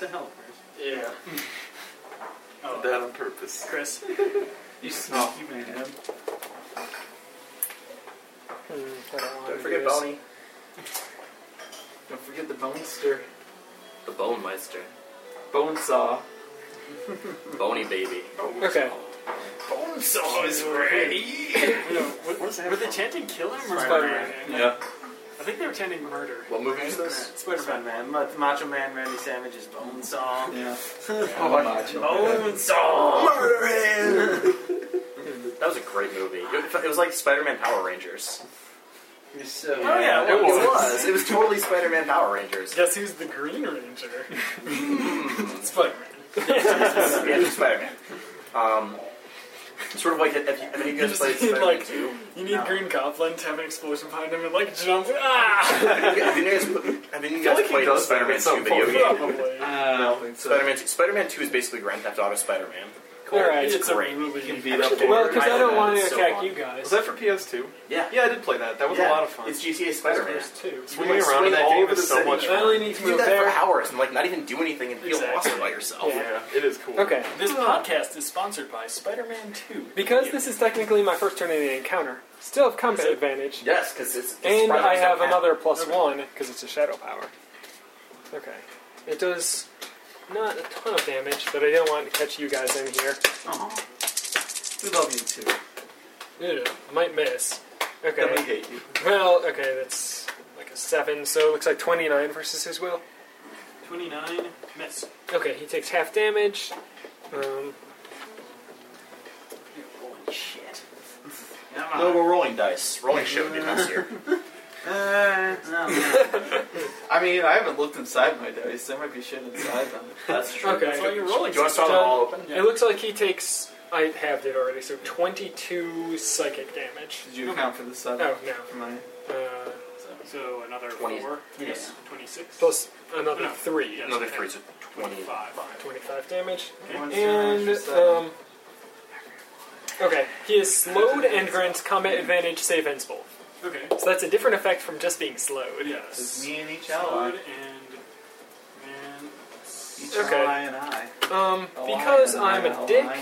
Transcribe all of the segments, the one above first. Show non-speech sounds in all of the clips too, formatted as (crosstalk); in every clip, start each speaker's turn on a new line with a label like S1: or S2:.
S1: to help her.
S2: Yeah.
S3: Oh,
S4: That on purpose.
S3: Chris, you
S4: No.
S3: sneaky man.
S4: Don't forget Bonnie. Don't forget the Bonester.
S2: The Bone Meister.
S4: Bone Saw.
S2: Bony Baby.
S5: Okay.
S3: Bone saw is ready. what,
S1: What is that
S3: were they
S1: from?
S3: chanting kill him or
S1: Spider-Man.
S3: Spider-Man?
S4: Yeah.
S3: I think they were chanting murder.
S2: What movie is this?
S1: Spider Man, Ma- Macho Man Randy Savage's Bone
S3: (laughs)
S1: Saw.
S4: Yeah.
S2: Oh,
S1: Bone Saw!
S2: That was a great movie. It, it was like Spider-Man Power Rangers.
S4: So,
S3: Oh, yeah, it was.
S2: It was. It was totally Spider-Man
S5: (laughs)
S2: Power Rangers.
S3: Guess who's the
S1: (laughs)
S3: Green Ranger? (laughs) Spider-Man.
S2: yeah, Spider-Man. Um, sort of like if you, if you
S3: You
S2: guys
S3: just
S2: played
S3: need
S5: (laughs)
S2: Spider-Man
S3: like
S2: 2.
S3: you need Green Goblin to have an explosion behind him and like jump. Ah!
S2: Have you, have you guys, have you guys
S4: like he
S2: played the
S4: does that
S2: Spider-Man
S4: at
S2: 2
S4: some
S2: video
S4: point.
S2: game?
S3: Probably.
S4: I don't think so.
S2: Spider-Man 2, Spider-Man 2 is basically Grand Theft Auto Spider-Man.
S5: Cool. All right.
S3: It's, a
S2: great.
S3: movie.
S4: beat up
S5: Well, because
S2: I
S5: I
S2: love
S5: don't want
S2: that.
S5: to
S2: It's so
S5: attack
S2: fun.
S5: you guys.
S4: Was that for PS2?
S2: Yeah.
S4: Yeah, I did play that. That was
S2: Yeah.
S4: a lot of fun.
S2: It's GTA Spider-Man.
S3: There's two.
S4: Swinging around in
S2: swing all
S4: that game
S2: over
S4: is
S2: the
S4: so
S2: city.
S4: much
S5: I
S4: fun.
S5: only need to
S2: You do
S5: move
S2: that for
S5: there.
S2: hours and like not even do anything and feel
S3: Exactly.
S2: awesome by yourself.
S5: Yeah.
S4: Yeah, it is cool.
S5: Okay.
S3: This podcast is sponsored by Spider-Man 2.
S5: Because this is technically my first turn in the encounter, still have combat
S3: it?
S5: advantage,
S2: Yes, because it's, it's
S5: and
S2: Spider-Man
S5: I have
S2: stuff.
S5: another plus one because it's a shadow power. Okay. It does not a ton of damage, but I didn't want to catch you guys in here.
S4: Uh-huh. We love you too.
S5: Ew, I might miss.
S4: And we
S5: Okay.
S4: hate you.
S5: Well, okay, that's like a seven, so it looks like twenty-nine versus his will.
S3: 29 miss.
S5: Okay, he takes half damage. Um,
S2: Holy shit.
S3: Never
S2: No,
S3: mind.
S2: we're rolling dice. Rolling shit would be messier.
S4: Uh,
S1: No,
S4: (laughs) I mean, I haven't looked inside my dice. There might be shit inside them.
S2: That's true.
S5: Okay.
S3: That's why you're rolling.
S2: Do you want to saw them all open?
S3: Yeah.
S5: It looks like he takes. I halved it already, so 22 psychic damage.
S4: Did you account for the seven?
S5: Oh,
S4: For
S5: no.
S4: mine?
S5: Uh,
S3: So another
S2: Twenty-
S3: 4.
S1: yeah.
S3: Yes. 26.
S5: plus another
S3: No.
S5: 3.
S3: Yeah.
S2: Another three, so 25.
S3: 25.
S5: 25 damage.
S4: One,
S5: And,
S4: two, seven.
S5: um. Okay, he is slowed and grants combat advantage save ends both.
S3: Okay.
S5: So that's a different effect from just being slowed.
S4: It's
S3: Yes.
S4: me and each
S3: Sword
S4: ally.
S3: and man.
S4: Each
S5: Okay.
S4: ally and Oh, I.
S5: Um, because I'm a dick.
S4: (laughs)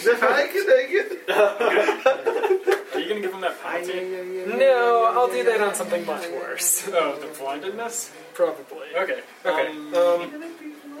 S4: If I could make it.
S3: Are you gonna give him that penalty?
S5: No, I'll do that on something much worse.
S3: Oh, the blindedness.
S5: Probably.
S3: Okay.
S5: Okay.
S3: Um,
S5: Um,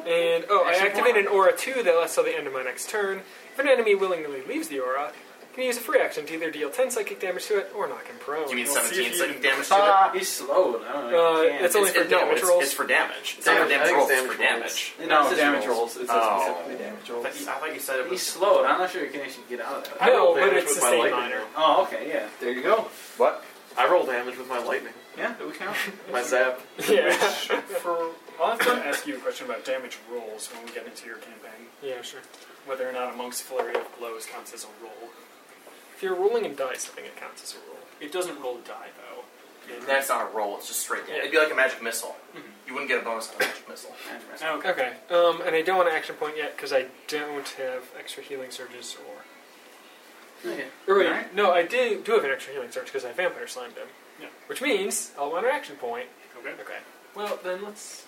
S5: and oh, I
S3: Actually,
S5: activate
S3: why not?
S5: an aura too that lasts till the end of my next turn. If an enemy willingly leaves the aura, you can use a free action to either deal 10 psychic damage to it or knock him prone.
S2: You mean
S3: We'll see
S2: 17
S3: if
S2: psychic
S3: you-
S2: damage to it?
S1: Ah, he's slowed. I don't know.
S5: Uh,
S1: he can't.
S5: it's only for
S2: it- no,
S5: damage
S2: it's,
S5: rolls.
S2: it's for damage. It's not
S4: Damage.
S2: for
S4: I
S2: damage
S4: think
S2: rolls,
S4: it's
S2: it's for damage.
S1: It
S4: No,
S1: says
S4: damage
S1: rolls.
S4: rolls. It says
S2: Oh.
S4: specifically damage
S2: I
S4: rolls.
S2: thought, you, I thought you said it
S1: He's
S2: was...
S1: slowed. I'm not sure he can actually get out of that.
S4: I roll
S5: no, but
S4: damage
S5: it's
S4: with
S5: the
S4: my
S5: same
S4: lightning.
S5: minor.
S1: Oh, okay, yeah.
S4: There you go.
S2: What?
S4: I roll damage with my lightning.
S1: Yeah, do we (laughs) count?
S4: My zap.
S5: Yeah.
S3: For, I'll have to ask you a question about damage rolls when we get into your campaign.
S5: yeah, sure.
S3: Whether or not a monk's flurry of blows counts as a roll.
S5: If you're rolling in dice, I think it counts as a roll.
S3: It doesn't roll die though. It-
S2: That's not a roll, it's just straight damage. It'd be like a magic missile. You wouldn't get a bonus on a magic missile.
S3: Oh, okay.
S5: Okay. Um, and I don't want to action point yet because I don't have extra healing surges or.
S1: Okay.
S5: Or wait,
S1: Alright.
S5: no, I do do have an extra healing surge because I vampire slammed him.
S3: Yeah.
S5: Which means I'll want an action point.
S3: Okay.
S5: Okay. Well, then let's.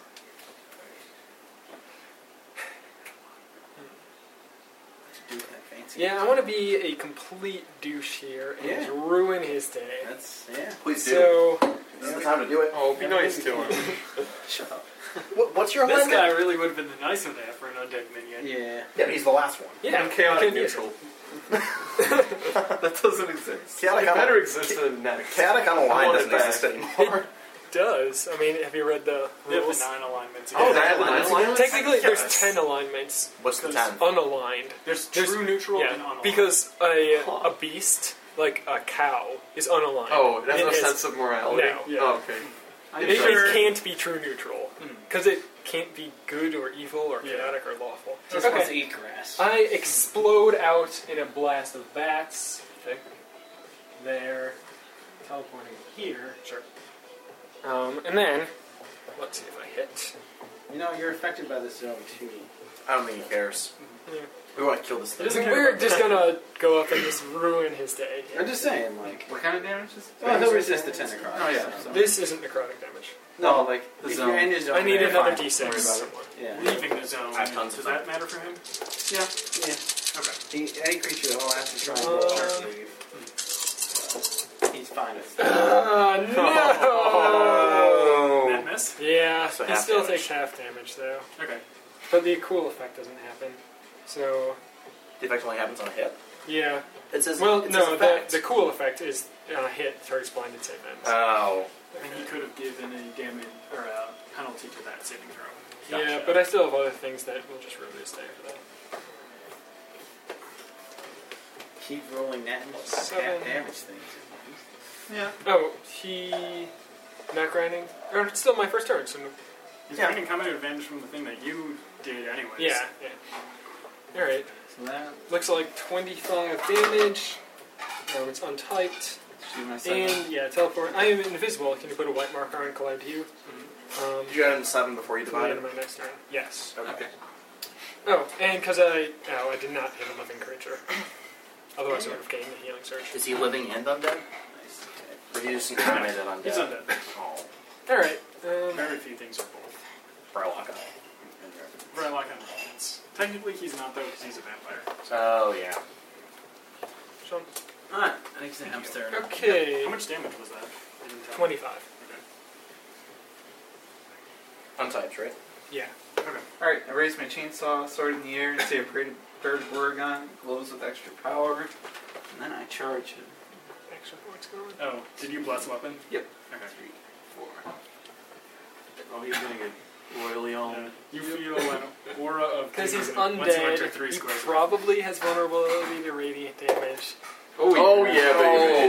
S1: Do that fancy.
S5: Yeah, I want to be a complete douche here and
S1: Yeah.
S5: ruin his day.
S1: That's yeah.
S2: (laughs) Please do.
S5: So,
S2: This is the time to do it.
S4: Oh, be nice to him.
S1: (laughs) Shut up.
S2: (laughs) What, what's your
S3: This
S2: alignment?
S3: guy really would have been the nicer there for an undead minion.
S1: Yeah.
S2: Yeah, but he's the last one.
S5: yeah,
S4: I'm
S5: I
S4: chaotic
S5: can use it.
S4: neutral. that doesn't exist.
S2: Chaotic
S4: it
S2: on-
S4: better exist than next.
S2: Chaotic on a
S4: I
S2: line
S4: want
S2: doesn't
S4: it back.
S2: exist anymore.
S5: Does I mean? Have you read the
S3: They have the
S5: rules?
S3: nine alignments.
S2: (laughs) Oh,
S3: again.
S2: that line-
S5: Technically, there's
S2: Yes.
S5: ten alignments.
S2: What's the time?
S5: Unaligned.
S3: There's true
S5: There's-
S3: neutral and
S5: Yeah,
S3: unaligned.
S5: because a a beast like a cow is unaligned.
S4: Oh, it has
S5: It
S4: no
S5: is-
S4: sense of morality.
S5: No.
S3: Yeah.
S4: Oh, okay.
S1: I'm
S5: It,
S1: sure.
S5: it can't be true neutral because it can't be good or evil or
S3: Yeah.
S5: chaotic or lawful.
S1: Just wants to eat grass.
S5: I explode out in a blast of bats. There, teleporting here. Sure. Um, and then, let's see if I hit.
S1: You know, you're affected by the zone too.
S2: I don't think he cares.
S5: Yeah.
S2: We want to kill this
S5: It
S2: thing.
S5: doesn't. We're just gonna go up and just ruin his day.
S1: I'm just saying, like,
S4: What kind of damage is it?
S1: oh, he'll resist the ten necrotic.
S4: Oh, yeah. So.
S5: This isn't necrotic damage.
S4: No, like the
S1: if
S4: zone.
S1: you're in his zone,
S5: I need
S1: you're
S5: another
S1: fine.
S5: d6.
S4: Don't
S1: Yeah.
S3: Leaving the zone.
S2: I have tons
S3: Does
S2: of
S3: that matter for him?
S4: yeah.
S1: yeah.
S3: Okay.
S1: He, any creature that will have to try and
S5: Um,
S1: roll or leave. He's fine. with that.
S5: Uh,
S4: Oh.
S2: (laughs)
S5: no.
S2: Oh.
S3: That miss?
S5: Yeah,
S2: So
S5: he
S2: half
S5: still
S2: damage.
S5: takes half damage though,
S3: Okay.
S5: but the cool effect doesn't happen. So
S2: The effect only happens on a hit.
S5: yeah.
S2: It says
S5: Well,
S2: it
S5: no,
S2: Says
S5: the,
S2: effect.
S5: the cool effect is uh, hit targets blinded save ends.
S2: Oh,
S3: And he could have given a damage or a penalty to that saving throw.
S5: Yeah,
S2: Gotcha.
S5: but I still have other things that will just ruin his day for that.
S1: Keep rolling that and half
S5: Seven.
S1: damage thing.
S4: Yeah.
S5: Oh, he not grinding. Or it's still my first turn, so no-
S3: He's
S2: Yeah.
S3: getting combat advantage from the thing that you did, anyways.
S5: yeah, yeah. All right,
S4: So that
S5: looks like twenty-five damage. Um, it's untyped,
S4: should be my second.
S5: and yeah, teleport. I am invisible. Can you put a white marker on Collide Hue? Um,
S2: you got him seven before you
S5: at the
S2: divide
S5: end of
S2: him.
S5: my next turn. Yes.
S2: Okay.
S5: Oh, and because I oh I did not hit a living creature. Otherwise, I would have gained the healing surge.
S2: Is he living and undead?
S1: Nice.
S2: Or he just incarnated undead?
S3: He's undead.
S2: Oh,
S5: All right. Um,
S3: Very few things are both.
S2: Brylock.
S3: Brylock on offense. Technically, he's not though, because he's a vampire.
S2: Oh yeah.
S5: Sean?
S1: Alright, I think it's a hamster.
S5: Okay.
S3: How much damage was that? I didn't tell.
S5: Twenty-five.
S2: Untyped, right?
S5: Yeah.
S3: Okay. Okay.
S4: All right. I raise my chainsaw, sword in the air, and say a prayer to Bird Gorgon. Glows with extra power.
S1: And then I charge him.
S5: Actually, what's going on?
S3: Oh, did you bless weapon?
S4: Yep.
S3: Okay.
S1: Four. Oh, he's doing it royally on.
S3: Yeah. You feel an aura
S5: (laughs)
S3: of
S5: Because he's
S3: confusion once you enter
S5: undead,
S3: three
S5: he
S3: squares.
S5: probably has vulnerability to radiant damage.
S2: Oh, yeah,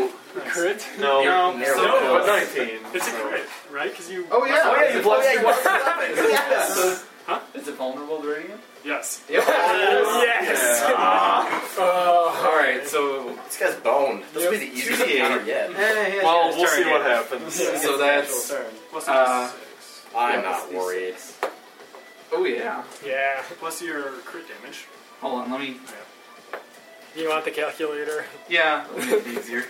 S2: baby.
S3: Nice.
S5: Crit?
S4: No. No.
S2: Narrow
S4: so-
S2: Oh,
S3: but
S2: nineteen.
S3: It's a crit, right? Because you.
S4: Oh yeah.
S2: Oh, yeah, you blessed
S4: Oh,
S2: (laughs) me.
S4: yeah,
S2: What's
S4: yeah. So,
S2: (laughs)
S3: Huh?
S4: Is it vulnerable to radiant?
S3: Yes.
S5: yes!
S3: (laughs)
S4: All right. So
S2: This guy's boned. This will be the easiest encounter yet.
S1: well,
S6: we'll see what happens.
S4: so that's
S1: turn.
S3: Plus
S4: Uh,
S3: six.
S2: I'm
S4: Yeah,
S2: not
S4: these-
S2: worried.
S4: oh yeah.
S5: Yeah.
S3: Plus your crit damage.
S4: Hold on. Let me.
S5: You want the calculator?
S4: Yeah. Let me make it easier.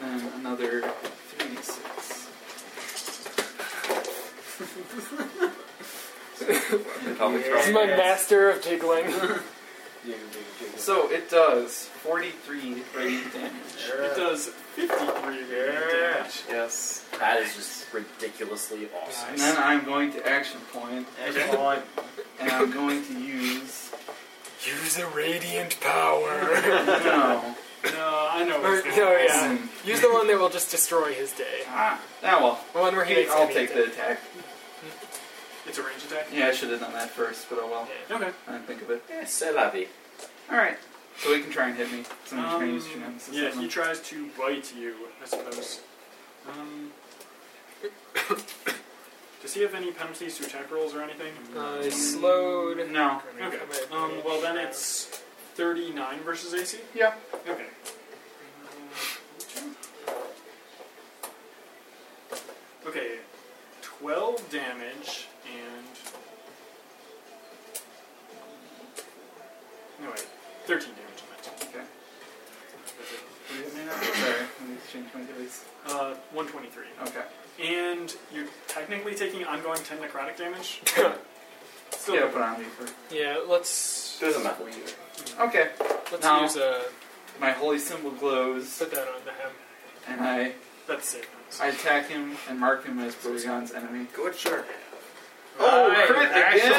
S4: Then another 3d6.
S2: Pelvic
S5: This is
S2: thrust.
S5: my master of jiggling. (laughs)
S4: So it does 43 radiant damage.
S3: It does 53 radiant damage.
S4: Yes.
S2: That is just ridiculously awesome.
S4: And then I'm going to action point,
S1: Excellent.
S4: and I'm going to use.
S5: Use the radiant power.
S4: (laughs) No.
S3: No, I
S5: (laughs)
S3: know.
S5: or,
S3: What's going
S5: no,
S3: on.
S5: Oh, yeah. Use the one that will just destroy his day.
S4: Ah, ah, well.
S5: The one where he makes
S4: I'll
S5: any
S4: take the
S5: attack.
S4: attack.
S3: It's a range attack.
S4: Yeah, I should have done that first, but oh well.
S5: Yeah.
S3: Okay.
S4: I didn't think of it.
S2: Yeah, c'est la vie.
S4: Alright. So he can try and hit me. So I'm just going to use
S3: Um,
S4: two nemesis.
S3: yeah,
S4: on
S3: he
S4: him.
S3: tries to bite you, I suppose. Um, does he have any penalties to attack rolls or anything?
S5: Uh, he's slowed.
S4: No.
S3: okay. Um, well, then it's 39 versus AC?
S4: Yeah.
S3: Okay. Uh, Okay, 12 damage and. No, wait, 13 damage on that.
S4: Okay.
S3: That's it.
S4: Sorry, let me change my dice.
S3: Uh, 123.
S4: Okay.
S3: And you're technically taking ongoing 10 necrotic damage? Still,
S4: Yeah, put on me for.
S5: (laughs) Yeah, let's
S2: There's a method to it.
S4: Okay.
S5: let's
S4: Now-
S5: use a
S4: My holy symbol glows,
S5: put that on the hem.
S4: and I
S3: that's it.
S4: I attack him and mark him as Borgon's enemy.
S2: Good sure.
S4: Oh,
S5: Alright,
S4: crit again!
S5: excellent.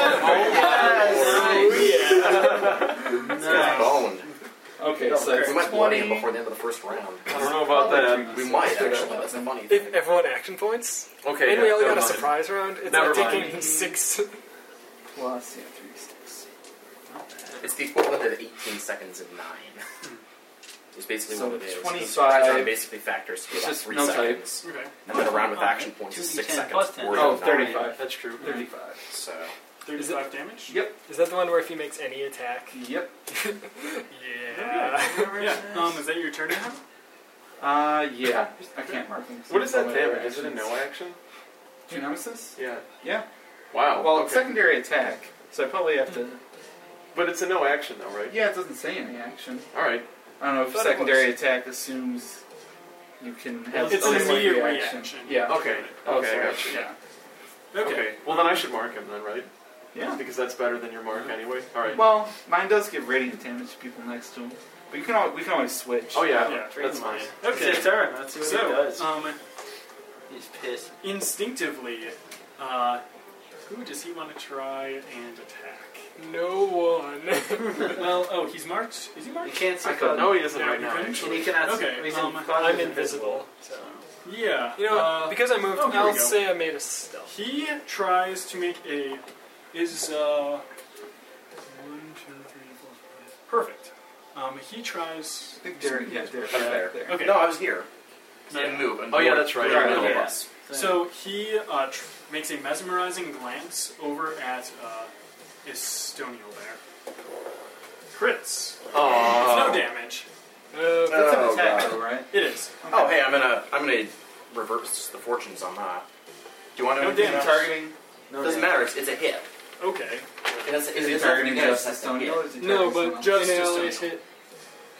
S4: Oh, yes.
S2: Boned.
S4: Okay, so
S2: we
S4: that's
S2: might bloody him
S4: 20.
S2: before the end of the first round.
S6: I don't know about that.
S2: We might actually. That's the funny
S5: If
S2: thing.
S5: everyone action points,
S6: Okay.
S5: and we
S6: yeah,
S5: only got
S6: never
S5: a
S6: mind.
S5: surprise round. It's
S6: Never
S5: like
S6: mind.
S5: taking six. (laughs)
S4: Plus, yeah, 3 6.
S2: It's the equivalent of 18 seconds and nine. (laughs) It's basically
S4: So
S2: what it is.
S4: 25.
S2: Surprise round basically factors to
S4: It's
S2: about
S4: just
S2: three
S4: no type.
S2: seconds,
S3: (laughs) Okay.
S2: and then a round with action points is
S1: 2d10
S2: six seconds.
S1: plus 10.
S2: worth
S4: Oh,
S2: of nine.
S4: 35.
S6: That's true.
S4: 35.
S2: So
S3: Thirty-five damage.
S4: Yep.
S5: Is that the one where if he makes any attack? Uh,
S4: Yep.
S5: Yeah.
S3: Yeah. Um, is that your turn now?
S4: Uh, yeah. I can't mark them.
S6: What is that damage? Is it a no action?
S4: Genesis?
S6: Yeah.
S4: Yeah.
S6: Wow.
S4: Well, it's
S6: okay.
S4: secondary attack, so I probably have to.
S6: (laughs) But it's a no action though, right?
S4: Yeah, it doesn't say any action.
S6: All right.
S4: I don't know if
S3: Thought it
S4: secondary attack assumes you can have
S3: It's
S4: the
S3: an
S4: same
S3: immediate
S4: reaction.
S3: reaction.
S4: Yeah.
S6: Okay.
S4: Oh,
S6: Okay. I
S4: sorry.
S6: got you.
S4: Yeah.
S6: Okay. Well, then I should mark him then, right?
S4: Yeah.
S6: Because that's better than your mark anyway. All right.
S4: Well, mine does give radiant damage to people next to him, but you can al we can always switch.
S6: Oh yeah.
S3: Yeah.
S6: That's fine.
S3: Okay.
S2: turn. Let's see
S3: So, um,
S2: He's pissed.
S3: instinctively, uh, who does he want to try and
S5: (laughs)
S3: attack?
S5: No one.
S3: well, oh, he's marked. Is he
S2: You
S3: marked?
S2: can't see
S6: I could,
S2: color.
S6: no, he isn't
S3: Yeah,
S6: right
S3: you
S6: now.
S3: couldn't?
S6: actually.
S2: And he cannot see.
S3: Okay,
S2: he's
S3: um,
S2: in-
S5: I'm invisible. So.
S3: Yeah.
S5: You know,
S3: uh,
S5: because I moved,
S3: oh, here we
S5: I'll
S3: go.
S5: say I made a stealth.
S3: He tries to make a is uh one, two, three, four, five. Perfect. Um, he tries.
S4: I think Derek, yeah, Derek,
S2: Up there.
S4: there.
S3: Okay.
S2: No, I was here.
S3: Yeah.
S2: move. I'm
S6: Oh yeah,
S2: bored.
S6: that's right.
S2: You're
S6: Yeah.
S2: in the middle of
S4: Yeah.
S2: us.
S3: So he uh, tr- makes a mesmerizing glance over at uh, Estoniel there. Crits. It's
S6: Aw.
S4: Oh.
S3: no damage.
S5: Uh,
S4: That's
S2: Oh,
S4: an attack,
S2: God.
S4: though, right?
S3: It is.
S2: Oh hey, I'm gonna I'm gonna reverse the fortunes on that. Do you want to?
S3: No
S2: know anything
S3: damage.
S2: about-
S4: Targeting.
S2: It doesn't matter. It's, it's a hit.
S3: Okay.
S2: It doesn't,
S4: Is
S2: it
S4: he
S2: doesn't
S4: targeting
S2: matter,
S4: just
S2: it's a
S4: Estonia?
S2: hit.
S4: or is he
S5: no,
S4: targeting
S5: but
S4: someone
S5: just
S3: Just
S5: an
S3: Estoniel.
S5: hit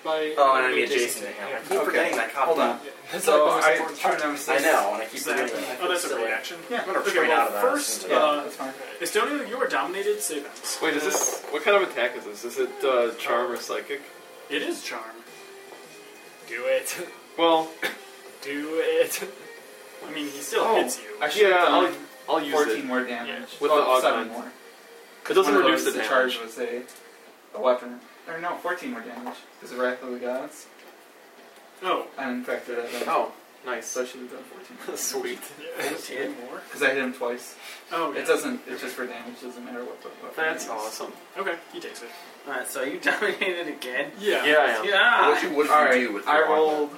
S5: by.
S2: Oh, and enemy adjacent to him. I keep
S4: Okay.
S2: forgetting that copy.
S4: Hold on.
S5: (laughs) That's like
S4: So
S5: the most
S4: I (laughs)
S5: important
S4: turn
S5: part.
S4: nemesis.
S2: I know, and I keep forgetting.
S3: Exactly.
S2: that. I feel
S3: Oh, that's a
S2: silly.
S3: reaction.
S4: Yeah.
S2: I'm gonna
S3: Okay,
S2: train
S3: well,
S2: out of that.
S3: first,
S4: Yeah,
S3: Uh,
S4: that's fine.
S3: Estonia, you are dominated. Save ends.
S6: Wait, is this what kind of attack is this? Is it uh, charm or psychic?
S3: It is charm.
S5: Do it.
S6: Well,
S5: Do it.
S3: (laughs) I mean, he still
S4: Oh,
S3: hits you.
S4: I should
S6: yeah,
S4: have done
S6: I'll, I'll use
S4: 14
S6: it.
S4: more damage.
S6: With
S4: oh,
S6: the
S4: seven
S6: augment.
S4: more.
S6: It doesn't
S4: One of
S6: reduce
S4: those,
S6: the
S4: the
S6: damage.
S4: charge was a, a weapon. Or no, 14 more damage. Because of Wrath of the Gods.
S3: Oh,
S4: I'm infected at them.
S6: Oh, nice.
S4: So I should have done 14.
S6: Sweet.
S3: yeah. more.
S4: Because I hit him twice.
S3: Oh, yeah.
S4: It doesn't, it's just for damage, it doesn't matter what the weapon
S6: That's
S4: is.
S6: awesome.
S3: Okay, he takes it.
S7: Alright, so you dominated again.
S3: Yeah.
S6: Yeah, I am.
S7: Yeah.
S2: What you would
S4: Alright,
S2: you do with
S4: I
S2: your
S4: rolled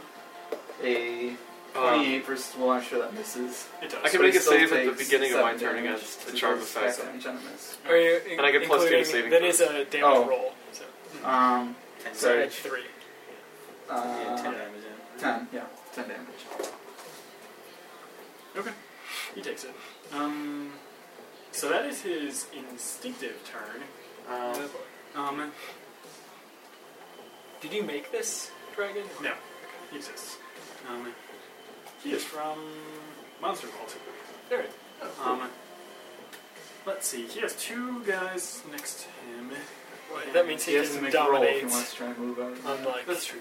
S4: a
S6: Uh,
S4: 28 versus 1. I'm sure that misses.
S3: It does.
S6: I can
S4: So
S6: make
S4: he
S6: a
S4: still
S6: save at the
S4: takes
S6: beginning of my
S4: seven
S6: turn
S4: damage
S6: against the
S4: to
S6: charm
S4: first attack
S6: effect.
S4: damage on a miss.
S5: Are you
S6: And I get plus two to
S5: including-
S6: saving
S5: That
S6: throws.
S5: is a damage
S4: Oh.
S5: roll. So,
S2: Hmm.
S4: Um,
S5: so I
S4: Sorry.
S5: had three.
S7: Yeah,
S4: uh,
S7: ten damage, yeah.
S4: 10, yeah, 10 damage.
S3: He takes it. Um, so that is his instinctive turn.
S6: Um,
S3: Um,
S5: Did you make this dragon?
S3: no, he exists. Um, he is from Monster Vault.
S5: All right.
S3: Um, let's see. He has two guys next to him.
S5: Well, that means
S4: He,
S5: he,
S4: has
S5: can
S4: to make a roll if
S5: dominate.
S4: he wants to try and move out.
S5: Unlike
S3: That's true.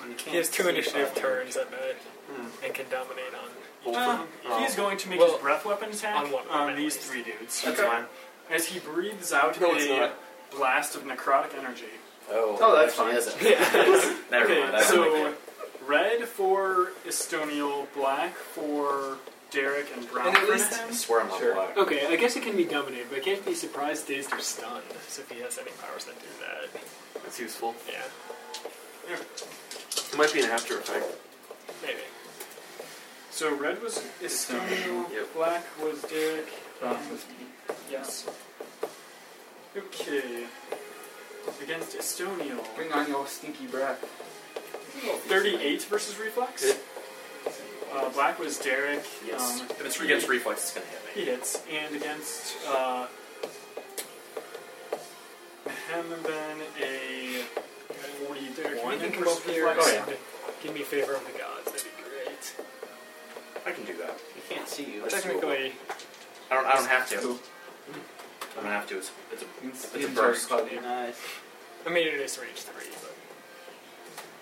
S7: Well, you can't
S5: he has two
S7: see
S5: initiative
S7: five
S5: turns at night
S6: Hmm.
S5: and can dominate on.
S6: both
S3: Uh,
S6: of them.
S3: He's going to make
S5: Well,
S3: his breath weapon attack
S5: on
S3: on,
S5: one weapon at
S3: these
S5: least.
S3: three dudes.
S6: That's fine.
S3: As he breathes out
S6: No, it's
S3: a
S6: not.
S3: blast of necrotic energy.
S2: Oh,
S4: Oh, that's
S2: actually
S4: fine.
S2: Isn't.
S5: Yeah.
S2: Never
S3: okay,
S2: mind. I don't like
S3: so red for Estonial, black for Derek, and brown
S5: And at
S3: for
S5: least-
S2: that. I
S3: him.
S2: swear I'm not
S4: Sure.
S2: black.
S5: okay, I guess it can be dominated, but it can't be surprised, dazed, or stunned. So if he has any powers that do that,
S6: It's useful.
S5: yeah,
S6: It might be an after effect.
S5: maybe.
S3: So red was Estonial,
S6: Yep.
S3: black was Derek.
S4: Um, with me.
S3: Yes. Okay. Against Estonial,
S4: Bring on your stinky breath.
S3: 38 versus reflex.
S6: Hit.
S3: Uh, black was Derek.
S2: Yes.
S3: Um,
S2: if it's against reflex, it's gonna hit me.
S3: He hits, and against uh, Hemben a Oh,
S5: One Oh,
S3: 41
S5: can come up
S3: versus
S5: here.
S3: reflex.
S5: and Give me favor of the gods. That'd be great.
S2: I can do that.
S7: You can't see you.
S5: Technically,
S2: I don't. I don't have to.
S4: Cool.
S2: I don't have to. It's, it's a.
S4: You can-
S2: a
S4: you can
S2: burst.
S4: target Claudia.
S7: Nice.
S5: I mean it is range three, but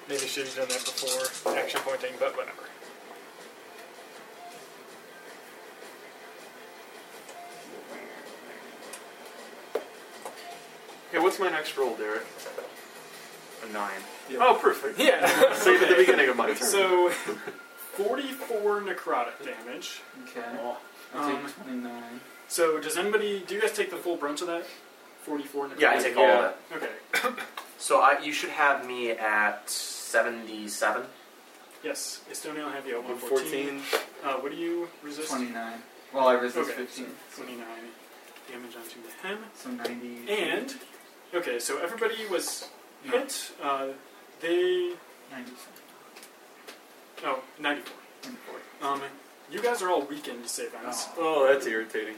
S5: maybe should have done that before action pointing. But whatever.
S6: Okay, what's my next roll, Derek?
S2: A nine.
S6: Oh,
S5: (laughs)
S6: perfect.
S5: Yeah.
S6: Save at the beginning of my turn.
S3: So 44 necrotic damage.
S4: Okay.
S6: Oh,
S4: I
S3: Um,
S4: take 29.
S3: so does anybody? Do you guys take the full brunt of that? 44 necrotic.
S2: Yeah, I take all
S6: Yeah.
S2: of it.
S3: Okay.
S2: So I, you should have me at seventy-seven.
S3: Yes, Estonial have you at 114.
S6: 14.
S3: Uh, what do you resist?
S4: 29. Well, I resist
S3: Okay.
S4: 15.
S3: 29. damage onto him.
S4: So 90.
S3: And okay, so everybody was hit. Uh, they
S4: 90.
S3: oh 94.
S4: 94.
S3: Um, you guys are all weakened to save us.
S6: Oh, that's irritating.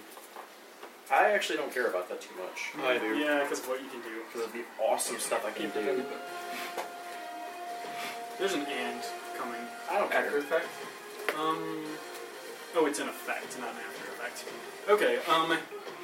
S2: I actually don't care about that too much
S6: Oh, I do.
S3: Yeah, because of what you can do.
S2: because of the awesome stuff I can do.
S3: There's an and coming.
S2: I don't (laughs)
S4: After
S2: care.
S4: effect?
S3: Um, oh, it's an effect, not an after effect. Okay. Um,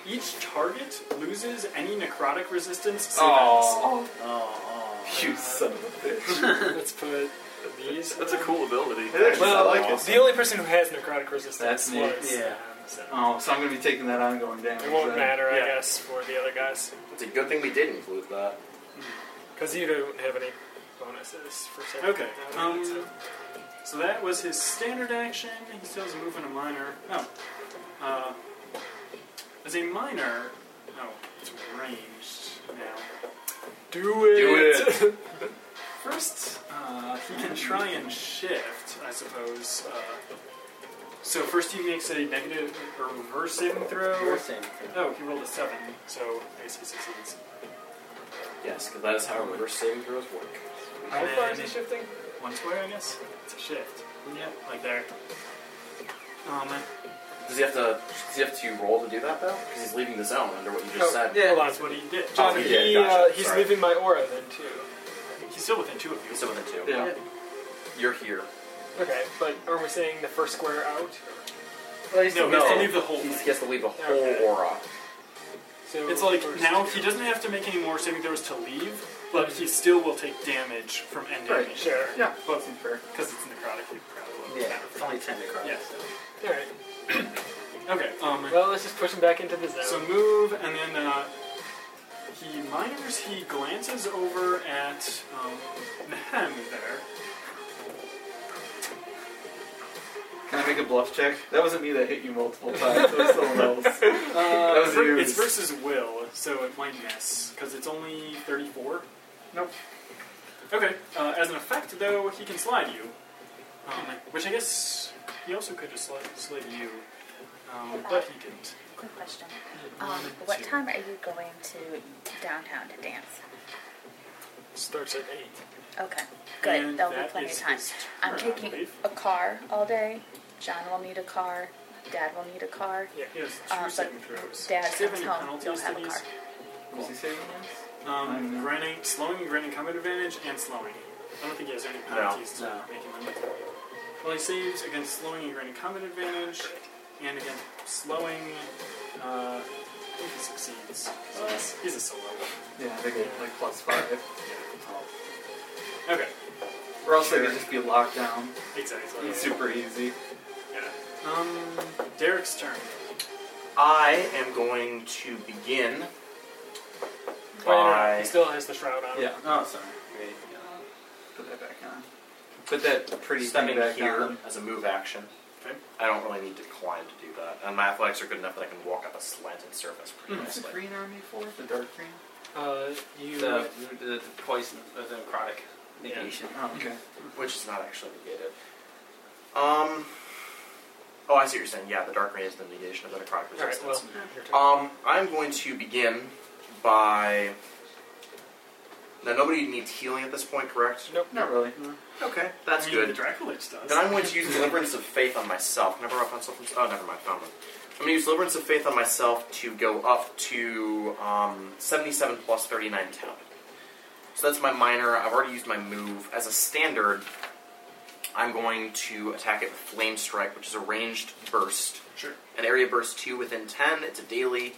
S3: each target loses any necrotic resistance. Save as.
S4: Oh, you son of a
S5: (coughs)
S4: bitch.
S5: Let's put these.
S6: That's a cool ability.
S5: Well,
S6: I like it.
S5: the only person who has necrotic resistance
S4: That's me.
S5: was.
S7: Yeah.
S5: um, so
S4: Oh, so I'm going to be taking that ongoing damage.
S5: It won't
S4: then.
S5: matter, I
S3: Yeah.
S5: guess, for the other guys,
S2: It's a good thing we did include that.
S5: because you don't have any bonuses for saving.
S3: Okay. Um, so that was his standard action. He still has a move and a minor. Oh. Uh, as a minor. Oh, it's ranged now.
S5: do it.
S6: Do
S5: it.
S3: First, uh, he can try and shift, I suppose. Uh, so first he makes a negative or reverse saving throw.
S7: Worse than-
S3: Oh, he rolled a seven, so I guess he succeeds.
S2: Yes, because that is how reverse saving throws work.
S5: (laughs) How far is he
S3: And-
S5: shifting?
S3: One square, I guess. It's a shift. Yeah, like there. Um,
S2: Does he have to? Does he have to roll to do that though? Because he's leaving the zone under what you just
S5: Oh,
S2: said.
S5: yeah. Hold on.
S3: that's what he did.
S5: John,
S2: Oh,
S5: he,
S2: yeah, gotcha.
S5: uh, he's
S2: Sorry.
S5: leaving my aura then, too.
S3: He's still within two of you.
S2: He's still within two.
S4: Yeah.
S2: You're here.
S5: Okay, but are we saying the first square out?
S3: no, he has to leave the whole
S2: He's,
S3: thing.
S2: he has to leave a whole
S5: Okay.
S2: aura.
S5: So
S3: It's like
S5: first
S3: now
S5: two.
S3: he doesn't have to make any more saving throws to leave, but he still will take damage from end
S4: Right,
S3: damage.
S5: Sure.
S4: Yeah, that seems fair.
S3: Because it's necrotic, he probably
S7: Yeah, it's only 10 necrotic.
S3: Yeah.
S7: so-
S5: All right.
S3: Okay, um,
S5: Well, let's just push him back into the zone.
S3: so move, and then uh, he minors, he glances over at um, Nahem there.
S4: Can I make a bluff check? That wasn't me that hit you multiple times. (laughs) That was someone else. that was
S3: Ver-
S4: you.
S3: It's versus will, so it might miss because it's only 34.
S4: Nope.
S3: Okay. Uh, as an effect, though, he can slide you, um, which I guess he also could just slide, slide you, um, but he didn't.
S8: Quick question. Um, what time are you going to downtown to dance?
S5: starts at eight.
S8: Okay, good.
S3: And
S8: There'll be
S3: that
S8: plenty of
S3: is
S8: time.
S3: his
S8: I'm
S3: turn, I
S8: taking
S3: believe.
S8: a car all day. John will need a car. Dad will need a car.
S3: Yeah, he has two
S8: Uh, but
S3: saving throws.
S8: Dad
S3: Does he have
S8: comes
S3: any
S8: home. He'll
S3: penalties
S8: have
S3: to
S8: a
S3: these?
S8: car.
S4: Was he saving us?
S3: Um,
S4: I'm-
S3: grinning, slowing, grinning, combat advantage, and slowing. I don't think he has any penalties
S7: No.
S3: to making them. Well, he saves against slowing and grinning combat advantage, and against slowing. Uh, I think he succeeds. So he's, he's a solo.
S4: Yeah, they get like plus five.
S3: Okay,
S4: Or else they could just be locked down.
S3: exactly.
S4: It's super easy.
S3: Yeah. Um, Derek's turn.
S2: I am going to begin
S5: Wait, no, no,
S2: by.
S5: He still has the shroud on.
S4: Yeah.
S7: Oh, sorry.
S4: Put that back on. Put that pretty thing
S2: stepping
S4: back
S2: here
S4: on.
S2: as a move action.
S3: Okay.
S2: I don't really need to climb to do that, and my athletics are good enough that I can walk up a slanted surface pretty
S4: What's the
S2: nicely.
S4: green army for? The dark green?
S5: Uh, you.
S7: The, the, the poison, uh, the necrotic negation.
S4: Oh, okay.
S2: which is not actually negated. Um. Oh, I see what you're saying. Yeah, the dark ray is the negation of the necrotic
S5: all right.
S2: resistance.
S5: Well, your turn.
S2: Um, I'm going to begin by. Now, nobody needs healing at this point, correct?
S5: nope.
S4: Not really.
S2: Okay, that's
S3: I mean,
S2: good.
S3: The Dracolich does.
S2: Then I'm going to use Deliverance of Faith on myself. Never up on self. Oh, never mind. Found one. I'm going to use Deliverance of Faith on myself to go up to um, 77 plus 39 talent. So that's my minor. I've already used my move. As a standard, I'm going to attack it with Flame Strike, which is a ranged burst.
S3: Sure.
S2: An area burst 2 within 10. It's a daily.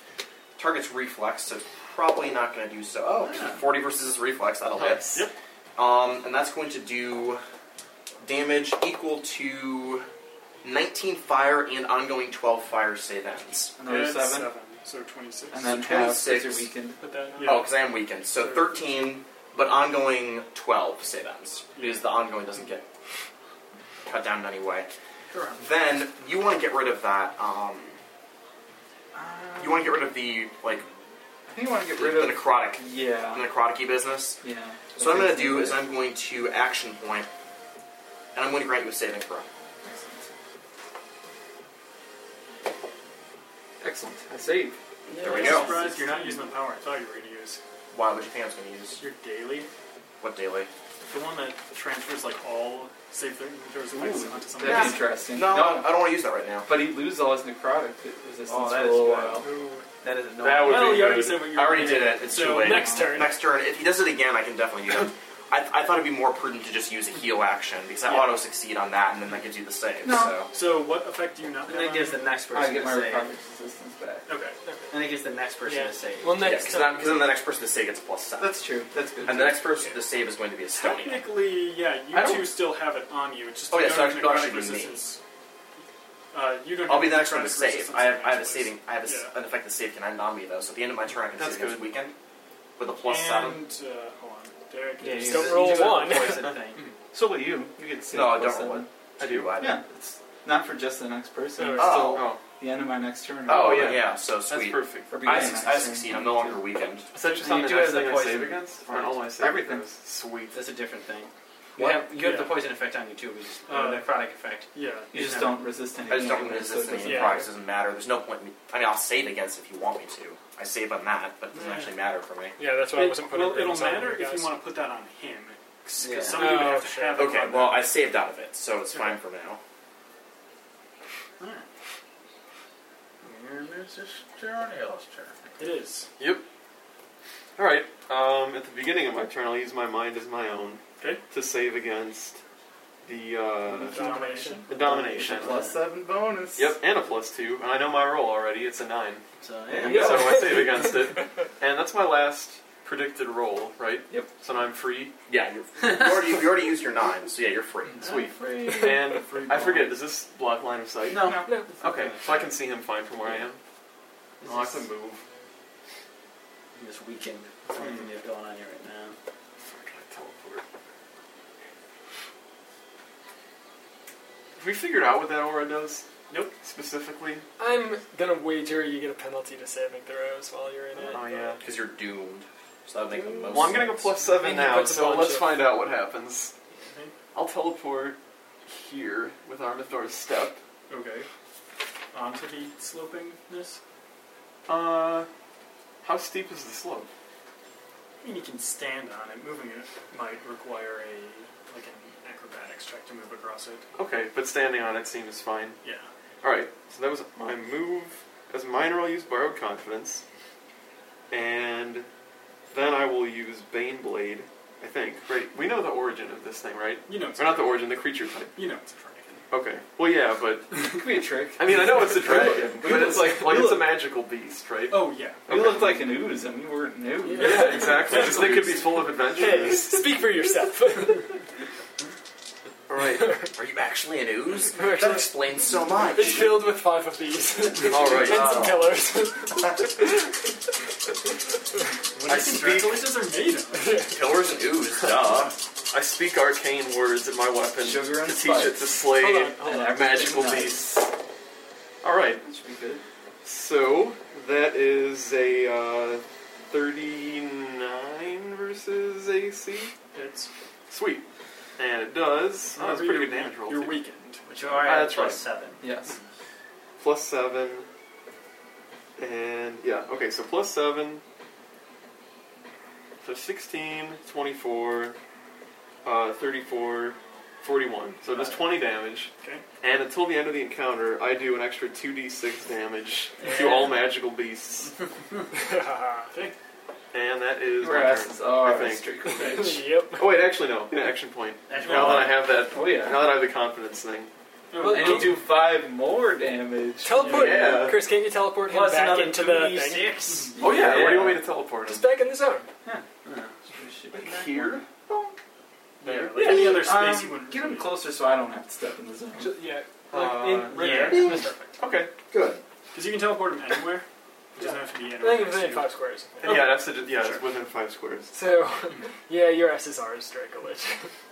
S2: Target's reflex, so it's probably not going to do so. Oh, 40 versus his reflex. That'll hit.
S3: Ah. Yep.
S2: Um, and that's going to do damage equal to 19 fire and ongoing 12 fire save ends.
S4: Another
S3: It's
S4: seven.
S3: So 26.
S4: And then
S2: So
S4: half because
S2: 26.
S4: you're weakened.
S3: Put that on.
S2: Oh, because I am weakened. So 13, but ongoing 12 save ends. Because the ongoing doesn't get cut down in any way.
S3: Correct.
S2: Then you want to get rid of that. Um, you want to get rid of the like
S4: I think you want to get
S2: the,
S4: rid of.
S2: the necrotic, the
S4: Yeah.
S2: necrotic business.
S4: Yeah.
S2: So what I'm going to do is I'm going to action point, and I'm going to grant you a saving throw.
S4: Excellent. I saved.
S2: There we
S3: I'm
S2: go.
S3: surprised you're not using the power I thought you were going to use.
S2: Why would you think I was going to use?
S3: Your daily,
S2: What daily?
S3: the one that transfers like all save their inventories effects
S4: Ooh,
S3: onto somebody
S4: That's
S3: else.
S4: interesting.
S2: No, I don't want to use that right now.
S4: But he'd lose all his necrotic resistance
S7: Oh,
S4: for
S7: that
S4: a
S7: is
S4: little
S7: good.
S4: while.
S3: Ooh.
S7: That is annoying.
S6: That would
S3: Well,
S6: be
S3: you already
S6: good.
S3: said what you were
S2: I already
S3: gonna
S2: did
S3: do.
S2: it. It's
S3: so
S2: too late.
S3: Next turn.
S2: Next turn. If he does it again, I can definitely use it. I, I thought it'd be more prudent to just use a heal action because I
S3: Yeah.
S2: auto succeed on that, and then that gives you the save.
S4: No.
S2: So
S3: So what effect do you not
S7: And
S3: have?
S7: that
S3: on
S7: gives
S3: you?
S7: the next person
S4: I get
S7: to
S4: my
S7: save.
S4: necrotic resistance back.
S3: Okay.
S7: And it gives the next person
S3: Yeah.
S7: to save.
S5: Well,
S2: yeah,
S5: next
S2: because
S5: time.
S2: then the next person to save gets a plus seven,
S4: That's true. That's good.
S2: and the next person to save is going to be a stony.
S3: Technically, yeah,
S2: I
S3: you
S2: don't-
S3: two still have it on you. It's just
S2: Oh,
S3: you
S2: yeah,
S3: don't
S2: so
S3: have
S2: that should- that
S3: necrotic
S2: should be me.
S3: resistance. Uh, you don't
S2: I'll
S3: have
S2: be the next one
S3: necrotic
S2: to save.
S3: resistance
S2: I have, I have a
S3: anyways.
S2: saving. I have a s
S3: Yeah.
S2: an effective save command on me though. So at the end of my turn, I can
S4: That's
S2: save this
S4: good.
S2: weekend with a plus seven.
S3: And uh, hold on, Derek.
S7: Yeah,
S3: is-
S5: Don't
S7: you
S5: roll
S7: do that
S5: one.
S2: (laughs)
S7: poison thing.
S4: Hmm. So will you. You get to save
S2: No, I
S4: plus
S2: don't roll
S4: seven.
S2: I do. I
S4: Yeah, it's not for just the next person.
S3: Oh,
S4: It's
S2: oh.
S4: still
S6: Oh,
S4: the end of my next turn.
S2: Oh yeah, yeah. So
S6: that's
S2: sweet.
S6: perfect.
S4: Or
S2: I,
S4: beginning of
S2: suc-
S4: next
S2: I
S4: turn.
S2: succeed. I'm no longer weakened.
S6: Is that just
S7: You
S6: on the
S7: do
S6: next
S7: have the
S6: thing I
S7: poison.
S6: save against? Or all my save
S4: Everything.
S6: against? Sweet.
S7: That's a different thing. You
S2: What?
S7: have, you have the
S3: Yeah.
S7: poison effect on you too. but It's just,
S3: Uh,
S7: the necrotic effect.
S3: Yeah.
S4: You just don't resist anything.
S2: I just don't
S4: anymore, so it
S2: resist any
S4: doesn't-
S3: Yeah.
S2: products. Doesn't matter. There's no point. In me, I mean, I'll save against if you want me to. I save on that, but it doesn't
S3: Yeah.
S2: actually matter for me.
S5: Yeah, that's why I
S3: It-
S5: wasn't putting
S3: well, it'll
S5: rings on
S3: matter if
S5: guys.
S3: you want to put that on him, because
S7: Yeah.
S3: somebody would
S5: Oh,
S3: have to
S5: sure.
S3: have it
S2: Okay.
S3: on
S2: Well,
S3: them.
S2: I saved out of it, so it's fine for now.
S3: Alright,
S1: And this is Darnell's turn.
S3: It is.
S6: Yep. All right. Um, at the beginning of my turn, I'll use my mind as my own
S3: Okay.
S6: to save against the uh,
S3: Domination.
S6: the domination.
S4: Plus seven bonus.
S6: Yep, and a plus two. And I know my roll already. It's a nine.
S7: So
S4: There
S7: yeah.
S4: you
S6: So
S4: go.
S6: I save against it, and that's my last predicted roll, right?
S4: Yep.
S6: So now I'm free.
S2: Yeah. You're, you already you already used your nine, so yeah, you're free.
S6: Sweet. And I forget. Does this block line of sight?
S4: No.
S6: Okay, so I can see him fine from where I am.
S7: This
S6: I'll have
S7: is-
S6: to move.
S7: This weekend. That's the only
S4: Hmm.
S7: thing you have going on here right now.
S6: Can I teleport? Have we figured out what that aura does?
S3: Nope.
S6: Specifically?
S5: I'm gonna wager you get a penalty to saving throws while you're in it.
S6: Oh yeah.
S2: Because you're doomed. So that would make the most.
S6: Well, I'm gonna go
S2: sense.
S6: plus seven
S5: And he
S6: now,
S5: puts a
S6: so
S5: bunch
S6: let's
S5: of-
S6: find out what happens.
S3: Okay.
S6: I'll teleport here with Armathor's step.
S3: Okay. Onto the slopingness.
S6: Uh, how steep is the slope?
S3: I mean, you can stand on it. Moving it might require a like an acrobatics check to move across it.
S6: Okay, but standing on it seems fine.
S3: Yeah.
S6: Alright, so that was my move. As minor, I'll use Borrowed Confidence. And then I will use Bane Blade, I think. Right, we know the origin of this thing, right?
S3: You know. It's
S6: Or not the
S3: dragon.
S6: origin, the creature type.
S3: You know it's a dragon.
S6: Okay. Well, yeah, but
S4: It could be a trick.
S6: I mean, I know it's a dragon,
S4: We
S6: but
S4: look-
S6: it's like like
S4: we
S6: it's a
S4: look-
S6: magical beast, right?
S3: Oh yeah.
S4: We looked like an ooze, and we weren't an ooze. (laughs)
S6: Yeah, exactly. This thing could be full of
S5: Hey, (laughs)
S6: adventures.
S5: speak for
S3: (laughs)
S5: yourself.
S2: All right. Are you actually an ooze? (laughs) That explains so
S5: it's
S2: much.
S5: filled with five of these. (laughs)
S6: All
S5: and
S6: right.
S2: Oh.
S5: some pillars.
S3: What
S6: I
S3: do you think
S6: speak-
S3: dragoliches are made of?
S2: Pillars and (laughs) ooze. Duh.
S6: I speak arcane words in my weapon
S4: Sugar and
S6: to teach it to slay
S5: Hold on, hold
S4: on.
S6: magical
S4: Nice.
S6: beasts. All right.
S4: That should be good.
S6: So that is a uh, 39 versus AC.
S3: It's
S6: Sweet. And it does. Oh, that's a pretty good damage roll.
S3: Your
S6: too.
S3: weakened.
S7: Which you already
S6: Ah,
S7: have
S6: that's
S7: plus
S6: right.
S7: seven.
S4: Yes.
S6: plus seven, and yeah, okay, so plus seven, so 16, 24, uh, 34, 41. So it does 20 damage,
S3: Okay.
S6: and until the end of the encounter, I do an extra 2d6 damage to (laughs)
S7: Yeah.
S6: all magical beasts,
S3: Okay.
S6: and that is
S4: Your
S6: my
S4: asses
S6: turn.
S4: are
S6: I think.
S4: strict.
S5: yep.
S6: Oh wait, actually no, an action point.
S7: That's
S6: Now that I
S7: right.
S6: have that,
S4: Oh yeah.
S6: now that I have the confidence thing.
S3: Oh,
S4: and you do five more damage.
S5: Teleport,
S6: Yeah.
S5: Chris. Can't you teleport him
S7: Plus
S5: back
S7: another
S5: into the thing?
S7: 2d6.
S6: Oh yeah, where do you
S4: Yeah.
S6: want me to teleport him?
S5: Just back in the zone.
S6: Here?
S3: yeah, like any other space
S4: Um,
S3: you wouldn't
S4: get him
S3: really-
S4: closer so I don't have to step in the zone.
S5: yeah.
S6: Uh,
S5: right
S7: yeah.
S5: there.
S3: That's perfect.
S6: Okay.
S2: Good.
S3: Because Mhm. you can teleport him anywhere. It doesn't have to be
S5: I
S3: anywhere.
S5: think it's within five squares.
S6: And Yeah, that's the, yeah, it's
S3: Sure.
S6: within five squares.
S5: So, (laughs) yeah, your SSR is Dracolich.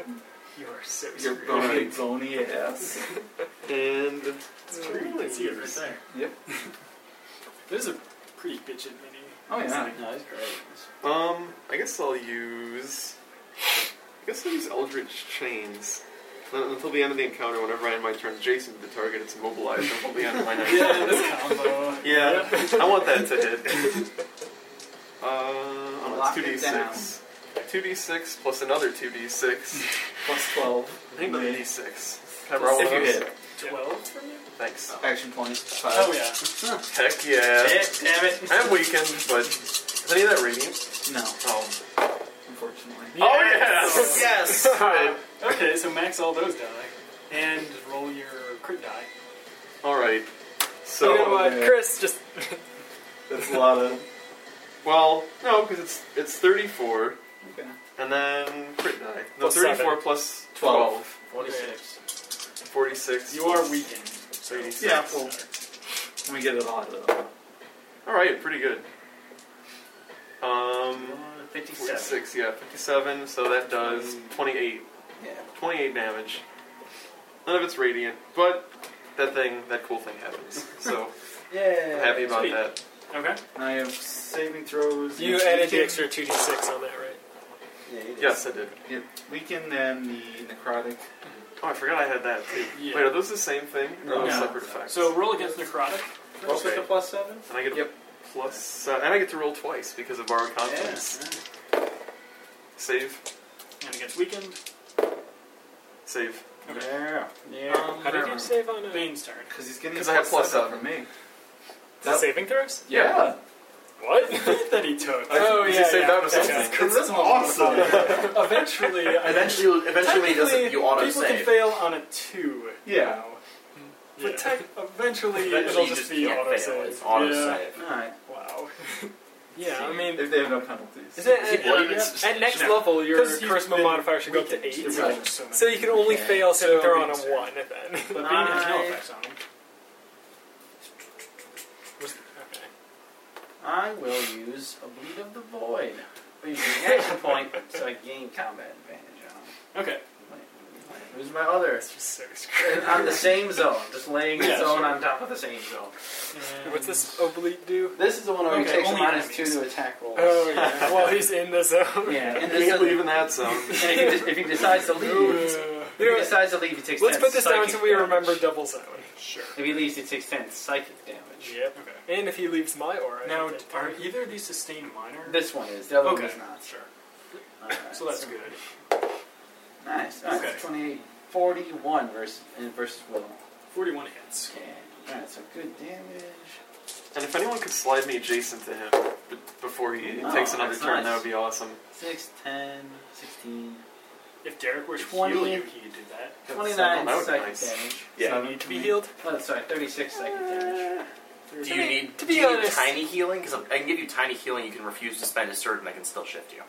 S5: (laughs) you are so
S4: Your
S5: screwed.
S4: bony, bony ass.
S6: And
S3: It's pretty, you can see it right there.
S4: Yep.
S3: This is a pretty bitchin' mini.
S4: Oh yeah.
S7: No, it's great. It's-
S6: um, I guess I'll use. I guess I'll use Eldritch Chains Then until the end of the encounter, whenever I end my turn adjacent to the target, it's immobilized until the end of my (laughs) next
S3: Yeah, this combo.
S6: Yeah, I want that to hit. (laughs) Uh, oh,
S9: Lock it
S6: it's 2d6. 2d6 plus another (laughs) 2d6.
S9: Plus 12.
S6: I think the d6. Can I roll
S9: If you
S6: those?
S9: hit.
S3: 12 from you?
S6: Thanks.
S9: Action point. Five.
S3: Oh, yeah.
S6: Heck yeah.
S3: Hit, damn it.
S6: I'm weakened, but is any of that radiant?
S9: No,
S6: Oh.
S9: unfortunately.
S6: Oh
S5: (laughs)
S6: yes!
S2: Yes.
S6: (laughs) Alright.
S3: Okay, so max all those die. And roll Oh, your crit die.
S6: Alright.
S5: So,
S6: So
S5: you know
S3: Oh,
S5: what,
S9: yeah.
S3: (laughs)
S5: Chris, just
S9: That's
S6: (laughs)
S9: a lot of.
S6: well, no, because it's it's 34,
S9: Okay.
S6: and then crit die. No,
S5: Plus
S6: 34
S5: seven.
S6: plus 12.
S9: Twelve.
S5: (laughs)
S2: 46.
S6: 46.
S3: You are weakened. So
S6: 36.
S9: Yeah, cool. Let me get it all out of the
S6: Alright, pretty good. Um.
S4: 57.
S6: 46, yeah, 57, so that does 28.
S9: Yeah.
S6: 28 damage. None of it's radiant, but that thing, that cool thing happens. So, I'm
S4: Yeah.
S6: happy about
S3: Sweet.
S6: that.
S3: Okay.
S9: Now you have saving throws.
S5: you
S9: against
S5: added the
S9: weaken-
S5: extra two d six on that, right?
S4: Yeah, you did.
S6: Yes, I did.
S9: Yep. Weaken and the necrotic.
S6: Oh, I forgot I had that too.
S3: Yeah.
S6: Wait, are those the same thing? Or are those
S9: No.
S6: separate effects?
S3: So roll against necrotic.
S4: What's with
S6: Okay.
S4: the plus 7?
S6: and I get
S9: Yep.
S6: plus, uh, and I get to roll twice because of borrowed confidence.
S4: Yeah.
S6: Save,
S3: And against weakened.
S6: save.
S9: Yeah.
S3: Yeah.
S5: How did you save on a
S3: Um, Bane's turn.
S9: Because he's getting
S6: 'Cause I have plus
S9: seven
S6: seven.
S9: from me.
S5: the saving throws?
S6: Yeah.
S3: (laughs)
S5: What?
S3: that he took.
S5: oh
S6: you
S5: yeah, yeah.
S6: saved that or something.
S5: Yeah.
S6: That's awesome.
S9: (laughs)
S3: Eventually, I
S2: Eventually, eventually, it doesn't, you auto
S3: people can
S2: save.
S3: fail on a two.
S9: Yeah.
S3: now. But tech, eventually,
S2: Eventually,
S3: it'll
S2: you
S3: just,
S2: just
S3: be
S2: can't
S3: auto
S2: fail.
S3: save.
S2: It's auto
S3: yeah.
S2: save.
S9: Alright.
S3: Wow.
S5: Yeah, I mean,
S9: If they have no penalties.
S5: is it, uh, at, at next level your
S3: 'Cause you've
S5: charisma
S3: been
S5: modifier should go up to
S3: Weakened.
S5: eight?
S3: You're weakened so much.
S5: So you can only
S9: Okay.
S5: fail saving
S3: So-
S5: throw on a one, then.
S3: But Bane has no
S9: I-
S3: effects on him.
S5: (laughs)
S4: I will use a bleed of the void. I'm using an action point, so I gain combat advantage on him.
S3: Okay.
S4: Who's my other?
S5: That's just so screwed.
S4: On the same zone, just laying the
S3: Yeah,
S4: zone
S3: sure.
S4: on top of the same zone.
S5: What's this oblique do?
S4: This is the one where
S3: Okay,
S4: he takes a
S3: only
S4: minus
S3: enemies.
S4: two to attack rolls.
S5: Oh yeah, (laughs) well he's in the zone.
S4: yeah,
S5: (laughs)
S4: (laughs) and,
S6: You
S4: this
S6: can't
S4: other-
S6: leave in that zone.
S4: and if, he, de- if he decides to
S5: Oh,
S4: leave, if he
S5: Here,
S4: decides to leave, he takes.
S5: let's
S4: 10
S5: put this down
S4: psychic
S5: so we
S4: damage.
S5: remember double zone.
S3: Sure.
S4: If he leaves, he takes ten psychic damage.
S5: Yep.
S3: Okay.
S5: And if he leaves my aura,
S3: Now,
S5: I get
S3: are
S5: it.
S3: either of these sustained minor?
S4: This one is. The other
S3: Okay.
S4: one is not.
S3: Sure.
S4: Alright.
S3: So that's good.
S4: nice. Alright,
S3: Okay.
S4: 28, 41 versus and versus will.
S3: 41 hits.
S4: Okay. Alright, so good damage.
S6: And if anyone could slide me adjacent to him b- before he
S4: No,
S6: takes another
S4: that's
S6: turn,
S4: nice.
S6: that would be awesome.
S4: 6, 10, 16,
S3: If Derek were to
S4: 20.
S3: heal you, he could do that.
S4: 29
S6: that would be
S4: psychic
S6: nice.
S4: damage.
S5: So I need to be healed.
S4: Oh, sorry, 36 psychic damage.
S2: Do you need,
S5: To be
S2: do you
S5: honest-
S2: need tiny healing? Because I can give you tiny healing. You can refuse to spend a surge, and I can still shift you.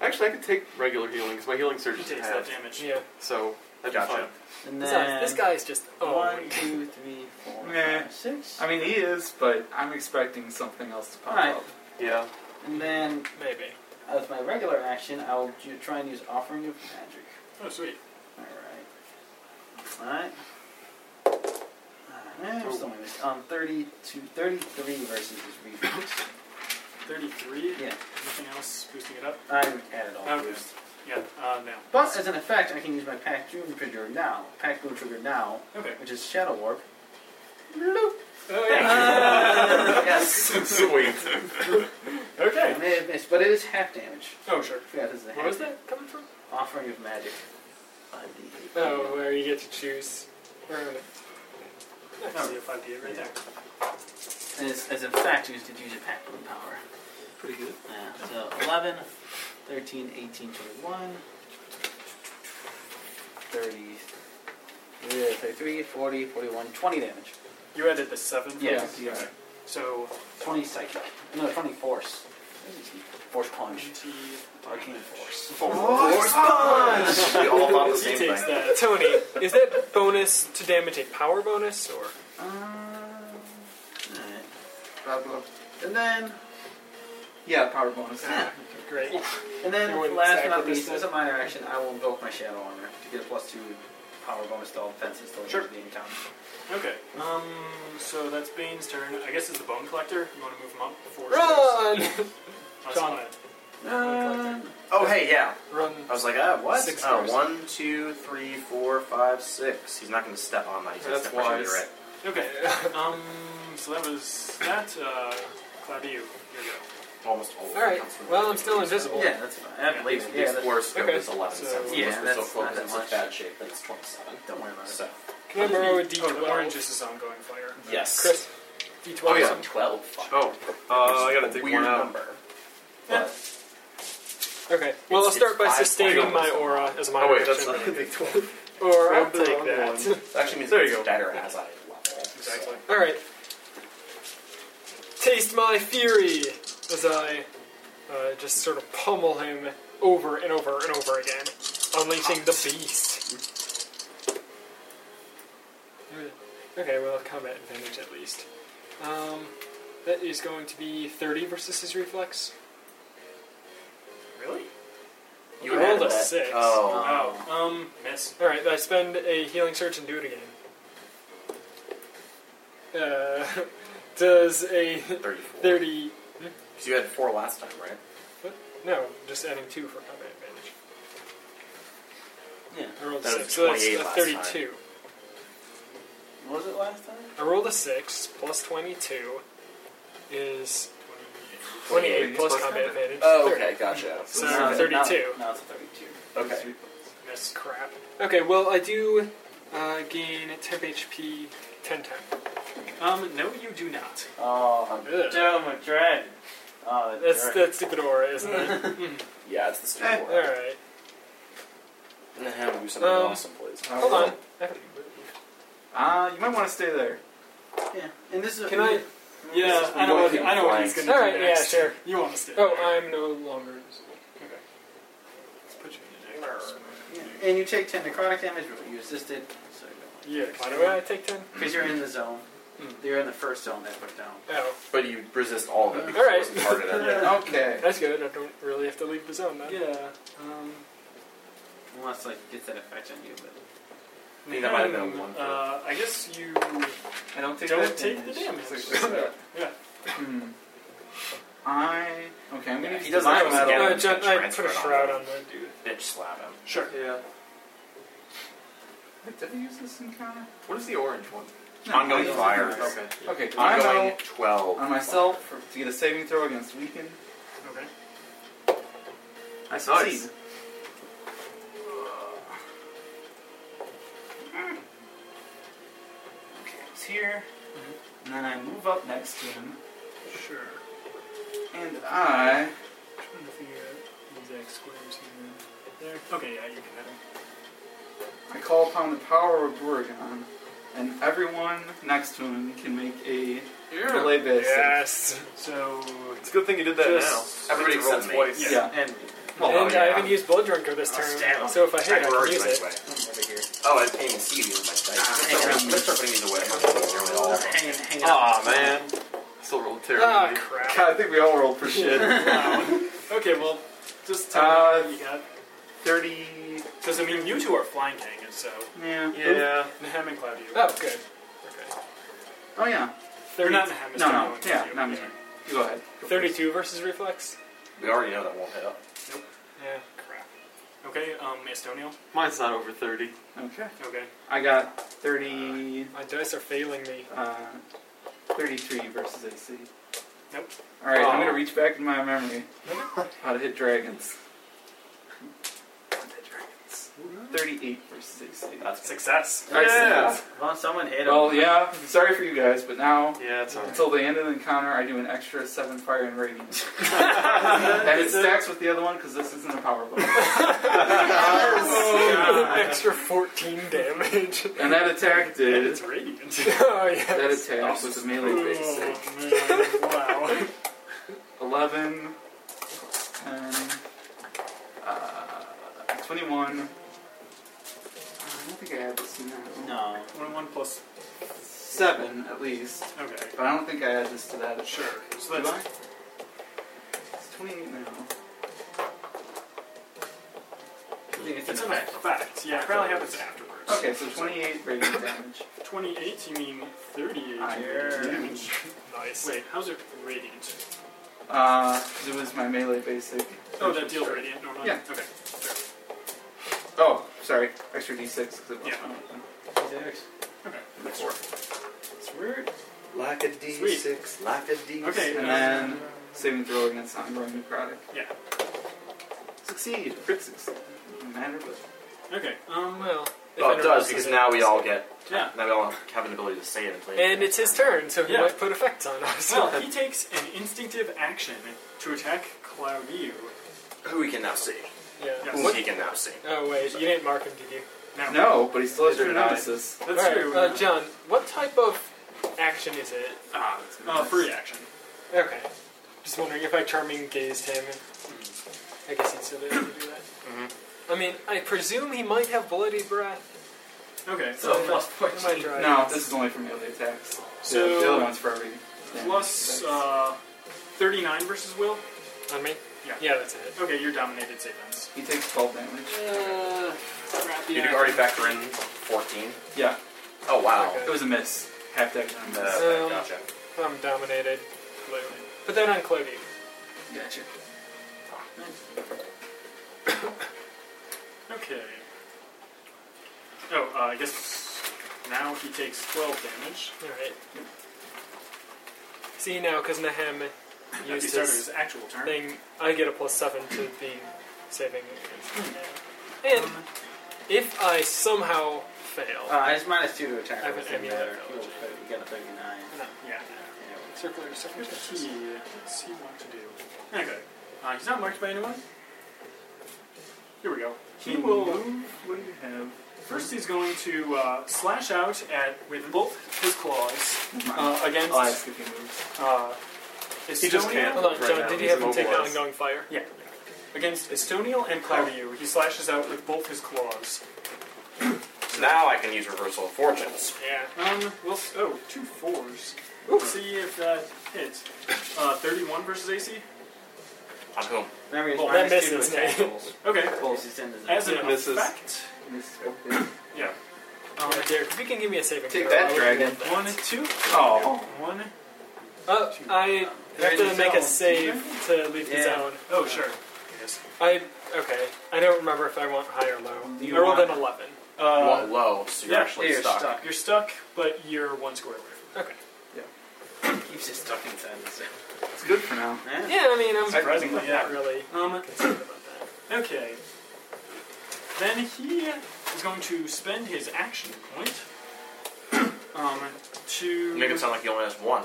S6: Actually, I could take regular healing because my healing surge
S3: He
S6: is
S3: takes
S6: half,
S3: that damage.
S5: Yeah.
S6: so that'd
S2: Gotcha.
S6: be fine.
S4: And then
S5: Besides, this guy's just oh.
S4: one, two, three, four,
S9: Meh.
S4: five, six.
S9: I mean, he is, but I'm expecting something else to pop
S4: Alright.
S9: up.
S6: Yeah. (laughs)
S4: And then
S5: Maybe.
S4: as my regular action, I will ju- try and use Offering of Magic.
S3: Oh, sweet.
S4: Alright. Alright. Ah, eh, I'm still gonna miss. Um, 32, 33 versus his reflex.
S3: 33.
S4: Yeah,
S3: Nothing else boosting it up?
S4: I haven't added all
S3: No
S4: those.
S3: boost. Yeah, uh, no.
S4: But as an effect, I can use my Pack Doom trigger now, Pack Doom trigger now,
S3: Okay.
S4: which is Shadow Warp.
S3: Oh,
S5: (laughs)
S3: yeah.
S4: yes,
S6: Sweet.
S3: Okay.
S4: I may have missed, but it is half damage.
S3: Oh, sure.
S4: I forgot this is a half
S5: Where was that coming from?
S4: Offering of Magic.
S5: Oh, where you get to choose. Where am I?
S3: I can see a 5d8 right there.
S4: And as, as an effect, you just get to use your Pack Doom power.
S9: Pretty good.
S4: Yeah, so 11, 13, 18, 21, 30, yeah, 33, 40, 41, 20 damage.
S3: You added the 7 from
S4: Yeah.
S3: this? Okay. So,
S4: 20 psychic. No, 20 force. Force punch.
S3: 20.
S4: Arcane force.
S2: We all thought
S3: (laughs)
S2: the
S3: He
S2: same
S3: takes
S2: thing.
S3: that.
S5: Tony, is that bonus to damage a power bonus or?
S4: Um, alright. Blah, blah. And then,
S9: Yeah, power bonus.
S4: Yeah.
S5: Great.
S4: and then
S5: Everyone
S4: last
S5: exactly
S4: but not
S5: the
S4: least,
S5: same.
S4: as a minor action, I will invoke my Shadow Armor to get a plus 2 power bonus to all defenses till the
S3: Sure.
S4: end of the encounter.
S3: Okay. Um, so that's Bane's turn. I guess it's the Bone Collector. You want to move him up? Four
S5: Run!
S3: squares. Oh, That's
S5: John.
S3: fine.
S7: Uh,
S2: Oh, hey, yeah.
S5: (laughs) Run.
S2: I was like, ah, what?
S5: Six
S2: oh,
S5: cars.
S2: one, two, three, four, five, six. He's not going to step on that. He's going to
S6: That's
S2: step right
S6: wise.
S2: into it.
S3: Okay. Um. So that was that. Uh, Cloud, you. Here you
S2: Almost all. of
S5: All
S2: it
S5: right.
S2: comes from
S5: Well,
S2: the-
S5: I'm still invisible.
S7: yeah, that's fine. That leaves
S2: At
S7: yeah,
S2: least
S7: that's-
S2: worst scope
S5: okay.
S2: is 11
S5: So-
S2: cents.
S7: yeah,
S2: Worst
S7: that's
S2: scope
S7: not that
S2: is
S7: much.
S2: in bad shape, but it's 27.
S7: Don't worry about it.
S2: So,
S5: Can I borrow a D12?
S3: go. Oh, the orange is his ongoing fire.
S2: yes.
S5: Chris, D12.
S2: Oh, yeah. 12. Fuck.
S6: Oh, uh, I
S2: a
S6: gotta dig
S2: weird
S6: one out.
S2: number.
S3: Yeah.
S2: But
S5: Okay. Well,
S2: It's-
S5: I'll start
S2: it's
S5: by
S2: five
S5: sustaining my
S2: points.
S5: aura as my
S6: Oh wait, that's
S5: reaction.
S6: not a big twelve.
S5: or I'll
S6: Grab the
S5: take
S6: wrong
S5: that.
S2: it actually means
S6: There
S2: it's
S6: you go.
S2: better as I level.
S3: Exactly.
S5: All right. Taste my fury as I uh, just sort of pummel him over and over and over again, unleashing the beast. Okay, well, combat advantage at least. Um, that is going to be 30 versus his reflex.
S2: Really?
S5: You rolled
S2: added
S5: a
S2: that-
S5: six.
S2: Oh.
S3: Oh. Um. Miss.
S5: All right, I spend a healing surge and do it again. Uh, (laughs) does a (laughs)
S2: 34.
S5: 30
S2: 'Cause you had four last time, right?
S5: No, just adding two for combat advantage.
S7: Yeah.
S5: I rolled a
S2: That was
S5: six, so that's
S2: 28
S5: a
S2: last
S5: 32.
S7: What was it last time?
S5: I rolled a six plus 22 is 28, plus,
S6: Plus
S5: combat advantage.
S2: Oh.
S5: 30.
S2: gotcha.
S5: So
S7: No, it's
S5: 32.
S7: Now, now it's 32.
S2: Okay.
S5: That's crap. Okay, well I do uh, gain 10 HP 10 times.
S3: Um. No, you do not.
S7: Oh,
S5: Ugh.
S7: Joe McDread. Oh,
S5: That's
S7: that's, right.
S5: that stupid aura, isn't it?
S2: Yeah, it's the stupid
S5: All right,
S2: And then have do something
S5: Um,
S2: awesome, please.
S5: hold on. I haven't-
S4: Uh, you might want to stay there.
S7: Yeah. And this is
S5: Can I?
S3: Yeah. I know. What, I know what he's gonna
S5: All
S3: do
S5: right, yeah,
S3: next.
S5: sure.
S3: You want to stay?
S5: Oh, I'm no longer. invisible.
S3: Let's put you in the next.
S7: Yeah. And you take 10 necrotic damage, but you assisted. So you don't
S3: Yeah.
S5: Why do I take 10?
S7: Because you're in the zone.
S4: Hmm.
S3: Mm.
S7: You're in the first zone that put down.
S5: Oh,
S2: But you resist all of it because
S5: All right.
S2: it wasn't
S5: (laughs)
S2: part of it.
S3: Yeah.
S4: Okay.
S5: that's good. I don't really have to leave the zone then.
S3: Yeah. Um.
S7: (laughs) Unless, like, it gets that effect on you, but.
S2: I think I might have known
S3: then,
S2: one.
S3: Uh. I guess you
S4: I don't take
S3: don't
S4: that
S3: take the
S4: damage.
S3: damage. Yeah.
S4: Yeah. Hmm. I okay. I'm gonna
S2: Yeah,
S4: use
S2: he doesn't have
S4: divine
S2: his
S4: metal.
S2: gown.
S5: Uh, Jen, I
S2: Transfer
S5: put a
S2: it on.
S5: shroud on the dude.
S2: Bitch slap him.
S3: Sure.
S6: Yeah.
S4: Wait, Did I use this encounter?
S6: What is the orange one?
S4: No, I
S2: Ongoing
S4: used it
S2: fire.
S4: once.
S6: Okay.
S4: Okay. Divine
S2: Ongoing
S4: metal
S2: 12.
S4: on myself for, to get a saving throw against weaken.
S3: Okay.
S4: I
S6: Nice.
S4: succeed.
S7: Okay, it's here. And then I move up next to him.
S3: Sure.
S4: And I
S3: I'm trying to figure out the exact squares here. There. Okay. Yeah. You can hit him.
S4: I call upon the power of Gorgon, and everyone next to him can make a delay base.
S5: Yes.
S3: So.
S6: It's a good thing you did that
S3: Just-
S6: now. Everybody
S2: It's a
S6: except
S2: resume.
S6: twice.
S4: Yeah.
S7: And
S6: Well,
S5: Oh,
S4: Oh,
S5: and
S2: yeah.
S5: I haven't used Blood Drinker this
S7: I'll stab
S5: turn,
S7: him.
S5: so if I hit, I
S2: Attack
S5: can
S2: roads
S5: use
S2: right
S5: it.
S2: away.
S7: over here.
S2: Oh, I can't even see you using my dice. I'm gonna start putting these away. I'm not gonna do it all.
S7: Hanging, hanging
S6: Aw, man. Still rolled terribly.
S5: Ah, crap.
S4: God, I think we all rolled for shit.
S3: Wow. okay. Well. Just tell me
S4: Uh,
S3: what you got.
S4: Thirty.
S3: Because I mean, you two are flanking, and so
S4: Yeah.
S6: yeah.
S3: Nahem and Cloud, you.
S5: Oh, good.
S4: Oh yeah.
S3: They're not Nahem. it's
S4: No,
S3: Nahem
S4: no,
S3: and
S4: yeah,
S3: Cloud,
S4: not me.
S3: yeah.
S4: You go ahead.
S5: 32 versus Reflex?
S2: We already know that won't hit up.
S5: Yeah.
S3: Crap. Okay. Um, Estonial.
S6: Mine's not over 30.
S4: Okay.
S3: Okay.
S4: I got thirty.
S5: My dice are failing me.
S4: Uh, 33 versus AC.
S3: Nope.
S4: All right, I'm
S6: Oh.
S4: gonna reach back in my memory how to hit dragons. How to hit dragons. 38 versus AC.
S2: That's good.
S3: Success.
S6: Yeah.
S7: Well, someone hit him.
S4: Well, yeah. Sorry for you guys, but now
S6: Yeah, it's alright.
S4: until the end of the encounter, I do an extra seven fire and radiant, and it stacks with the other one because this isn't a power blow.
S2: Oh,
S5: (laughs) Extra 14 damage. (laughs)
S4: And that attack
S3: And
S4: did.
S3: it's
S4: (laughs)
S3: radiant.
S5: oh,
S4: That
S5: yes.
S4: attack was a melee basic.
S3: Oh, man. Wow.
S4: 11, 10, uh, 21. I don't think I had this in there.
S7: No.
S3: One, one plus.
S4: 7 at least,
S3: Okay.
S4: but I don't think I had this to that.
S3: Sure. So
S4: Did I?
S3: that's
S4: It's 28 now.
S7: I think it's
S3: it's
S7: an
S3: an
S7: effect.
S3: fact. Yeah, it probably happens afterwards.
S4: Okay, so 28 radiant damage. Ah,
S3: Twenty-eight. You mean thirty-eight?
S4: I-
S3: damage.
S5: Nice.
S3: Wait, how's it radiant?
S4: Uh, 'cause it was my melee basic.
S3: Oh, that deals radiant normally?
S4: Yeah.
S3: Okay.
S4: Oh, sorry. Extra d6 because it was
S3: Yeah.
S4: my
S3: Okay.
S4: Four.
S3: Sweet.
S2: Like a D6, like a D6.
S3: Okay.
S4: And then saving throw against ongoing necrotic.
S3: Yeah.
S4: Succeed. Crit succeed. Doesn't matter, but
S3: Okay. Um,
S5: Well, if
S2: Oh,
S5: I
S2: it
S5: don't
S2: does, because
S5: miss it.
S2: now we all get,
S3: yeah.
S2: now we all have an ability to say it and play it.
S5: And it's his turn, so he
S3: Yeah.
S5: might put effects on us. (laughs)
S3: Well, he takes an instinctive action to attack Claudiu.
S2: Who we can now see.
S5: yeah.
S3: Yes.
S2: Who he can now see.
S5: Oh wait, you didn't mark him, did you?
S3: Now,
S4: no. But he still has
S3: It's your
S4: Drenadosis.
S3: That's
S5: All right,
S3: true.
S5: Uh, John, what type of action is it?
S3: Ah, uh, free action.
S5: Okay. Just wondering if I charming gazed him. I guess he'd still be able to do that.
S2: Mm-hmm.
S5: I mean, I presume he might have bloody breath.
S3: Okay.
S7: So
S2: Oh,
S7: plus
S5: Am I
S7: 14.
S5: dry?
S4: No, this is only for melee attacks.
S3: So-
S4: the, the other one's for every. damage
S3: Plus
S4: attack.
S3: uh, 39 versus Will.
S5: on me.
S3: Yeah.
S5: Yeah, that's it.
S3: Okay, you're dominated save ends.
S4: he takes 12 damage.
S3: Uh,
S2: Did you already factor in 14?
S4: Yeah,
S2: Oh, wow.
S5: Okay.
S4: it was a miss. Half damage on a
S2: Uh,
S4: miss.
S5: Um,
S2: gotcha.
S5: I'm dominated. Clearly. But then on Clody.
S4: Gotcha.
S3: Okay. Oh, uh, I guess now he takes 12 damage.
S5: All right. See now, because Nahem
S3: At the
S5: used
S3: start of
S5: his
S3: his actual turn.
S5: thing, I get a plus seven to being saving.
S7: Hmm.
S5: And
S3: Um,
S5: if I somehow fail,
S7: Uh, it's minus two to attack.
S5: I have an
S7: with him uh,
S5: amulet
S7: there.
S5: village.
S7: You got a 39.
S3: yeah.
S7: Yeah,
S5: circular
S3: Let's see. Let's see what to do. Okay. Uh, he's not marked by anyone. Here we go. He
S6: Hmm.
S3: will.
S4: What do you have?
S3: First, he's going to uh, slash out at with both his claws uh, against.
S4: I'll ask if he moves.
S3: Uh,
S6: He just
S3: Estonia-
S6: can't.
S5: Hold on,
S6: Right
S5: John,
S6: now,
S5: did you
S6: he's
S5: have him take
S6: immobilized.
S5: ongoing fire?
S3: Yeah. Against Estonial and Claviu, he slashes out with both his claws.
S2: So now I can use reversal of fortunes.
S5: Yeah.
S3: Um, we'll s- oh, two fours. See if that hits. Uh, 31 versus AC?
S2: On whom?
S7: Remember, it's
S3: Well,
S5: that
S7: minus two to
S5: misses
S7: attack
S5: me.
S7: rolls.
S3: Okay.
S7: Rolls is in the-
S3: As an
S6: Yeah, misses.
S3: effect.
S4: Miss okay.
S3: Yeah.
S5: Um, Derek, if you can give me a saving
S4: Take
S5: throw,
S4: that,
S5: I would
S4: dragon.
S5: love that.
S3: One, two.
S4: Oh.
S3: One.
S5: Uh, I
S7: They're
S5: have
S7: in
S5: to
S7: the
S5: make a
S7: zone.
S5: save to leave the
S7: Yeah.
S5: zone.
S3: Oh, sure.
S5: I okay. I don't remember if I want high or low.
S7: Do you
S5: I rolled
S7: want-
S5: an eleven.
S2: Well,
S3: Uh,
S2: low, so you're
S3: yeah,
S2: actually
S7: you're
S2: stuck.
S7: stuck.
S3: you're stuck, but you're one square away.
S5: Okay.
S7: Keeps you stuck inside the zone.
S4: It's good for now.
S7: Yeah.
S5: Yeah, I mean, I'm
S3: Surprisingly,
S5: not
S3: yeah.
S5: really
S3: Um,
S5: concerned about that.
S3: okay. Then he is going to spend his action point
S2: (coughs)
S3: um, to.
S2: Make it sound like he only has one.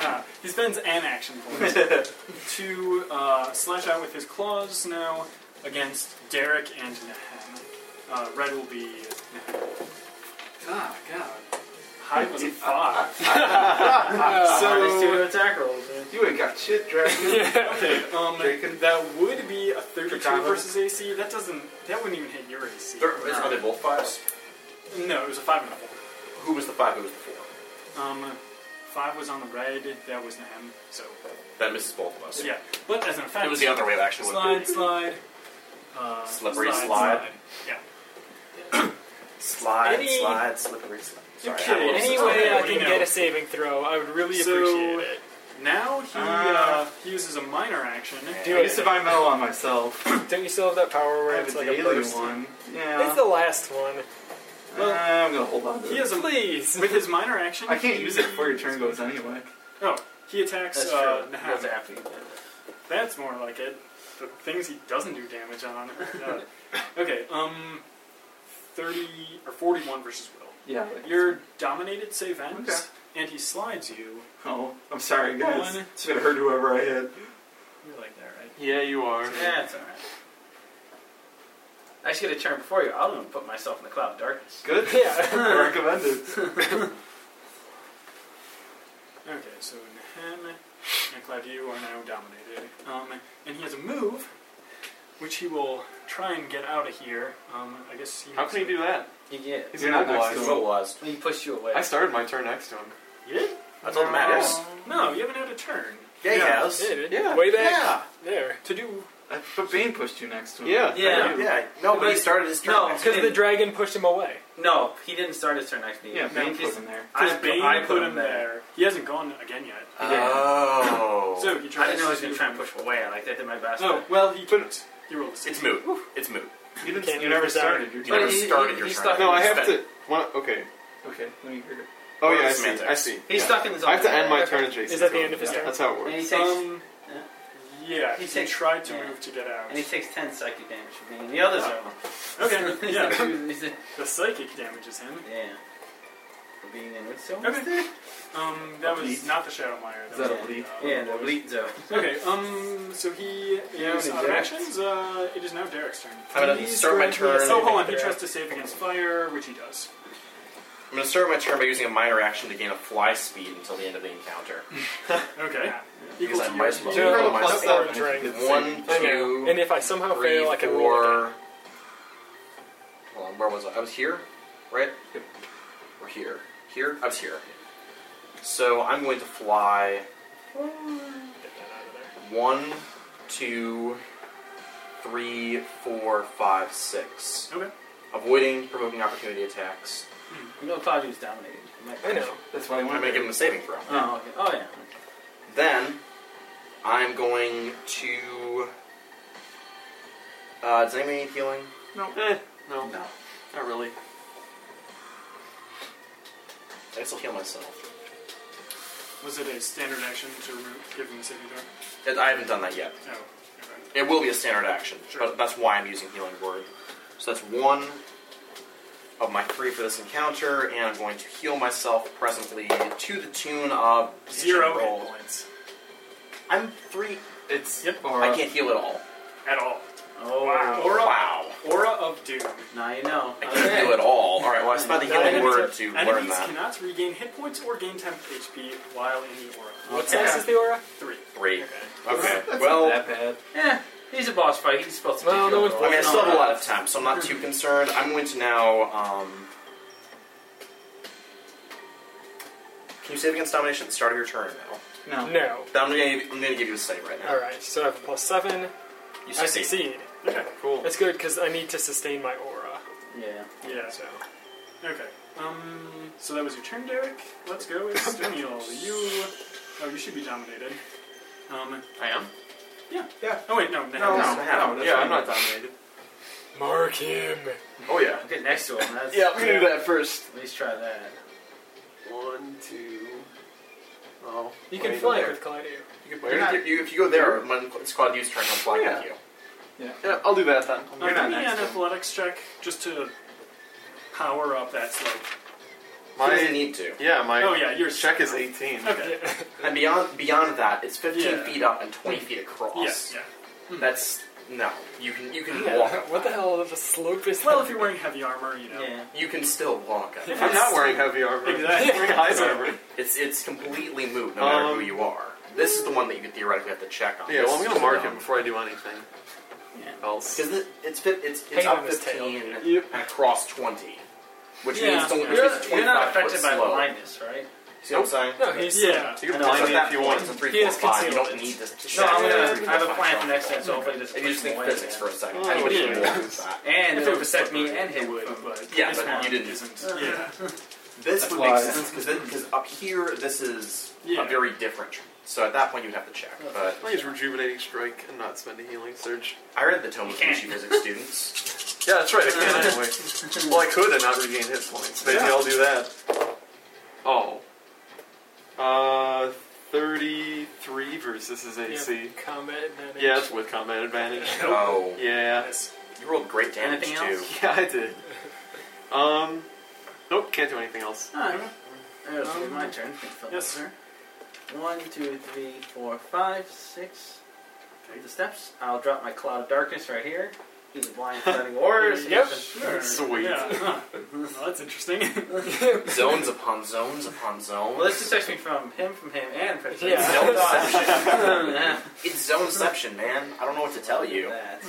S3: Ah, he spends an action point
S2: (laughs)
S3: to uh, slash out with his claws now against Derek and Nahem. Uh, red will be. Nahem. Ah, God. High was a five. (laughs)
S7: Minus two
S4: so
S7: to attack rolls. yeah.
S4: you ain't got shit,
S3: (laughs)
S4: dragon.
S3: Okay, um,
S4: Draken.
S3: that would be a 32
S4: Dragon.
S3: versus AC. That doesn't. That wouldn't even hit your AC.
S2: There, is, are they both fives?
S3: No, it was a five and a four.
S2: Who was the five? Who was the four?
S3: Um, five was on the red. That was Nahem. So
S2: That misses both of us.
S3: yeah, but as an effect,
S2: It was the other way of action.
S3: slide, slide. Uh,
S2: Slippery
S3: slide,
S2: slide.
S3: Yeah.
S2: slide,
S5: Any-
S2: slide, slippery slide. Sorry,
S3: Okay,
S2: I'm a little
S5: Any
S2: sus-
S5: way I
S3: Okay,
S5: can
S3: no.
S5: get a saving throw, I would really
S3: So-
S5: appreciate it.
S3: Now he, uh,
S4: Ah.
S3: he uses a minor action.
S5: Do
S4: I
S5: it.
S4: used to buy metal on myself.
S5: Don't you still have that power
S4: I
S5: where
S4: have
S5: it's
S4: a
S5: like
S4: daily
S5: a burst?
S4: one.
S5: It's
S4: Yeah.
S5: the last one.
S4: Uh, I'm gonna hold on to
S3: He
S4: it.
S3: has a
S5: Please.
S3: with his minor action.
S4: I can't use it before your
S3: he-
S4: turn goes anyway.
S3: Oh, he attacks.
S7: That's
S3: uh,
S7: true.
S3: Nahan.
S7: That's after you did it.
S3: That's more like it. The things he doesn't do damage
S4: (laughs)
S3: on. Uh, okay, um, thirty or forty-one versus Will.
S4: Yeah. like-
S3: You're dominated. Save ends,
S4: Okay.
S3: and he slides you.
S4: Oh, I'm sorry, guys.
S3: One.
S4: It's gonna hurt whoever I hit.
S7: You're like that, right?
S6: Yeah, you are.
S7: Yeah, it's alright. I should have turned before you. I'll even put myself in the cloud of darkness.
S4: Good.
S5: Yeah.
S4: (laughs) I recommend it. (laughs)
S3: Okay, so Nahem and Claviu are now dominated. Um, and he has a move, which he will try and get out of here. Um, I guess he.
S6: How can he do that?
S7: You get.
S6: He's
S4: You're not next to
S6: immobilized.
S2: He's
S4: him.
S2: immobilized.
S7: He pushed you away.
S6: I started my turn next to him.
S3: You did?
S2: That's all that matters.
S3: No, you haven't had a turn.
S2: Yeah, he has.
S5: Yeah, dude.
S6: Yeah.
S5: Way back
S2: Yeah.
S5: there.
S3: To do
S4: Uh, But Bane pushed you next to him.
S6: Yeah.
S7: Yeah.
S2: Yeah. No, but he started his turn.
S7: No,
S2: next.
S5: Because the
S2: (laughs)
S5: dragon pushed him away.
S7: No, he didn't start his turn next to you.
S4: Yeah, Bane
S7: Because
S4: put him there.
S7: I,
S3: Because Bane
S7: I
S3: put him there. He hasn't gone again yet.
S2: Oh.
S3: So he
S7: I
S3: tries.
S7: didn't know he was going to try and push away. I like that did my best.
S3: Oh well, he couldn't. He rolled a six.
S2: it's moot. It's moot.
S6: You, didn't,
S5: Can't
S6: you
S5: leave
S6: never
S5: this out.
S6: started. You're
S2: You never
S4: he- he-
S2: started your
S4: he's
S2: turn.
S4: stuck-
S6: No, I have
S2: Spent-
S6: to. One, okay.
S4: Okay, let me hear it.
S6: Oh
S2: Or
S6: yeah, I see.
S2: semantics.
S6: I see.
S7: He's
S6: Yeah.
S7: stuck in his own.
S6: I have to end my
S7: world.
S6: turn adjacent.
S5: Is that the
S6: to
S5: end of his
S6: him.
S5: turn?
S6: That's how it works.
S7: And he takes,
S3: Um, yeah,
S7: He
S3: he,
S7: takes-
S3: tried to
S7: yeah.
S3: move to get out.
S7: and he takes 10 psychic damage from being in the other zone.
S3: (laughs)
S7: (laughs)
S3: Okay,
S7: He's
S3: yeah,
S7: like- he's like-
S3: the psychic damages him.
S7: yeah. For being in which zone?
S3: Okay. Um, that was
S4: Elite.
S3: not the Shadowmire.
S4: Is
S3: was
S4: that
S7: a
S3: the,
S4: elite?
S3: uh,
S7: Yeah, the elite zone.
S3: Okay, um, so he
S4: Yeah,
S3: is
S4: and
S3: out of
S4: eject.
S3: actions. Uh, it is now Derek's turn.
S2: I'm gonna
S5: He's
S2: start my
S5: going to be a
S2: turn.
S3: So hold on, he tries to save against fire, which he does.
S2: I'm gonna start my turn by using a minor action to gain a fly speed until the end of the encounter.
S3: Okay.
S2: Because
S3: Equal
S2: I
S3: to
S2: might
S3: yours.
S2: as well.
S5: Do you have a
S2: roll my
S5: plus
S2: stuff.
S5: four drink?
S2: One,
S5: I know.
S2: two,
S5: And if I somehow
S2: three,
S5: fail, I can roll again.
S2: four. Hold on, where was I? I was here, right? Or here. Here? I was here. So I'm going to fly one, two, three, four, five, six.
S3: Okay.
S2: Avoiding provoking opportunity attacks.
S7: You know Claudio's dominated. He might-
S5: I know.
S4: That's why I
S2: I'm
S4: wanted
S2: going to give him a saving throw.
S7: Oh, okay. Oh, yeah.
S2: Then I'm going to. Uh, does anybody need healing?
S6: No. Eh, no.
S7: No.
S6: Not really.
S2: I guess I'll heal myself.
S3: Was it a standard action to re- give him the saving throw?
S2: I I haven't done that yet.
S3: No. Oh, Okay.
S2: It will be a standard action,
S3: Sure.
S2: but that's why I'm using healing word. So that's one of my three for this encounter, and I'm going to heal myself presently to the tune of
S3: Zero
S2: roll.
S3: hit points.
S2: I'm three.
S4: It's
S3: Yep.
S4: Aura.
S2: I can't heal at all.
S3: At all.
S7: Oh,
S3: Wow.
S2: Aura. Wow.
S3: Aura of Doom.
S7: Now you know.
S2: I can't heal at all. All right. Well, I spent the
S5: Not
S2: healing
S5: even
S2: word to learn
S3: Enemies
S2: that.
S3: cannot regain hit points or gain temp HP while in the aura.
S5: What size is the aura?
S3: Three.
S2: Three. Okay.
S4: That's
S2: Well,
S4: not that bad.
S7: Yeah, Eh, he's a boss fight. He just spelled some
S5: Well, no one's
S2: I mean, I still have a lot of time, so I'm not too concerned. I'm going to now. Um, can you save against domination at the start of your turn now?
S4: No.
S5: No.
S2: Then I'm going to I'm going to give you a save right now.
S5: All right. So I have a plus seven. I
S2: You succeed.
S5: succeed.
S3: Okay.
S6: Cool.
S5: That's good because I need to sustain my aura.
S7: Yeah.
S3: Yeah.
S5: So
S3: Okay. Um. So that was your turn, Derek. Let's go with Steniel. You. Oh, you should be dominated. Um.
S2: I am.
S3: Oh wait, no.
S4: No,
S2: No,
S4: no, that's
S6: yeah,
S4: fine.
S6: I'm not dominated.
S5: mark him.
S6: Oh yeah.
S7: I'll get next to him. That's,
S6: Yeah, I'm gonna do that first.
S7: At least try that.
S6: One, two. Oh.
S5: You
S6: wait,
S5: can flank
S6: there.
S5: with Clyde.
S6: You can
S2: You're not- you- if you go there, when it's squad use turn, he'll fly
S6: Yeah.
S2: with you.
S6: Yeah, I'll do that then.
S3: Uh,
S4: You're
S3: give
S4: not
S3: me
S4: next
S3: an
S4: to him.
S3: athletics check just to power up that slope.
S2: He doesn't
S6: My
S2: need to.
S6: yeah, my
S3: Oh yeah, yours.
S6: check
S5: (laughs)
S6: is 18.
S3: Okay.
S2: And beyond beyond that, it's 15
S3: Yeah.
S2: feet up and 20 feet across.
S3: Yes. Yeah,
S2: That's no. You can you can walk.
S5: Yeah. (laughs) What the hell of a slope is that?
S3: Well, if you're wearing heavy armor, you know.
S7: Yeah.
S2: You can still walk. up.
S3: Yeah.
S6: I'm not wearing heavy armor.
S3: Exactly.
S6: I'm wearing high armor.
S5: (laughs)
S2: It's it's completely moot no matter
S6: Um,
S2: who you are. This is the one that you could theoretically have to check on.
S6: Yeah, well, I'm gonna mark him
S2: him.
S6: before I do anything
S7: Yeah.
S6: else.
S2: Because it's fi- it's it's
S5: Hang on
S2: up
S5: his tail.
S2: fifteen
S6: Yep.
S2: and across twenty, which
S3: Yeah.
S2: means it's only
S3: You're
S2: which means it's
S7: You're,
S2: 25
S7: not
S2: foot
S7: affected by
S2: slow.
S7: blindness, right?
S2: See what I'm saying?
S5: no, he's
S3: Yeah.
S6: You can
S7: No,
S2: It's
S6: blind
S2: at
S6: me
S2: that
S6: if you
S2: point,
S6: want.
S2: It's a three,
S5: He
S2: four,
S5: has
S2: five. You
S5: concealment.
S2: don't need this. to
S7: No,
S2: check.
S7: I'm
S2: Three,
S7: gonna.
S2: four,
S7: I have a
S2: five,
S7: plan for
S2: twelve.
S7: next time, so hopefully this
S2: If
S7: puts
S2: you just
S7: him
S2: think
S7: away.
S2: physics for a
S7: again.
S2: second,
S6: Oh,
S2: anybody
S3: yeah.
S2: can walk with that.
S7: And
S3: If
S7: it'll
S3: it was
S7: protect me and
S3: It
S7: him.
S3: would,
S7: from-
S3: but
S2: Yeah,
S3: this
S2: but
S3: one
S2: you didn't.
S3: Isn't. Yeah.
S2: This
S4: That's
S2: would make
S4: why.
S2: sense because up here this is
S3: Yeah.
S2: a very different. tr- So at that point you'd have to check. But
S6: I use rejuvenating strike and not spend a healing surge.
S2: I read the tome of
S7: You can't.
S2: Fushi physics students.
S6: Yeah, that's right. I can anyway. Well, I could and not regain hit points. Maybe
S3: Yeah.
S6: I'll do that. Oh. Uh, 33 versus his AC.
S5: combat.
S6: Yeah, it's with combat advantage.
S2: Oh,
S6: Yeah. (laughs)
S2: you rolled great damage
S7: Anything
S2: too.
S7: else?
S6: Yeah, I did. Um, nope, can't do anything else.
S7: Ah, okay. It'll be my turn.
S3: Yes, sir.
S7: One, two, three, four, five, six. Take the steps. I'll drop my cloud of darkness right here. Use a
S6: (laughs)
S7: blind flooding orders.
S5: Yep.
S3: Sure.
S6: Sweet.
S3: Yeah. huh. Well, that's interesting.
S2: (laughs) zones upon zones upon zones.
S7: Well, this detects me from him, from him, and
S6: (laughs)
S7: from him.
S5: Yeah. (laughs)
S2: Zone deception.
S7: Yeah.
S2: It's zoneception, man. I don't know what to tell you.
S7: That.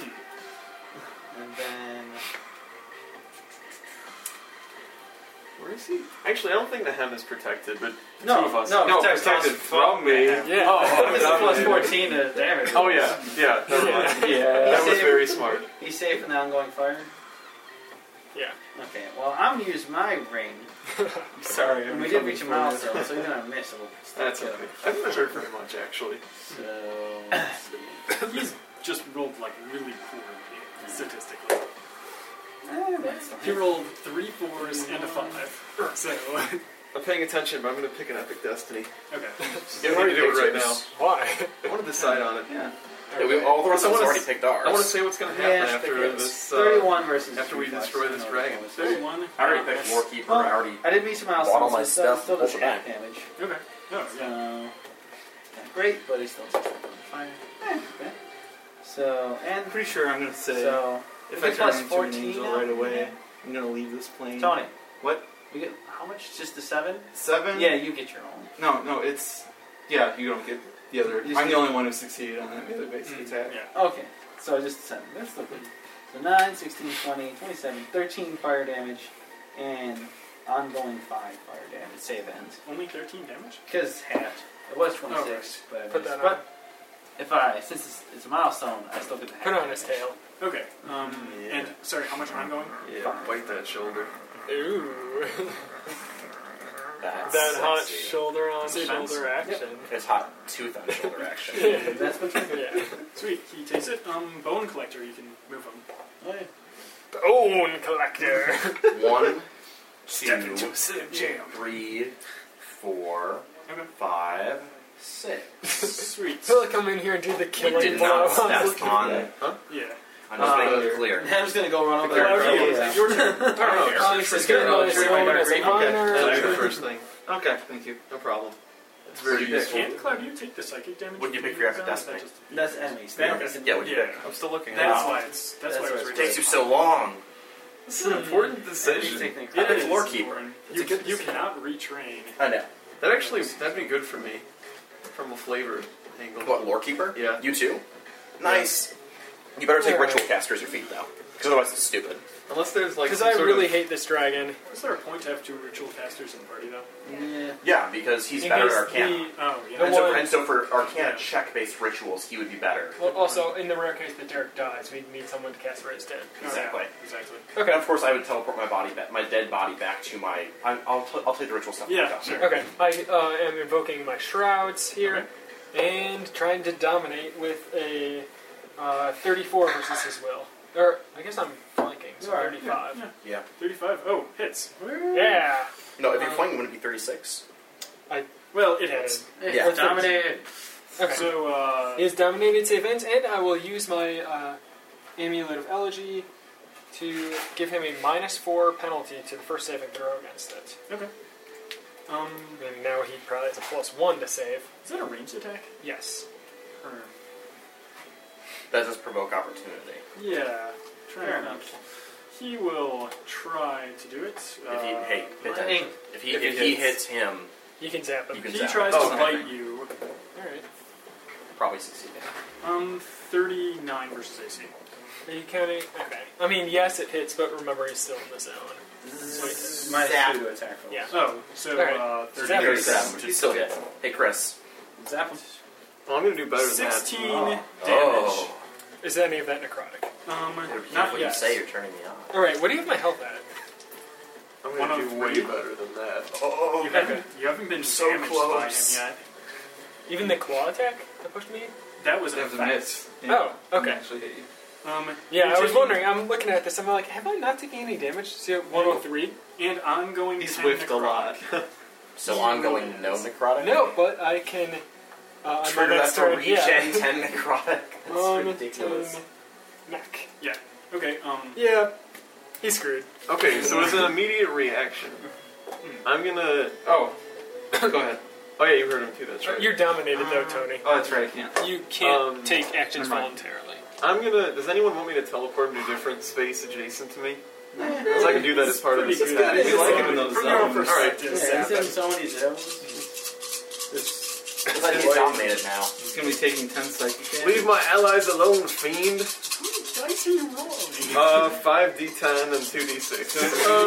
S7: And then
S6: Where is he? Actually, I don't think the hem is protected, but the
S7: no,
S6: two of us.
S7: no,
S4: No,
S7: protect
S4: protected
S7: us
S4: from me.
S7: the
S5: Yeah.
S6: (laughs) Oh,
S7: It's a plus
S6: dominated.
S7: fourteen
S6: (laughs)
S7: to damage.
S6: Oh, yeah, yeah, never mind.
S4: (laughs) Yeah.
S6: That was very smart.
S7: He's safe in the ongoing fire.
S5: Yeah.
S7: Okay. Well, I'm gonna use my ring
S4: I'm sorry.
S7: And we did reach a milestone, so even if I miss, we'll still
S6: That's
S7: get
S6: okay.
S7: him.
S6: I've measured pretty much actually.
S7: So, let's see.
S3: He's (laughs) just rolled like really poorly statistically. He rolled three fours and a five. (laughs) So
S6: I'm paying attention, but I'm gonna pick an epic destiny.
S3: okay.
S6: I need to do it right now.
S5: Why?
S6: I want to decide on it.
S4: Yeah.
S2: Yeah, we, all the rest
S6: Because I
S2: of us
S6: wanna
S2: already
S6: s-
S2: picked ours.
S6: I want to say what's gonna happen
S7: Yeah, just pick
S6: after
S7: it.
S6: this. Uh,
S7: 31 versus
S6: after we
S7: 25,
S6: destroy
S7: so
S6: this
S7: no,
S6: dragon.
S7: it's-
S3: Thirty one.
S2: I already picked Warkeeper.
S7: Well,
S2: I already.
S7: I did meet some milestones.
S2: Bottle my
S7: so it still-
S2: stuff,
S7: Still does
S2: pull it back.
S7: half damage.
S3: Okay. Oh
S7: So,
S3: yeah.
S7: not great, but it still does half damage. Fine. Okay. So and
S4: I'm pretty sure I'm gonna say
S7: so
S4: if
S7: we
S4: I
S7: get
S4: turn
S7: plus
S4: into an
S7: 14
S4: angel
S7: now?
S4: right away, I'm gonna leave this plane.
S7: Tony,
S4: What? Mm-hmm.
S7: we get how much? Just the seven?
S4: Seven?
S7: Yeah, you get your own.
S4: No, no, it's yeah. You don't get the other.
S7: You
S4: I'm
S7: see-
S4: the only one who succeeded on that other basic attack.
S3: Yeah.
S7: Okay, so just the seven. That's still good. So 9, 16, 20, 27, 13 fire damage, and ongoing five fire damage. Save ends.
S3: Only thirteen damage.
S7: Because half. It was 26, but, I
S5: Put
S7: missed.
S5: that
S7: but if I since it's, it's a milestone, I still get the half.
S5: Put it on
S7: damage.
S5: his tail.
S3: Okay. Um.
S6: Yeah.
S3: And sorry, how much ongoing?
S7: Mm-hmm.
S6: Yeah, bite that shoulder.
S5: Ooh.
S2: That's
S5: that hot
S2: sexy.
S5: shoulder on
S3: Save ends.
S5: shoulder action.
S2: It's hot tooth on shoulder action.
S7: That's what you
S5: Yeah.
S3: Sweet. He takes it. Um. Bone collector. You can move him.
S7: Oh, yeah.
S5: Bone collector.
S2: One,
S3: Step into
S2: two,
S3: a sit of jam.
S2: three, four,
S3: Okay.
S2: five, six.
S3: Sweet.
S5: He'll come in here and do the
S2: We
S5: killing
S2: did
S5: blow.
S2: not
S5: (laughs)
S2: step on.
S3: Yeah.
S2: I'm just
S7: Uh,
S2: making it clear.
S7: I'm just gonna go run over
S6: Clear
S7: there.
S6: out.
S7: and
S3: Okay.
S7: roll
S3: Your turn.
S6: I don't know.
S5: Onyx is
S6: Sure,
S5: good.
S6: I'll
S5: Onyx
S6: treat
S5: is
S6: my
S5: going as
S6: Greek.
S5: an
S6: Okay,
S5: honor.
S4: uh,
S6: that's the first thing.
S4: Okay, thank you.
S6: No problem. It's
S4: So
S6: very
S4: you pick
S6: useful.
S3: Can Cloud you take the psychic damage?
S2: What'd you
S3: from
S2: pick for your
S3: these
S2: epic
S3: guys?
S2: destiny?
S3: That just-
S7: That's enemies.
S3: That-
S7: That's-
S2: Yeah, what you
S3: Yeah.
S2: pick.
S6: I'm still looking at
S3: That's
S6: it.
S3: why it's. That's,
S7: That's
S3: why it
S7: why
S3: was
S7: it's
S2: It takes
S3: ridiculous.
S2: you so long.
S6: This is an important decision.
S7: Technically.
S3: It
S2: It's
S3: is.
S2: Lorekeeper.
S3: You,
S2: It's a good
S3: you
S2: decision.
S3: cannot retrain.
S2: I know.
S6: That actually, that'd be good for me. From a flavor angle.
S2: What, Lorekeeper?
S6: Yeah.
S2: You too? Nice. You better take
S5: Yeah.
S2: Ritual Caster as your feat, though. Because otherwise it's stupid.
S6: Unless there's like
S5: Because
S6: some
S5: I
S6: sort
S5: really
S6: of,
S5: hate this dragon.
S3: Is there a point to have two ritual casters in the party though?
S7: Yeah.
S2: Yeah, because he's
S5: In
S2: better at
S5: case
S2: Arcana.
S3: The- oh yeah.
S5: The
S2: and, so,
S5: one-
S2: and so for Arcana
S3: Yeah.
S2: check-based rituals, he would be better.
S5: Well, also, in the rare case that Derek dies, we need someone to cast Raise Dead.
S3: Oh, yeah,
S2: Exactly.
S3: Exactly.
S2: Okay. And of course, I would teleport my body, back, my dead body, back to my. I'm, I'll, t- I'll take the ritual stuff.
S3: Yeah,
S2: Down.
S3: sure.
S5: Okay, I uh, am invoking my shrouds here and trying to dominate with a uh, 34 versus his will. Or, I guess I'm flanking, so
S7: You are,
S5: 35.
S3: yeah.
S2: Yeah.
S3: Thirty-five. Oh, hits.
S5: Yeah!
S2: No, if you're
S5: Um,
S2: flanking, wouldn't it be 36?
S3: Well, it hits.
S2: Yeah.
S7: It's dominated.
S5: Okay.
S3: So uh,
S5: He has dominated its event, and I will use my uh, Amulet of Elegy to give him a minus 4 penalty to the first saving throw against it.
S3: okay. Um,
S5: And now he probably has a plus 1 to save.
S3: is that a ranged attack?
S5: Yes.
S3: Or-
S2: That does provoke opportunity.
S3: Yeah. Try
S7: Fair enough.
S3: He will try to do it.
S2: If he,
S3: Uh,
S2: hey, pay attention. If he,
S6: If
S2: if,
S6: he
S2: he hits
S6: hits.
S2: him,
S5: You can zap him.
S2: You can-
S3: he
S2: zap.
S3: tries
S6: Oh,
S3: to
S6: okay.
S3: bite you.
S5: Alright.
S2: probably succeeding.
S3: Um, thirty-nine versus AC.
S5: Are you counting? Okay. I mean, yes, it hits, but remember he's still in the zone.
S7: Minus
S2: Zap.
S7: two attack rolls.
S5: Yeah.
S3: Oh, so
S5: Alright.
S3: uh,
S5: Is that
S3: 30,
S5: your
S2: 37, which is still hit. Hey, Chris.
S7: Zap him.
S6: Well, I'm gonna do better than that.
S3: 16 damage.
S2: Oh,
S5: Is any of that necrotic?
S3: Um,
S2: not
S3: not
S2: what you
S3: yet.
S2: say. You're turning me on.
S5: All right. What do you have my health at?
S6: I'm
S3: One
S6: gonna
S3: of
S6: do way
S3: three.
S6: better than
S2: (laughs)
S6: that.
S2: Oh,
S3: You haven't, you haven't been
S2: So
S3: damaged
S2: close.
S3: by him
S5: Even the claw attack that pushed me.
S3: yet. That was a
S4: That was a
S3: fact.
S4: miss.
S5: Oh. Okay.
S4: Actually, hit you.
S3: Um,
S5: Yeah,
S3: you're
S5: I was
S3: taking
S5: wondering. I'm looking at this. I'm like, have I not taken any damage? So 103.
S3: And ongoing.
S4: He's
S3: 10
S4: whiffed a
S3: necrotic.
S4: (laughs) lot.
S2: So ongoing, no necrotic.
S5: No, but I can. Uh, on my
S2: Trigger
S5: next
S2: that's
S5: turn,
S2: a regen
S5: yeah.
S2: 10 necrotic.
S7: Um,
S5: One,
S7: ridiculous.
S5: ten, Mac.
S3: Yeah. Okay. Um.
S5: Yeah. He's screwed.
S6: Okay, so as an immediate reaction, I'm gonna.
S4: Oh,
S6: Go ahead. Oh yeah, you heard him too. That's
S5: Uh,
S6: right.
S5: You're dominated though, Tony.
S4: oh, that's right. I can't.
S5: Um, You can't
S6: um,
S5: take actions
S4: never mind.
S5: voluntarily.
S6: I'm gonna. Does anyone want me to teleport him to a different space adjacent to me? Because I can do that as part of this.
S3: Pretty
S6: attack.
S3: good.
S6: We like him in
S4: From
S6: those
S4: your own
S6: zones. All right.
S3: perspective.
S7: Yeah, he's in so many zones. This
S2: It's like he's dominated now.
S4: He's gonna be taking ten psychic damage.
S6: Leave my allies alone, fiend.
S3: Dice are you rolling?
S6: Uh, five d10 and two (laughs) d6.
S3: Uh,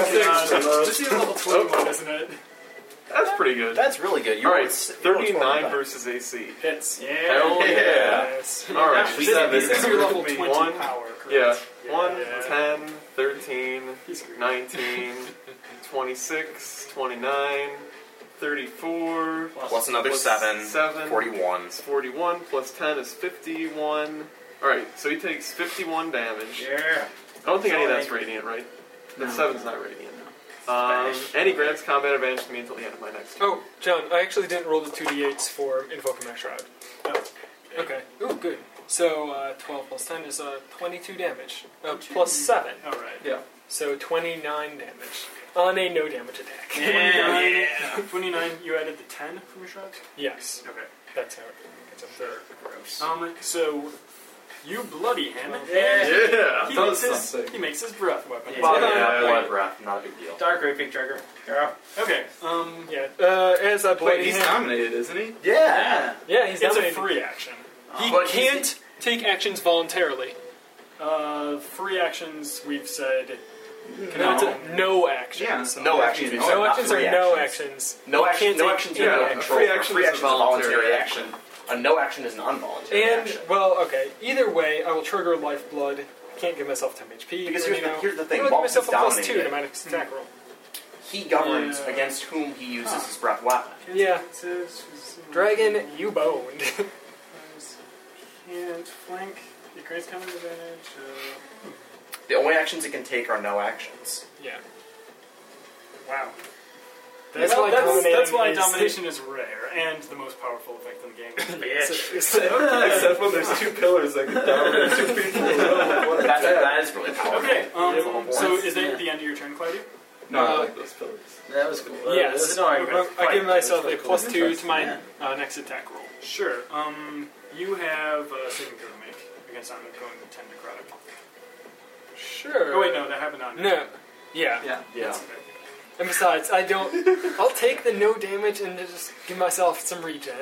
S3: this is level 21, isn't it?
S6: That's pretty good.
S2: That's really good. You
S6: All
S2: were-
S6: right,
S2: you were torn by
S6: 39
S2: that.
S6: versus AC.
S3: Hits. Yeah.
S6: Hell yeah!
S5: Yes.
S6: All right,
S3: This,
S6: seven.
S3: this is your level
S6: One-
S3: 20 power. Correct?
S6: Yeah.
S3: Yeah.
S6: 1, 10, 13, (laughs)
S3: He's screwed.
S6: 19, 26, 29, 34.
S2: Plus another
S6: plus
S2: seven,
S6: 7.
S2: 41.
S6: It's 41 plus 10 is 51. Alright, so he takes 51 damage.
S7: Yeah.
S6: I don't think any of
S7: So
S6: that's
S7: angry.
S6: radiant, right? The
S4: No.
S6: 7's not radiant. Um, and he grabs combat advantage from me until the end of my next turn.
S5: Oh, John, I actually didn't roll the two d8s for invoking my shroud.
S3: Oh.
S5: Okay. Ooh, good. So uh, 12 plus 10 is uh, 22 damage. Uh, plus 7.
S3: All right.
S4: Yeah.
S5: So 29 damage. On a no damage attack.
S3: Yeah. Twenty-nine. You added the ten from your shrugs.
S5: yes,
S3: Okay.
S5: that's how it gets up there.
S7: Gross.
S3: Um. So you bloody him.
S7: Yeah.
S6: Yeah!
S3: He makes,
S4: does
S3: his,
S4: something.
S3: he makes his breath weapon.
S7: Yeah.
S2: Bottom
S6: Yeah.
S2: blood breath, not a big deal.
S7: Dark raping trigger. Yeah.
S3: Okay. Um.
S5: Yeah, uh, as I bloody
S4: Wait, he's
S5: hand-
S4: nominated, isn't he?
S7: Yeah.
S5: Yeah,
S3: It's
S5: he's
S3: a
S5: nominated.
S3: free action.
S5: He
S2: Oh, But he's-
S5: can't take actions voluntarily.
S3: Uh, free actions we've said.
S5: No, (laughs) it's a no actions.
S4: Yeah.
S5: So-
S2: No actions.
S4: No
S2: we said,
S5: No
S2: not
S5: actions
S2: free
S5: are no
S2: actions.
S5: actions.
S2: No,
S5: You
S2: action,
S5: can't
S2: no
S5: take
S2: actions
S5: any
S2: are no
S5: action.
S2: control.
S6: Free
S2: Free
S6: action
S2: action,
S6: is a
S2: is a voluntary
S6: voluntary
S2: action. A no action is an involuntary
S5: And
S2: action.
S5: well, okay. Either way, I will trigger lifeblood. Can't give myself 10 HP.
S2: Because
S5: or,
S2: here's
S5: you
S2: the-
S5: know,
S2: here's the thing,
S5: I'm gonna give
S2: Malkus
S5: myself a plus
S2: dominated
S5: two to
S2: it.
S5: my next attack roll.
S2: He governs
S3: Yeah.
S2: against whom he uses
S3: Huh.
S2: his breath weapon.
S5: Yeah. Dragon,
S3: Can't
S5: you boned.
S3: flank. It creates combat advantage. Uh,
S2: The only actions it can take are no actions.
S5: yeah.
S3: wow.
S5: That's
S3: Well,
S5: why
S3: that's,
S5: dominating
S3: that's why
S5: is- (laughs)
S3: domination is rare and the most powerful effect in the game.
S5: It's- it's-
S4: Except when there's two pillars that can dominate two people. What a
S2: That's,
S4: bad-
S2: that is really powerful.
S3: Okay,
S2: That's the whole
S3: um,
S2: point.
S3: so is that at the end of your turn, Cloudy?
S4: No, I like those pillars.
S7: That was cool. That
S5: yes.
S7: was annoying, but
S5: I, I give
S7: fine.
S5: myself
S7: That
S5: a
S7: was
S5: plus two to
S7: interesting,
S5: my
S7: yeah.
S5: uh, next attack roll.
S3: Sure. Um, you have a saving throw to make against I'm going to 10 necrotic.
S5: Sure.
S3: Oh, wait, no, that happened on
S5: No. Yeah.
S4: Yeah.
S2: Yeah.
S5: And besides, I don't. I'll take the no damage and just give myself some (laughs) regen.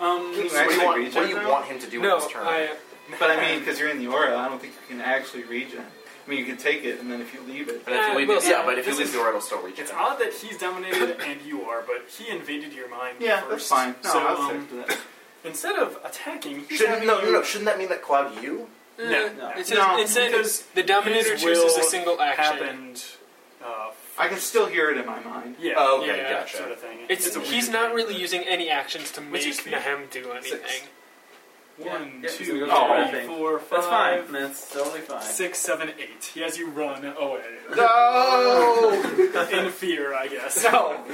S3: Um,
S4: Can you
S2: So what do
S4: actually
S2: you, want,
S4: regen
S2: what do you
S4: now?
S2: want him to do
S5: no,
S2: with his turn?
S5: I.
S4: But I mean, because you're in the aura, I don't think you can actually regen. I mean, you can take it, and then if you leave it,
S2: but if
S5: Uh,
S2: you leave,
S5: well,
S2: yeah, but if you
S5: this
S2: leave the aura, it'll still reach
S3: it's
S2: him.
S3: odd that he's dominated and you are, but he invaded your mind
S4: yeah,
S3: first.
S4: that's fine. No,
S3: so,
S4: I'll
S3: um,
S4: stick to that.
S3: instead of attacking, he's
S2: Shouldn't,
S3: having
S2: no,
S3: you
S2: no, no, shouldn't that mean that Cloud you?
S5: No,
S4: no.
S5: It says,
S4: No,
S5: it says
S3: because
S5: the dominator
S3: his
S5: chooses
S3: will
S5: a single action.
S3: happened. Uh,
S4: I can still hear it in my mind.
S3: yeah,
S2: Oh, okay,
S5: Yeah,
S2: gotcha.
S3: sort of thing.
S5: It's,
S3: a weird
S5: he's not
S3: thing.
S5: really using any actions to
S3: Which
S5: make
S3: is weird.
S5: Nahem do anything.
S3: One,
S7: Yeah,
S3: two,
S7: it's a good
S4: Oh.
S3: three, four,
S7: That's
S3: five,
S7: fine. That's totally fine.
S3: six, seven, eight. He has you run away.
S2: Oh!
S4: No!
S3: (laughs) In fear, I guess.
S4: no!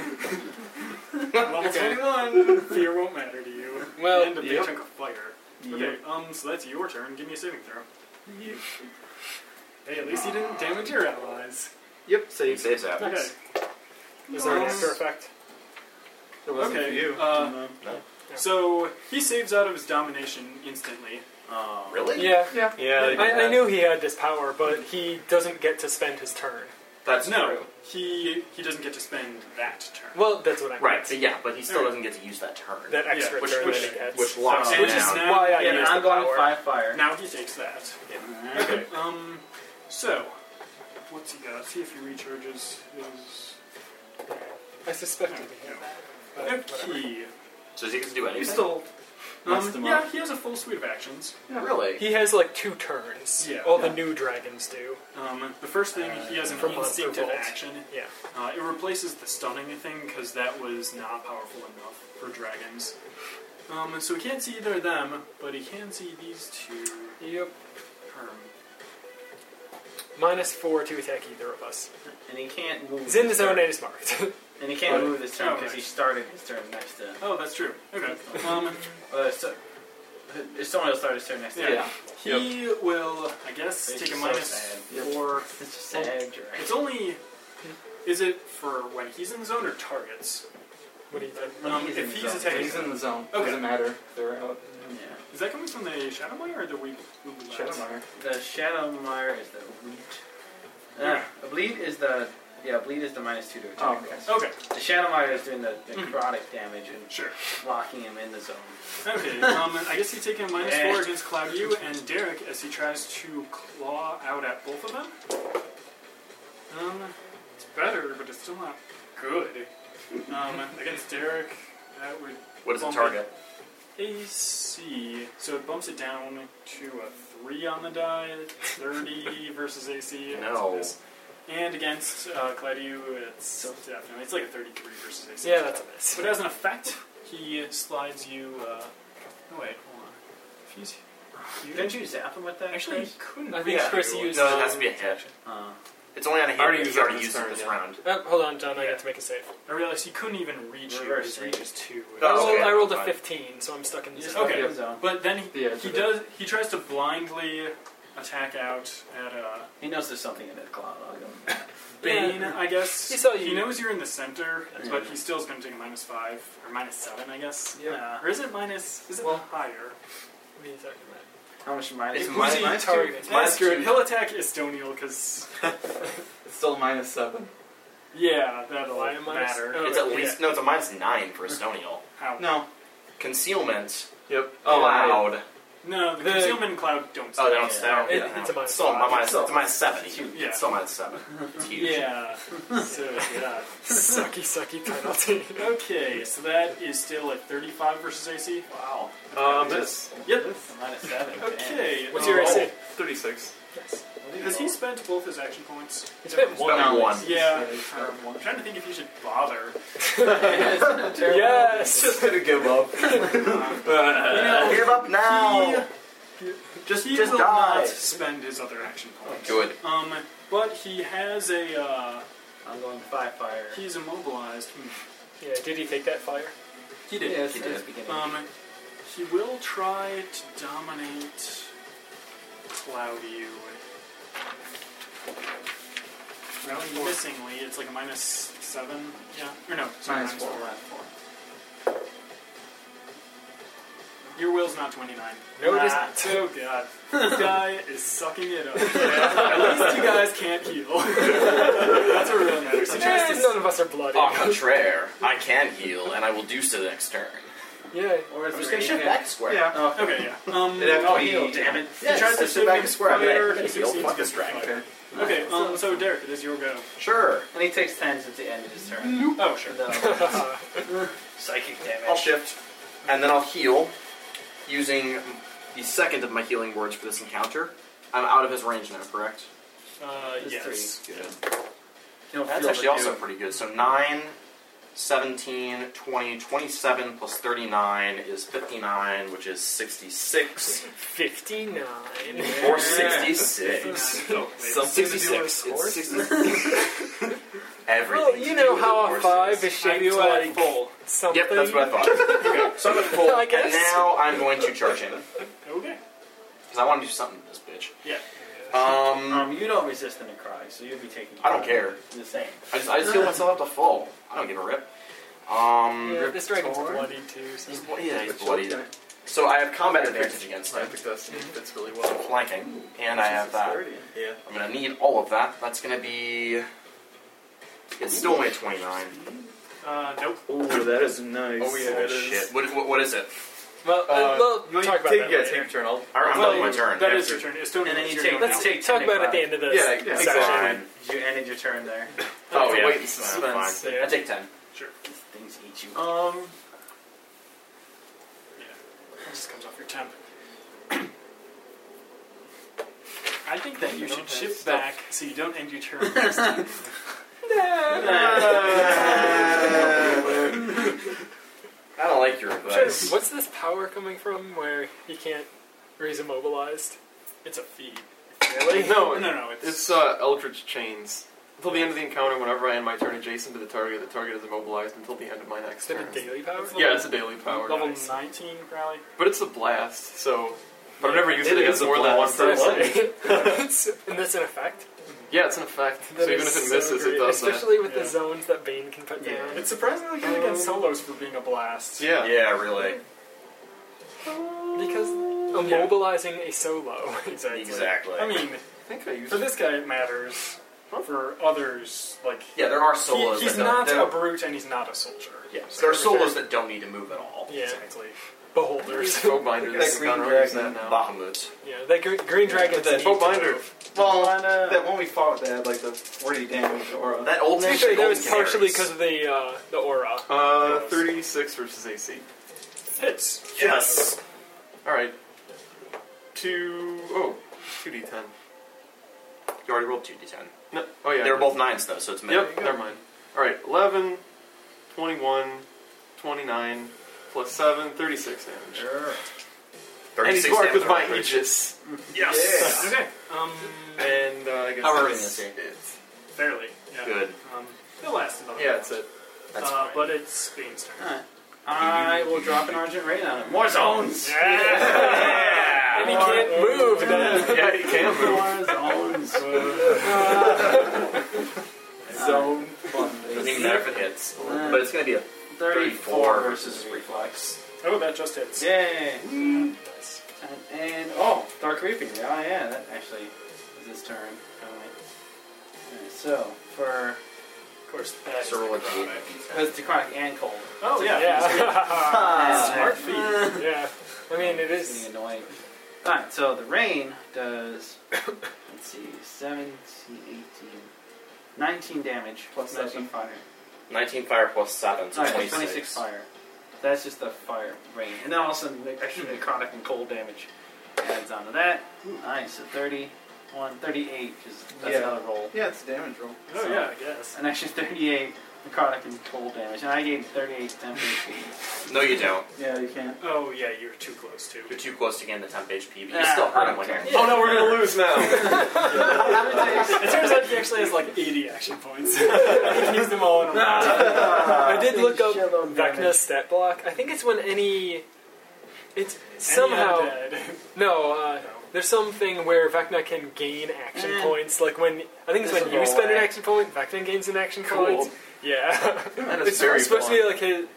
S3: (laughs) Level 21. Fear won't matter to you.
S5: Well,
S3: and a big
S4: yep.
S3: chunk of fire. Okay, um, so that's your turn. Give me a saving throw. Hey, at least you didn't damage your allies.
S4: Yep,
S2: He
S4: save.
S2: saves that.
S3: Okay.
S5: Is there an
S3: Nice.
S5: after effect?
S4: It wasn't for
S3: Okay.
S4: you. Mm-hmm.
S3: Uh,
S2: No.
S3: so he saves out of his domination instantly. Uh,
S2: Really?
S5: Yeah.
S4: yeah.
S6: Yeah, they do
S5: I, I
S6: that.
S5: knew he had this power, but he doesn't get to spend his turn.
S2: That's
S3: No,
S2: true.
S3: he he doesn't get to spend that turn.
S5: Well, that's what I meant.
S2: Right, so yeah, but he still
S3: Alright.
S2: doesn't get to use that turn.
S5: That extra
S3: Yeah,
S2: which,
S5: turn
S2: which,
S5: that he gets.
S2: which locks
S3: So-
S2: him
S3: Which is
S2: down.
S3: now-
S5: why I
S7: Yeah,
S5: used
S7: an
S5: the
S7: ongoing
S5: power.
S7: five fire.
S3: Now he takes that. Okay. Um. So, what's he got? See if he recharges his.
S5: I suspected he had that. but whatever.
S3: Okay.
S2: So is he going to do anything?
S4: You still messed
S3: Um,
S4: him
S3: yeah,
S4: up.
S3: he has a full suite of actions.
S2: Really?
S5: He has like two turns.
S3: Yeah.
S5: All
S4: Yeah.
S5: the new dragons do.
S3: Um, the first thing he has an
S5: From
S3: instinctive
S5: Monster Vault.
S3: action.
S5: Yeah.
S3: Uh, it replaces the stunning thing because that was not powerful enough for dragons. Um, so he can't see either of them, but he can see these two.
S5: Yep.
S3: Um,
S5: Minus four to attack either of us.
S7: And he can't move.
S5: Zin
S7: his
S5: is own
S7: turn.
S5: and is marked. (laughs)
S7: And he can't move this turn
S3: Oh,
S7: because he
S3: right.
S7: started his turn next to.
S3: oh, that's true. Okay. Um,
S7: Uh, so, if someone else started his turn next to.
S3: Yeah.
S7: him.
S3: he will, I guess,
S7: It's
S3: take a
S7: so
S3: minus
S7: sad.
S3: four.
S7: It's just sad. dragon.
S3: It's only. Is it for when he's in the zone or targets?
S5: what do you think?
S3: Um,
S7: He's in
S3: if
S7: the
S3: he's
S7: zone.
S3: attacking,
S4: He's in the zone.
S3: Okay.
S4: Doesn't matter. if They're out.
S7: Yeah.
S3: is that coming from the shadow mire or the weak?
S4: Shadowmire.
S7: The Shadow Mire is the bleed. Uh, the bleed is the yeah. Bleed is the minus two to attack.
S4: Oh, okay.
S3: Okay,
S7: The Shadow Mire is doing the
S3: Mhm.
S7: necrotic damage and
S3: sure.
S7: locking him in the zone.
S3: Okay, um, I guess he's taking a minus
S7: Yeah.
S3: four against Cloudu and Derek as he tries to claw out at both of them. Um, it's better, but it's still not good. Um, against Derek, that would
S2: What does it
S3: Bump
S2: target?
S3: AC, so it bumps it down to a three on the die, thirty versus AC.
S2: No.
S3: that's And against uh, Claudio, it's definitely it's like a 33 versus AC.
S5: Yeah, that's a (laughs) miss.
S3: But as an effect, he slides you. Uh, oh wait, hold on. If he's you,
S7: Didn't you zap him with that?
S3: actually he
S7: Chris?
S3: couldn't.
S5: I think
S2: Yeah.
S5: Chris used.
S2: No, it has to be a hit.
S7: Uh,
S2: It's only on a hit.
S6: Already
S2: but
S6: used
S2: you already
S6: it this
S2: used it
S6: turn,
S2: this
S6: yeah.
S2: round.
S5: Oh, hold on, John. I
S3: Yeah.
S5: get to make a save.
S3: I realized he couldn't even reach you.
S7: Reverse
S3: His reach is two.
S5: I
S2: Oh,
S5: rolled,
S2: okay.
S5: I rolled a
S2: Fine.
S5: 15, so I'm stuck in the
S7: you just
S5: zone.
S3: Okay.
S7: okay. Zone.
S3: But then he,
S4: Yeah,
S3: he
S4: so that-
S3: does. He tries to blindly attack out at uh,
S7: He knows there's something in it, Claude. I'll go.
S3: Bane, I guess.
S5: He saw you.
S3: knows you're in the center,
S7: That's
S3: but
S7: right.
S3: he still is going to take a minus five or minus seven, I guess.
S5: Yeah.
S3: Uh, or is it minus? Is it
S5: Well-
S3: higher?
S5: What are you talking about?
S7: How much minus?
S2: It's
S7: Who's
S2: minus-
S7: he
S2: minus two.
S7: targeting?
S2: It's
S3: That's
S2: minus
S3: good.
S2: two.
S3: He'll attack Estonial because
S4: It's still minus seven.
S3: yeah, that'll
S5: Oh, minus-
S3: matter.
S5: oh,
S2: It's at least no. It's a minus nine for Estonial.
S3: How? No,
S4: No.
S2: Concealment
S6: Yep.
S4: Oh,
S2: Oh,
S4: (laughs)
S2: allowed.
S3: the,
S5: The-
S3: concealment and cloud don't.
S2: Oh,
S3: stay.
S2: they don't
S7: Yeah.
S2: stop.
S5: It-
S2: yeah,
S5: it's
S2: no.
S5: a minus
S2: still
S5: five.
S2: minus. It's a minus seven.
S3: Yeah.
S2: It's still minus seven. It's huge.
S3: Yeah.
S2: (laughs)
S3: so yeah.
S5: (laughs) sucky, sucky penalty.
S3: Okay, so that is still at 35 versus AC.
S7: Wow.
S6: Um, that's
S3: Yep.
S7: Minus seven. damn.
S3: Okay.
S5: What's your
S3: uh,
S5: AC?
S6: 36.
S3: Has he spent both his action points?
S5: It's been one.
S2: About
S4: No.
S2: one.
S3: Yeah.
S4: he's
S3: Um,
S4: got one.
S3: I'm trying to think if you should bother.
S5: Yes!
S2: just gonna give up. Uh, give up now. Just,
S3: He
S2: just
S3: will
S2: die.
S3: not spend his other action point.
S2: Good.
S3: Um, but he has a uh,
S7: I'm going five fire.
S3: he's immobilized. Hmm.
S5: Yeah, did he take that fire?
S3: He
S4: Yeah,
S3: did.
S4: it's-
S2: He
S4: it's-
S2: did.
S7: Beginning.
S3: Um, he will try to dominate Cloudy. Well, missingly, it's like a minus seven. Yeah, or no, sorry,
S4: Minus four.
S3: Your will's not 29.
S5: No, it is
S3: Ah,
S5: not.
S3: Oh, (laughs) God. This guy is sucking it up. (laughs) At least you guys can't heal. (laughs) That's what really matters. He tries
S5: Eh,
S3: to
S5: none of us are bloody.
S2: Au contraire, I can heal, and I will do so next turn.
S5: Yeah.
S7: Or is
S2: I'm just
S7: it
S2: gonna
S7: three?
S2: shift back a square.
S4: Yeah.
S7: Oh,
S3: Okay, yeah. Um,
S4: It'd have to be-
S7: damn it.
S2: Yes,
S3: tries to
S2: I
S3: shift
S2: shift back
S3: him
S2: a score. I'm gonna-
S3: further,
S2: I'm gonna
S3: he
S2: heal.
S3: succeeds
S2: Fuck
S3: against
S2: this dragon.
S3: fire. Okay, um, so Derek, it is your go.
S2: Sure.
S7: And he takes ten since the end of his turn.
S3: Oh, sure.
S7: No.
S2: Psychic damage. I'll shift, and then I'll heal using the second of my healing words for this encounter. I'm out of his range now, correct?
S3: Uh,
S7: It's
S3: yes.
S2: Good.
S7: You don't
S2: That's
S7: feel
S2: actually
S7: the
S2: also
S7: dude.
S2: pretty good. So 9, 17, 20, 27 plus 39 is 59, which is 66.
S5: 59.
S2: Or 66.
S3: Oh, wait.
S2: Some
S5: do with
S2: 66.
S5: scores?
S2: It's
S5: (laughs)
S2: 66. Everything.
S5: Well, you
S2: to
S5: know
S2: do
S5: how a
S2: with
S5: 5 is
S2: horses.
S5: shaped
S3: I do
S5: like
S3: like full.
S5: something.
S2: Yep, that's what I thought.
S5: (laughs)
S2: Okay, so I'm at (laughs) full,
S5: I guess.
S2: and now I'm going to charge him.
S3: Okay.
S2: Because I want to do something to this bitch.
S3: Yeah.
S2: Um,
S7: Um, you don't resist the necrotic, so you'll be taking.
S2: I don't care.
S7: The same.
S2: I just, I just heal myself up to full. I don't give a rip. Um,
S5: Yeah, this dragon's
S4: Ripcord.
S5: bloody too. So.
S2: he's, blo- yeah, he's
S4: It's
S2: bloody.
S4: okay.
S2: So I have combat advantage against him.
S6: Rapid Destiny fits really well.
S2: flanking, and I have that.
S6: Yeah.
S2: I'm gonna need all of that. That's gonna be. It's still only a 29.
S3: Uh, nope.
S4: Oh, that is nice.
S6: Oh, yeah,
S2: oh
S6: it is.
S2: shit! What, what, what is it?
S5: Well,
S6: Uh,
S5: uh,
S6: no,
S5: we'll
S6: you
S5: talk about
S6: take,
S5: that.
S6: Yeah,
S5: later.
S6: take your turn. I'll,
S2: I don't
S3: Well,
S2: have my turn.
S3: That is your turn. It's still
S7: And then you
S3: your
S7: take-
S3: go
S5: Let's
S3: now.
S7: take
S5: talk about it at the end of this.
S6: Yeah, yeah.
S2: It's
S5: section.
S2: fine.
S7: You ended your turn there.
S2: (laughs) Oh
S6: to
S2: yeah,
S6: wait and
S2: it's
S6: suspense.
S2: fine. I take 10.
S7: These things eat you.
S6: Um,
S3: It just comes off your temp. I think that you should shift back so you don't end your
S6: (laughs)
S3: turn. next time.
S2: I don't like your advice.
S5: What's this power coming from where he can't, or he's immobilized?
S3: it's a feat.
S5: Really?
S6: no,
S3: No, no, no. It's,
S6: Oh, It's uh, Eldritch Chains. Until the end of the encounter, whenever I end my turn adjacent to the target, the target is immobilized until the end of my next
S5: Is it
S6: turn.
S5: a daily power?
S6: Yeah, it's a daily power.
S3: level 19, probably.
S6: But it's a blast, so. But I've never used it,
S2: It
S6: against
S2: is a
S6: more than one
S2: blast.
S6: person.
S5: It's- and that's an effect.
S6: Yeah, it's an effect.
S5: That
S6: so even
S5: is
S6: if it
S5: so
S6: misses,
S5: great.
S6: it does that.
S5: Especially with
S3: Yeah.
S5: the zones that Bane can put
S7: Yeah.
S5: down.
S3: It's surprisingly good against solos for being a blast.
S6: Yeah.
S2: Yeah, really.
S5: Because immobilizing a
S6: (laughs)
S5: solo.
S3: Exactly.
S2: Exactly.
S3: I mean,
S6: I think I used
S3: for this guy it matters. For others, like
S2: yeah, there are
S3: he-
S2: solos.
S3: he's
S2: that
S3: not
S2: don't,
S3: a
S2: there-
S3: brute and he's not a soldier.
S2: yeah, there are
S3: So-
S2: solos that don't need to move at all.
S5: Yeah.
S3: Exactly. (laughs)
S5: Beholders.
S6: Foe binder. This
S4: That green
S6: encounter, I'll use
S4: dragon.
S6: that now.
S2: Bahamut.
S5: Yeah, that gr- green dragon.
S4: But that
S6: Foe binder.
S4: (laughs) Well, that one uh, we fought that had like the 40 damage aura.
S2: That old
S5: To be
S2: man.
S5: fair,
S2: should
S5: that
S2: own
S5: was partially
S2: carries.
S5: because of the uh, the aura.
S6: Uh, 36 versus AC.
S3: Hits.
S2: Yes.
S6: Alright. Two. Oh, 2d10.
S2: You already rolled two d10.
S6: No, oh yeah.
S2: They were both nines though, so it's mid.
S6: Yep, never mind. All right, 11, 21, 29, plus 7, 36 damage.
S7: Sure.
S6: And he's marked with my
S2: each.
S6: Aegis.
S2: Yes.
S3: Okay. Um,
S6: And uh, I guess
S2: How are we
S6: that's
S2: doing
S6: it.
S3: fairly. Yeah.
S2: Good.
S3: Um, it lasted long.
S6: Yeah, that's it.
S2: That's
S3: uh,
S2: fine.
S3: but it's Bane's turn.
S7: Alright. I will drop an Argent Rain on it. More zones!
S2: Yeah.
S5: And he can't move then.
S6: yeah, you can move.
S7: More zones.
S4: Zone fun.
S2: Doesn't even matter if it hits,
S7: Uh,
S2: but it's gonna be a
S7: 34
S2: versus
S7: versus Reflex.
S3: Oh, that just hits.
S7: Yay! And, and oh, Dark Reaping. Oh yeah, that actually is his turn. Alright, so for
S3: Of course, that's
S2: So roll a D8.
S7: because necrotic and cold.
S3: Oh yeah.
S5: Yeah.
S7: Ah, Smart
S5: (laughs) yeah. I mean, it is.
S7: annoying. Alright, so the rain does (coughs) let's see, 17, 18, 19 damage plus
S4: Nineteen.
S7: 7 fire.
S2: 19 fire plus 7, so
S7: Alright,
S2: 26.
S7: 26 fire. That's just the fire rain. And then also the extra necrotic and cold damage adds on to that. Nice, so 31, 38, because that's
S4: Yeah.
S7: another roll.
S4: Yeah, it's a damage (laughs) roll.
S3: Oh yeah, I
S5: (laughs)
S3: guess.
S7: an extra 38 necrotic and cold damage, and I gained 38 temp HP.
S2: No, you don't.
S4: Yeah, you can't.
S3: Oh yeah, you're too close to.
S2: You're too close to getting the temp HP, but you
S7: Ah,
S2: still
S7: I
S2: hurt him
S7: don't
S2: when
S7: care.
S2: you're
S6: Oh no, we're gonna lose now.
S3: It turns out he actually has like 80 action (laughs) points. he can use them all in a round.
S5: I did look up Vecna's stat block. I think it's when any. It's somehow.
S3: And the undead.
S5: No, uh, there's something where Vecna can gain action
S2: Eh.
S5: points. Like when. I think it's when you spend an action point, Vecna gains an action point. Yeah.
S2: And
S5: (laughs) it's supposed to be like his,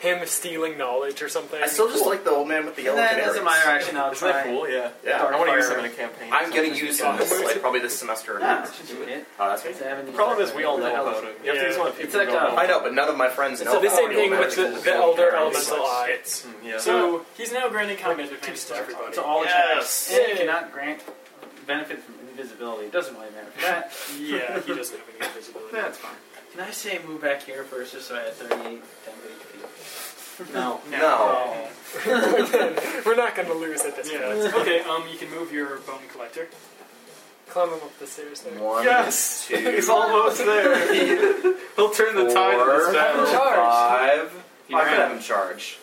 S5: him stealing knowledge or something.
S2: I still just like the old man with the yellow
S7: That is a minor
S2: canaries.
S7: action. I'll
S6: Isn't that
S7: try.
S6: cool? Yeah.
S2: Yeah.
S6: I want to use them in a campaign.
S2: I'm gonna use him this, like, probably this semester.
S7: Yeah, it should hit.
S2: Oh, that's
S7: It's
S2: right.
S7: having
S6: The problem is we all know about it. You have to use one of
S7: It's
S6: people who
S7: like,
S6: don't
S7: uh,
S6: know.
S2: I know, but none of my friends know.
S5: so the
S2: about
S5: same
S2: the
S5: thing
S2: old
S5: with
S2: man
S5: the, the Elder
S2: canaries.
S5: Elemental Eye.
S3: It's-
S6: Mm, Yeah.
S3: So he's now granting combat advantage to everybody.
S7: To all
S2: Yes.
S7: attacks. And it cannot grant benefit from invisibility. It doesn't really matter for that.
S3: (laughs) Yeah, he doesn't have any invisibility.
S4: That's fine.
S7: Can I say move back here first just so I had 38 temp HP?
S4: No.
S2: No.
S7: Oh.
S5: (laughs) We're not going to lose at this
S3: Yeah.
S5: point.
S3: that's- Okay. Um, you can move your bone collector.
S5: Climb him up the stairs there.
S2: One,
S6: Yes!
S2: two,
S6: He's almost there. (laughs) He'll turn the tide of
S2: four,
S6: this battle.
S2: five.
S7: You
S2: I
S7: ran.
S2: have him charge.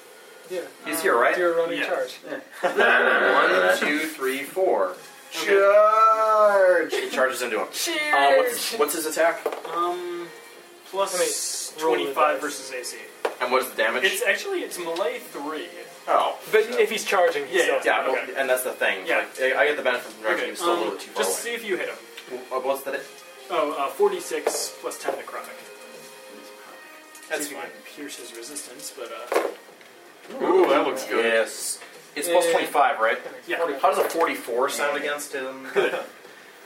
S5: Yeah.
S2: He's here, right?
S5: You're running
S3: Yeah.
S5: charge.
S2: One, two, three, four. Charge! It charges into him. Uh, what's, what's his attack?
S3: Um, plus
S5: Wait, roll the
S3: 25
S5: dice.
S3: versus AC.
S2: And what is the damage?
S3: It's actually it's melee three.
S2: oh.
S5: But if he's charging, he's
S3: Yeah,
S5: still
S2: Yeah, well,
S3: Okay.
S2: and that's the thing.
S3: Yeah.
S2: Like, I I get the benefit from directing
S3: Okay.
S2: him still a
S3: um,
S2: little bit too far
S3: just
S2: away.
S3: see if you hit him.
S2: Uh, What's that?
S3: Oh, uh, 46 plus 10 necrotic.
S2: That's
S3: See if I
S2: fine.
S3: can Pierce his resistance, but uh,
S6: Ooh, that looks good.
S2: Yes. It's plus
S5: Yeah.
S2: 25, right?
S3: yeah.
S2: How does a 44 sound against him?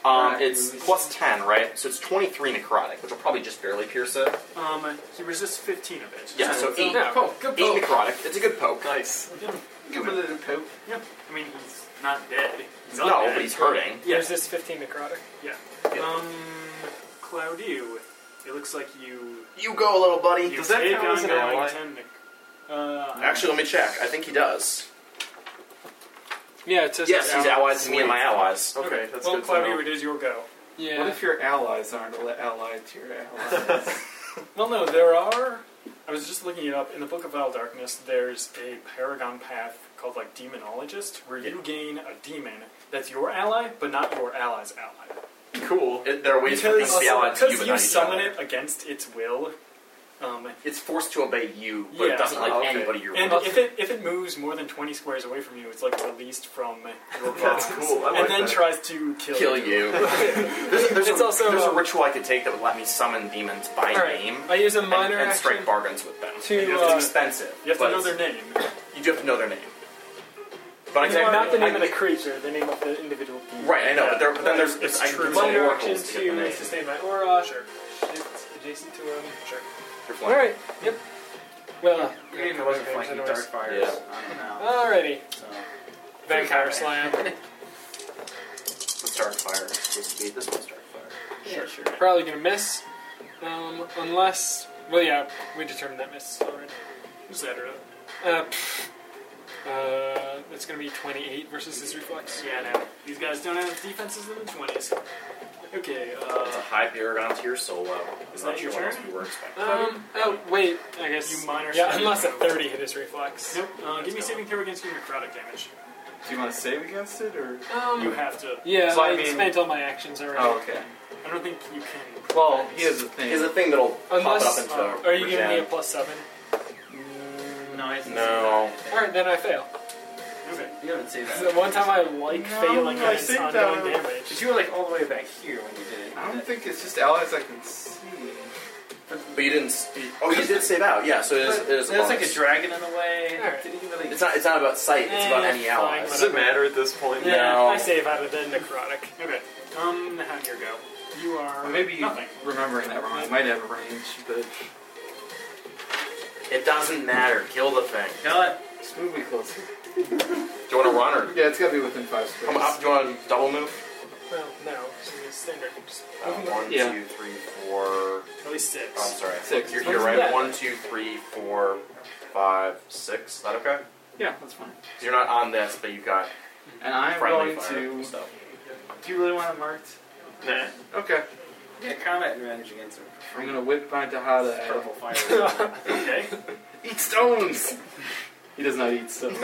S2: um, it's plus 10, right? So it's 23 necrotic, which will probably just barely pierce it.
S3: Um, he resists 15 of it.
S2: Yeah, so 8,
S5: Yeah.
S4: Poke,
S2: 8
S4: good poke.
S2: necrotic. It's a good poke.
S6: Nice.
S4: Give him a little poke.
S3: Yeah. I mean, he's not dead. He's
S2: No,
S3: undead.
S2: but he's hurting.
S3: Yeah.
S5: There's this 15 necrotic.
S3: Yeah.
S2: Yeah.
S3: Um, Cloudew, it looks like you.
S2: You go, little buddy.
S3: you
S6: Does that
S3: take
S6: count as
S3: on
S6: an
S3: going
S6: ally?
S3: 10 nec- uh,
S2: Actually, let me check. I think he does.
S5: Yeah, it says
S2: Yes, he's allied to me and my allies.
S6: Okay, that's
S3: well,
S6: good. to know.
S3: Cloudew, it is your go.
S5: Yeah.
S4: What if your allies aren't al- allied to your allies? (laughs)
S3: Well, no, there are. I was just looking it up. In the Book of Vile Darkness, there's a paragon path called like demonologist, where you gain a demon that's your ally, but not your ally's ally.
S6: Cool.
S2: It, there are ways for things to be allied to you,
S3: because
S2: but
S3: you
S2: not each
S3: summon
S2: other.
S3: it against its will. Um,
S2: It's forced to obey you, but
S3: Yeah.
S2: it doesn't like
S6: Oh, okay.
S2: anybody you're
S3: and
S2: with.
S3: if (laughs) it if it moves more than twenty squares away from you, it's like released from your body.
S6: That's cool. I like
S3: and then
S6: that.
S3: tries to kill,
S2: kill you. there's a, there's
S5: It's
S2: a,
S5: also,
S2: there's a
S5: um,
S2: ritual I could take that would let me summon demons by
S5: All right.
S2: name
S5: I use a
S2: and,
S5: minor
S2: and
S5: action.
S2: strike bargains with them.
S5: to,
S2: it's
S5: uh,
S2: expensive.
S3: You have
S2: but
S3: to know their name.
S2: you do have to know their name. But I can
S5: not the name
S2: I,
S5: of the creature, the name of the individual demon.
S2: Right, I know, but, there, but then there's
S3: It's
S2: I can
S3: true.
S2: use
S5: Minor action
S2: oracles to get the
S5: to
S2: name.
S5: sustain my aura. Sure. adjacent to him. Sure.
S2: You're
S5: All
S2: flying.
S5: right. Yep. Well,
S7: Even if it wasn't flanking dark
S5: anyways.
S7: fires, I
S5: Alrighty.
S7: don't know. So.
S5: Vampire slam.
S2: Let's start fire. This gate- this one's start fire.
S7: Sure,
S5: (laughs)
S7: sure.
S5: Probably gonna miss. Um, unless, well, yeah, we determined that miss already.
S3: Just add it up.
S5: Uh, pff. uh, it's gonna be 28 versus his reflex.
S3: Yeah, no. These guys don't have defenses in the twenties. Okay,
S2: It's a
S3: uh,
S2: high paragon tier solo. I'm
S3: Is
S2: uh, not
S3: that
S2: sure
S3: your
S2: what else
S3: turn?
S2: we were expecting.
S5: Um, oh, wait, I guess.
S3: you minor
S5: yeah,
S3: saving
S5: (laughs) unless a
S3: throw.
S5: 30 hit his reflex.
S3: Nope, uh, give me a saving throw against your necrotic damage.
S4: Do you want to save against it or?
S5: Um,
S3: You have to.
S5: yeah,
S4: So I
S5: I,
S4: mean-
S5: spent all my actions already.
S4: Oh, okay.
S3: I don't think you can.
S4: Well, here's the thing.
S2: Here's a thing that'll
S5: Unless- uh,
S2: pop it up into
S5: Are you giving me a
S2: Rajan.
S5: plus 7?
S7: No, I didn't
S2: No.
S7: say that.
S5: Alright, then I fail.
S3: Okay.
S7: You haven't saved
S5: This is
S7: that.
S5: the one time I like
S4: No,
S5: failing
S4: I
S5: against
S4: think
S5: ongoing
S4: that-
S5: damage.
S7: But you were like all the way back here when you did it.
S4: I don't think it's just allies I can see.
S2: But you didn't. s- you- Oh, you did save out. Yeah, so it is. It is a
S7: There's like a
S2: bonus.
S7: dragon in the way.
S5: Alright.
S7: Did he really?
S2: It's not. It's not about sight. It's
S5: Eh,
S2: about any
S5: fine,
S2: allies.
S6: Does it matter at this point?
S7: Yeah.
S2: No.
S5: I save out of the necrotic.
S3: Okay. Um, how do you go? You are
S4: Or maybe you
S3: nothing.
S4: remembering that wrong. It might have a range, but
S2: It doesn't matter. Kill the thing.
S7: Kill it.
S4: it's moving closer.
S2: Do you want to run or
S4: Yeah, it's got to be within five
S2: come up?
S4: squares.
S2: Do you want to double move?
S5: Well, no, it's standard. Just
S2: Uh, one,
S4: Yeah.
S2: two, three, four.
S3: At least
S2: Oh, I'm
S3: six.
S2: sorry.
S4: Six.
S2: You're, you're right. One, two, three, four, five, six. Is that okay?
S4: Yeah, that's fine.
S2: 'Cause You're not on this, but you've got
S4: And I'm
S2: friendly
S4: going
S2: fire
S4: to.
S2: and stuff.
S4: Do you really want it marked?
S6: Nah.
S4: Okay.
S7: Yeah, combat advantage against him.
S4: I'm gonna whip my Tejada at him.
S7: Purple fire.
S3: Okay.
S4: Eat stones! (laughs) he does not eat stones. (laughs)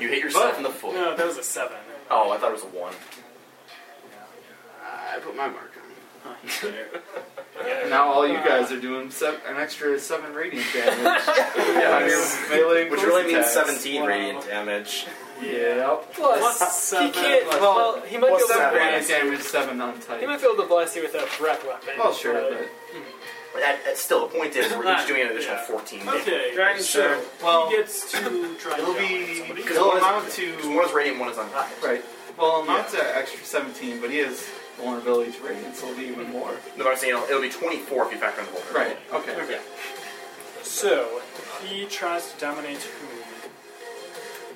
S2: You hit yourself
S4: But-
S2: in the foot.
S3: No, that was a seven.
S2: Oh, I thought it was a one.
S4: I put my mark on.
S3: Huh, you better-
S4: And now all you guys are doing sev an extra 7 radiant (laughs) damage. yes. On your (laughs) melee
S2: Which
S4: force
S2: really means
S4: attacks.
S2: 17
S3: Wow.
S2: radiant damage.
S4: Yep.
S5: plus,
S3: Plus
S5: he
S3: seven,
S5: can't.
S4: plus-
S5: well, he might be
S2: plus
S5: able to
S2: seven.
S4: Radiant
S5: blast.
S4: damage, 7 on
S5: He
S4: type.
S5: might be able to blast you with a breath weapon.
S4: Well, sure,
S5: but-
S4: but.
S2: But that, that's still, the point is we're each doing an additional
S3: Yeah.
S2: 14 damage.
S3: Okay.
S7: Dragon
S3: so
S7: Sword.
S4: Well,
S3: he gets to try
S4: it'll
S3: to
S4: be.
S3: somebody.
S4: It'll
S2: one is-
S4: amount
S2: Because
S4: to.
S2: one is radiant, one is untied.
S4: Right. Well, it'll amount to extra 17, but he has vulnerability to radiant, so it'll be even more.
S2: No, but I'm saying it'll, it'll be 24 if you factor in the whole. thing.
S4: Right, okay.
S3: So he tries to dominate whom?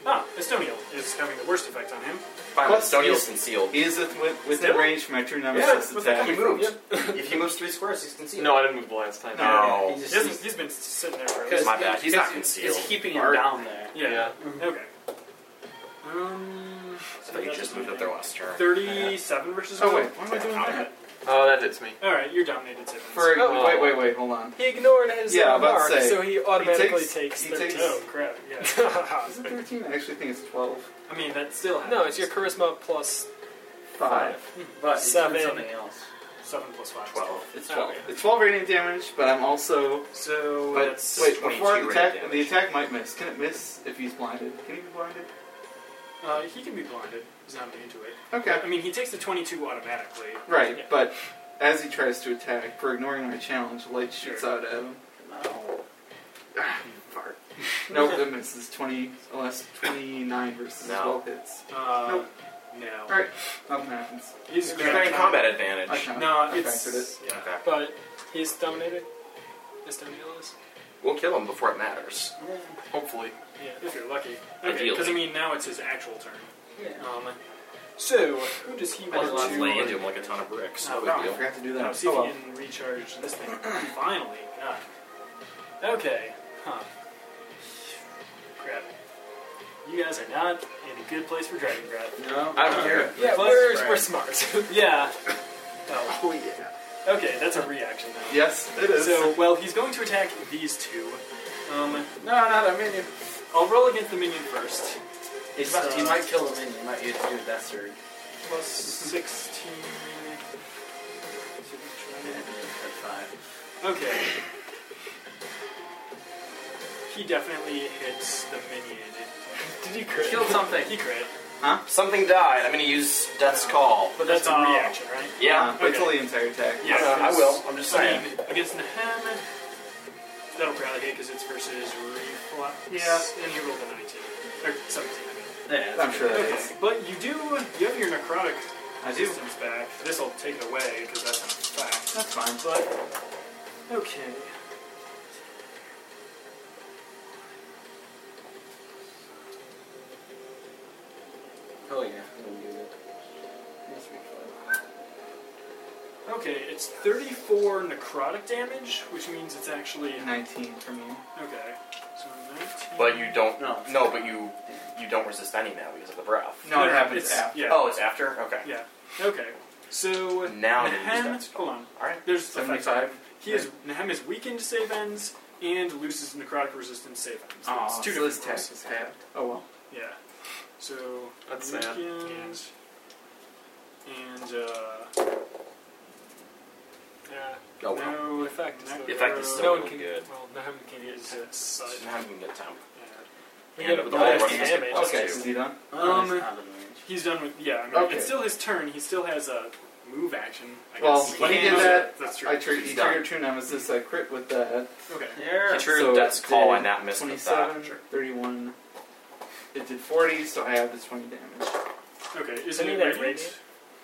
S3: Ah, Estoniel is having the worst effect on him.
S2: Fine,
S4: Plus,
S2: Estonial's
S4: he's-
S2: concealed.
S4: He is with, within
S3: Still?
S4: range of my true
S2: Yeah,
S4: nemesis
S2: what's
S4: attack.
S2: he moves. (laughs) if he moves three squares, he's concealed.
S6: No, I didn't move last time.
S2: No.
S7: He
S3: He
S7: just-
S3: hasn't- he's been sitting there for at
S7: Because-
S3: least.
S2: My bad. He's not
S7: It's,
S2: concealed.
S7: it's keeping him
S2: Art.
S7: down there.
S3: Yeah. Okay. Um.
S2: I thought you just moved up their last turn.
S3: Thirty-seven versus.
S4: Oh,
S3: Will?
S4: wait, what am I doing there?
S6: Oh, that hits me.
S3: All right, you're dominated. Tiffany.
S4: For,
S5: Oh.
S4: Wait, wait, wait, hold on.
S5: He ignored his
S4: Yeah,
S5: uh,
S4: I'm about to
S5: mark,
S4: say,
S5: so he automatically
S4: takes-
S5: takes,
S4: he
S5: 13.
S3: oh crap! Yeah.
S4: (laughs) Is it 13? I actually think it's 12.
S3: I mean that still. Happens.
S5: no, it's your charisma plus
S4: 5.
S7: But it's doing
S5: Seven.
S7: something else.
S3: seven plus five. is
S4: It's
S5: Oh,
S4: 12.
S5: yeah.
S4: It's 12 radiant damage, but I'm also.
S3: So
S4: But
S3: that's
S4: wait, before
S2: 22
S4: the
S2: radiant
S4: attack, the
S2: damage.
S4: attack might miss. Can it miss if he's blinded? Can he be blinded?
S3: uh, he can be blinded. He's not immune to it.
S4: Okay.
S3: I mean, he takes the twenty-two automatically.
S4: Right,
S3: Yeah.
S4: but as he tries to attack, for ignoring my challenge, light shoots out at him.
S7: No.
S4: Ah, you fart. nope, that misses. 20, unless 29 oh, versus
S2: No.
S4: 12 hits.
S3: Uh,
S4: Nope.
S3: No.
S4: Alright, nothing happens.
S3: He's
S2: He's got a combat advantage.
S4: I count.
S3: No,
S4: I
S3: it's
S4: factored it.
S3: yeah.
S2: Okay.
S5: But he's dominated. Estoniel is.
S2: We'll kill him before it matters.
S6: Hopefully.
S5: Yeah.
S3: If you're lucky. Okay,
S2: Ideally.
S3: because I mean now it's his actual turn.
S7: Yeah.
S3: Um, so who does he
S2: I
S3: want
S2: just lost
S3: to?
S2: land him like a ton of bricks.
S3: Oh,
S2: No big
S4: Oh, I
S2: deal.
S4: forgot to do that.
S3: Now, see
S4: oh,
S3: if
S4: well.
S3: he can recharge this thing. (clears throat) Finally, God. Okay, huh. Crap. You guys are not in a good place for Dragon Breath.
S4: No.
S7: I don't care.
S5: Yeah,
S3: Plus
S5: we're,
S3: spread.
S5: we're smart.
S3: (laughs) Yeah. (laughs)
S4: Oh, yeah.
S3: Okay, that's a reaction now.
S4: Yes, it is.
S3: So, well, he's going to attack these two. Um,
S4: no, not a minion.
S3: I'll roll against the minion first.
S7: It's about, you might kill him and you might you have to do it that surge.
S3: Plus 16.
S7: Yeah, at five.
S3: Okay. He definitely hits the minion.
S5: Did he crit?
S7: Killed something.
S3: He crit.
S2: Something died. I'm going to use Death's Call.
S3: But that's a
S7: Oh.
S3: reaction, right?
S2: Yeah.
S4: Wait till the entire attack.
S3: Yeah.
S2: I, don't know, I will. I'm just
S3: I
S2: saying.
S3: mean, against Nahem, that'll probably hit because it's versus Reflex.
S4: Yeah.
S3: And he rolled a 19. Or 17, I mean.
S7: Yeah,
S4: I'm sure that
S3: Okay.
S4: is.
S3: But you do, you have your necrotic
S4: I do.
S3: resistance back. This'll take it away because that's a fact.
S4: That's fine.
S3: But okay.
S7: Oh yeah, I'm gonna do that. Yes, we can.
S3: Okay, it's 34 necrotic damage, which means it's actually
S4: 19 for me.
S3: okay. So 19.
S2: But you don't.
S7: No.
S2: No, but you you don't resist any now because of the breath.
S4: No, it happens
S3: it's,
S4: after.
S3: Yeah.
S2: Oh, it's after? Okay.
S3: Yeah. Okay. So
S2: Now they use
S3: Nahem,
S2: that skill.
S3: hold on.
S2: All right.
S3: There's the fact-
S4: 75.
S3: He is Nahem is weakened to save ends and loses necrotic resistance save ends.
S4: Aw,
S3: It's two
S4: so
S3: different
S4: his tech
S3: rules.
S4: is halved. Oh well.
S3: Yeah. So
S6: That's sad.
S3: weakened and uh, yeah.
S2: Oh well.
S3: No
S5: effect is
S3: necro-
S5: The
S2: The effect is
S5: no
S2: still
S5: one can.
S2: good.
S5: Well, Nahem can
S3: It
S5: use
S3: is
S5: it.
S3: a side.
S2: Now you can get
S3: Yeah.
S2: temp.
S5: We
S2: And
S5: get
S2: with
S5: a
S2: all the
S5: bonus
S2: rest of his
S5: damage.
S2: hit points
S4: Okay,
S2: too.
S4: is he done?
S7: Oh, it's
S3: Um,
S7: out of range.
S3: He's done with yeah. I mean,
S4: Okay.
S3: It's still his turn. He still has a move action. I
S4: Well,
S3: guess.
S4: when he
S3: can
S4: did
S3: use it.
S4: that,
S3: that's true.
S4: I triggered,
S2: He's
S4: he
S2: done.
S4: triggered two nemesis. I crit with that.
S3: okay.
S7: There.
S2: He triggered
S4: So
S2: Death's
S4: it
S2: Call
S4: did
S2: and that missed with that.
S4: 27, 31. It did 40, so I have the 20 damage.
S3: Okay. Is
S5: Isn't
S3: it
S5: that
S3: radiant?
S5: radiant?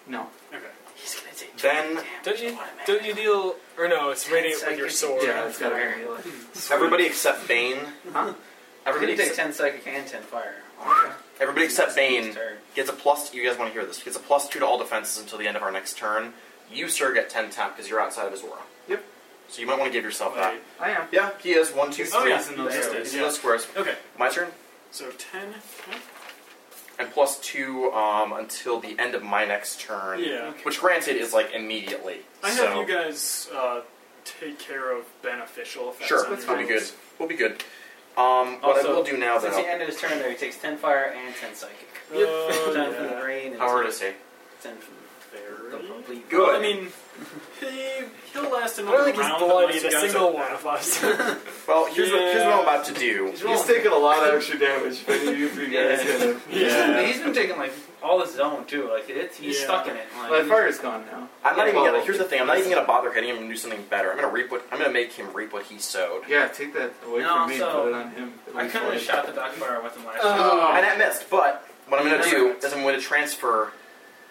S4: No.
S3: Okay.
S2: He's gonna take. Then
S5: Don't you? Don't you deal? Or no, it's radiant with your sword.
S4: Yeah, it's gotta be like.
S2: everybody except Bane.
S4: Huh?
S2: Everybody,
S7: You can take
S2: except,
S7: 10 psychic and 10 fire.
S2: everybody except Bane
S7: His turn.
S2: gets a plus. You guys want to hear this? Gets a plus two to all defenses until the end of our next turn. You, sir, get ten temp because you're outside of his aura.
S4: Yep.
S2: So you might want to give yourself that.
S3: Wait.
S4: I am.
S2: Yeah, he is one, two,
S3: Oh
S2: three.
S3: yeah.
S4: He's in those
S3: there it
S4: squares.
S3: is,
S2: He's in
S3: yeah.
S2: those squares.
S3: Okay.
S2: My turn.
S3: So ten.
S2: And plus two um, until the end of my next turn.
S3: Yeah.
S2: Which, granted, is like immediately.
S3: I
S2: so
S3: have you guys uh, take care of beneficial effects.
S2: Sure,
S3: on
S2: that's
S3: your
S2: pretty good.
S3: rolls.
S2: We'll be good. Um, what I
S7: Also,
S2: will do now,
S7: Since the
S2: though.
S7: end of his turn, there he takes 10 fire and 10 psychic.
S3: Oh,
S7: (laughs) 10 from the
S3: yeah.
S7: brain and
S2: How hard is he?
S7: 10 from the
S3: Very
S7: complete.
S2: Good.
S3: I mean, he he'll last
S5: I don't
S3: another
S5: think he's
S3: round. unless
S5: bloodied
S3: you
S5: a
S3: guys
S5: single
S3: are-
S5: one
S2: (laughs)
S5: of us.
S2: Well, here's, what, here's what I'm about to do.
S7: He's
S4: He's
S7: rolling.
S4: taking a lot of extra damage, but
S2: (laughs)
S4: you three guys
S7: Yeah.
S4: hit him.
S3: Yeah.
S7: He's been taking like all his own too. Like it's he's
S3: Yeah.
S7: stuck in it. Like,
S4: My fire's gone now.
S2: I'm not
S4: Yeah,
S2: even gonna.
S4: well-
S2: Here's the thing. I'm not even gonna bother hitting him and do something better. I'm gonna reap what. I'm gonna make him reap what he sowed.
S4: (laughs) Yeah, take that away
S7: And
S4: from me and
S7: also,
S4: put it on him. It'll
S7: I
S4: be
S7: couldn't have
S4: fine.
S7: shot the backfire with him last
S2: Uh,
S7: time.
S4: Oh.
S2: And I missed. But what I'm gonna
S7: Yeah.
S2: do is I'm gonna transfer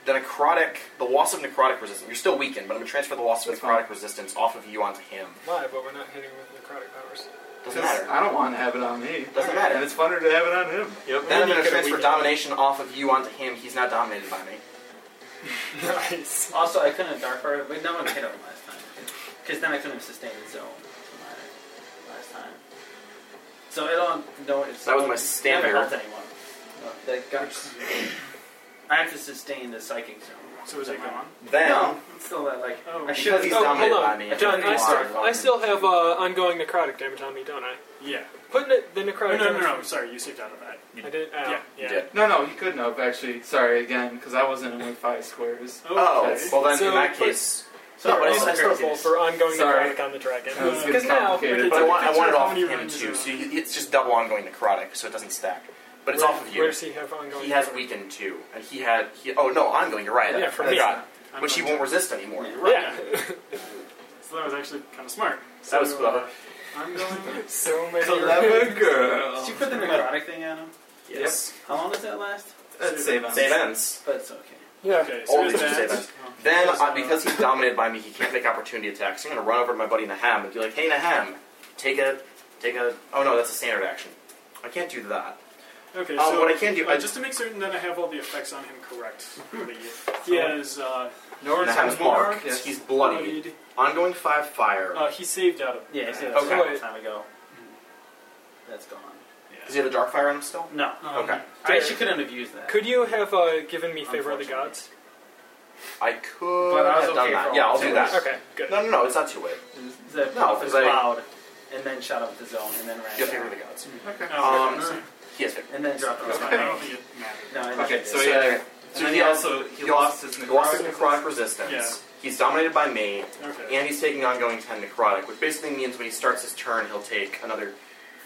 S2: the necrotic, the loss of necrotic resistance. You're still weakened, but I'm gonna transfer the loss of
S4: That's
S2: necrotic
S4: fine.
S2: resistance off of you onto him.
S5: Why? But we're not hitting with necrotic powers.
S2: Doesn't
S4: 'Cause
S2: matter.
S4: I don't want to have it on me.
S2: Doesn't matter.
S4: And it's funner to have it on him.
S6: Yep.
S2: Then I'm gonna
S5: Maybe you
S2: transfer
S5: could've
S2: domination off of you onto him. He's not dominated by me.
S5: nice.
S7: Also, I couldn't have darkfire, but no one hit him last time because then I couldn't have sustained his own last time. So it all no. It's,
S2: That was my
S7: it
S2: stand
S7: Never
S2: error.
S7: helped anyone. No, that got, (laughs) I have to sustain the psychic zone.
S3: (laughs) So is it gone?
S2: Then
S7: No, it's still that like
S3: Oh.
S7: I should
S2: because
S7: have.
S2: he's
S5: Oh, hold
S2: dominated
S5: on.
S2: by me. I'm
S5: John,
S2: gonna
S5: I
S2: rely
S5: still,
S2: on
S5: I
S2: him.
S5: still have uh, ongoing necrotic damage on me, don't I?
S3: Yeah.
S5: Putting it, the
S3: Oh,
S5: necrotic
S3: no, no,
S5: damage.
S3: no. Sorry, you saved out of that.
S5: I did. Oh.
S3: Yeah.
S2: You
S3: Yeah.
S2: did.
S4: No, no, he couldn't have actually. Sorry again, because I wasn't in like five squares.
S2: Oh,
S4: Okay.
S2: well then
S5: So,
S2: in that
S5: but-
S2: case,
S7: So
S2: No, but
S7: we're
S2: it's-
S7: all
S2: it's
S7: crazy.
S5: Responsible for ongoing
S4: Sorry.
S5: necrotic on the dragon.
S4: That was getting
S5: Because now,
S4: complicated.
S2: But I want, I want it
S3: How
S2: off of
S3: many
S2: him
S3: rounds
S2: too,
S3: is
S2: so
S3: it?
S2: you, it's just double ongoing necrotic, so it doesn't stack. But it's
S5: where,
S2: off of
S5: Where
S2: you.
S5: does he have ongoing?
S2: He has
S5: necrotic?
S2: weakened too, and he had. He, oh no, ongoing. You're right.
S5: Yeah,
S2: I
S5: for
S4: me.
S2: forgot.
S3: I'm
S2: Which he
S3: going
S2: won't resist anymore. You're right.
S5: Yeah.
S3: So that was actually kind of smart.
S2: That was
S3: So, uh,
S2: clever.
S3: I'm
S4: (laughs)
S3: going.
S5: (laughs) so many.
S4: Clever girl.
S7: Did you put the necrotic thing on him?
S2: Yes.
S7: How long does that last?
S4: Let's save him.
S2: Save ends.
S7: But it's okay.
S5: Yeah.
S3: Okay, so
S2: All
S3: is
S2: these are
S3: that.
S2: saved.
S3: Oh,
S2: Then,
S3: yes,
S2: uh, because he's dominated by me, he can't make opportunity attacks. I'm gonna run over to my buddy Naham and be like, "Hey Naham, take a, take a. Oh no, that's a standard action. I can't do that.
S3: Okay,
S2: Um,
S3: so
S2: what I can do,
S3: uh,
S2: I-
S3: just to make certain that I have all the effects on him correct. really. he
S4: Yeah.
S3: has uh,
S4: Nor is
S2: Naham's
S4: that
S2: mark.
S4: Yes.
S2: He's bloody.
S3: bloodied.
S2: Ongoing five fire.
S3: Uh, he saved out of.
S7: Yeah, he said
S3: that.
S7: that
S2: Okay.
S7: a long time ago. That's gone.
S2: Does he have a dark fire on him still?
S7: No.
S3: Um,
S2: okay.
S7: I actually couldn't have used that.
S5: Could you have uh, given me favor of the gods?
S2: I could
S7: But I was
S2: have done
S7: okay for
S2: that.
S7: all
S2: Yeah, I'll
S7: two
S2: do that.
S7: ways.
S5: Okay.
S2: (laughs)
S5: Good.
S2: No, no, no, it's not too late.
S7: The
S2: No,
S7: no, was
S2: 'cause I-
S7: loud, and then shot up the zone, and then ran.
S2: You have
S7: down,
S2: favor of the gods.
S4: Okay.
S3: Oh,
S2: Um,
S3: okay.
S2: He has favor.
S7: And then dropped the
S3: That's
S7: zone.
S3: fine. I don't think it mattered.
S7: No, I didn't
S4: Okay,
S7: do
S4: so
S2: So,
S7: that.
S2: so
S4: yeah. and then
S2: he
S4: he
S2: has-
S4: also he
S2: he
S4: lost his necrotic.
S2: He lost his necrotic resistance.
S3: Yeah.
S2: He's dominated by me,
S3: Okay.
S2: and he's taking ongoing 10 necrotic, which basically means when he starts his turn, he'll take another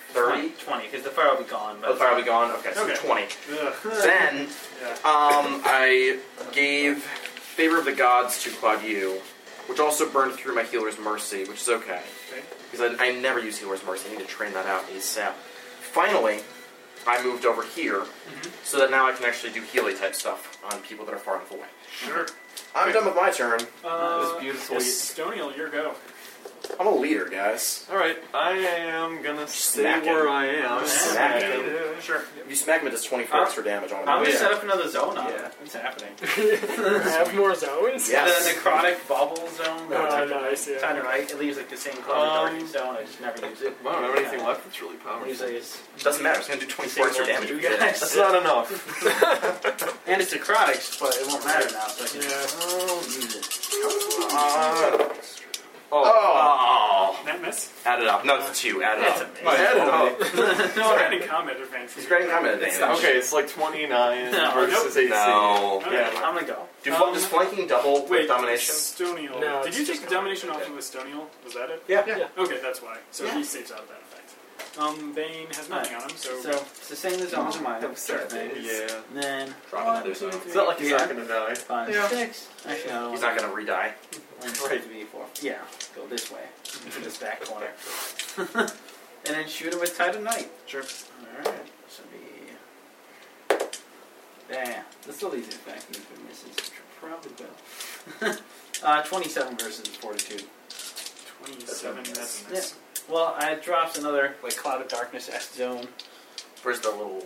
S2: 30.
S7: 20, because the fire will be gone. But
S2: Oh, the fire will be gone. Okay, so
S3: Okay.
S2: 20.
S3: Ugh.
S2: Then,
S3: Yeah.
S2: um, I gave Favor of the Gods to Claudiu, which also burned through my Healer's Mercy, which is okay.
S3: Okay.
S2: Because I, I never use Healer's Mercy. I need to train that out ASAP. Finally, I moved over here
S7: Mm-hmm.
S2: so that now I can actually do Healy type stuff on people that are far enough away.
S3: Sure.
S2: I'm done with my turn.
S4: It
S3: Uh,
S4: was beautiful.
S3: Estonial, your go.
S2: I'm a leader, guys.
S6: All right, I am gonna stay
S2: Smack him.
S6: where I am.
S2: Smack him.
S7: Sure.
S2: If you smack him, it does 24
S7: Uh,
S2: extra damage on him.
S7: I'm gonna
S6: Yeah.
S7: set up another zone on
S6: Yeah.
S7: it. It's happening.
S5: Have more zones?
S2: Yes.
S7: The necrotic bubble zone.
S5: Oh,
S7: that's
S5: nice, yeah.
S7: Kind of right. It leaves like the same color
S6: Um,
S7: dark zone. I just never use it.
S6: I don't have
S7: Yeah.
S6: anything left that's really powerful.
S7: Usually it's
S2: Doesn't matter. It's gonna do 24 extra damage.
S7: You
S2: if you
S7: (laughs) guys.
S6: That's not enough.
S7: And it's necrotics, but it won't matter now, so I can
S5: Yeah.
S7: oh, use it.
S6: Uh,
S2: Oh.
S3: That miss?
S2: (laughs) Add it up. No, it's a two. Add it
S7: That's
S2: up. Oh.
S7: amazing.
S6: my head and all.
S3: No, I had a comment advantage.
S2: He's grabbing combat advantage.
S6: Okay, it's
S2: (laughs)
S6: like 29
S7: No,
S6: versus AC.
S2: No.
S3: Okay.
S7: I'm gonna go.
S2: Do fl- does flanking double with
S3: Wait,
S2: domination?
S3: Estonial.
S5: No,
S3: Did
S5: it's
S3: you
S5: just
S3: take
S5: gonna-
S3: domination off of Estonial? Was that it?
S2: Yeah.
S5: Yeah.
S3: Okay, that's why. So
S7: Yeah.
S3: he stays out of that effect. Um, Bane has nothing on him, so,
S7: So, sustain the zone of mine.
S6: That was sad. Yeah.
S7: Then,
S2: Drop
S7: one,
S2: another
S7: two,
S2: zone.
S7: three,
S6: It's not like he's
S7: yeah.
S6: not gonna die.
S7: Five,
S6: Yeah.
S7: six. Actually, no.
S2: He's not gonna re-die.
S7: Right. To be four. Yeah. Go this way. To (laughs) this back corner. (laughs) and then shoot him with Titan Knight. Sure. Alright. This will be. Bam. This will leave it back if it misses. which it Probably will. (laughs) uh, 27 versus 42.
S3: 27, that's a
S7: Yeah.
S3: miss.
S7: Well, I dropped another like cloud of darkness S zone.
S2: Where's the little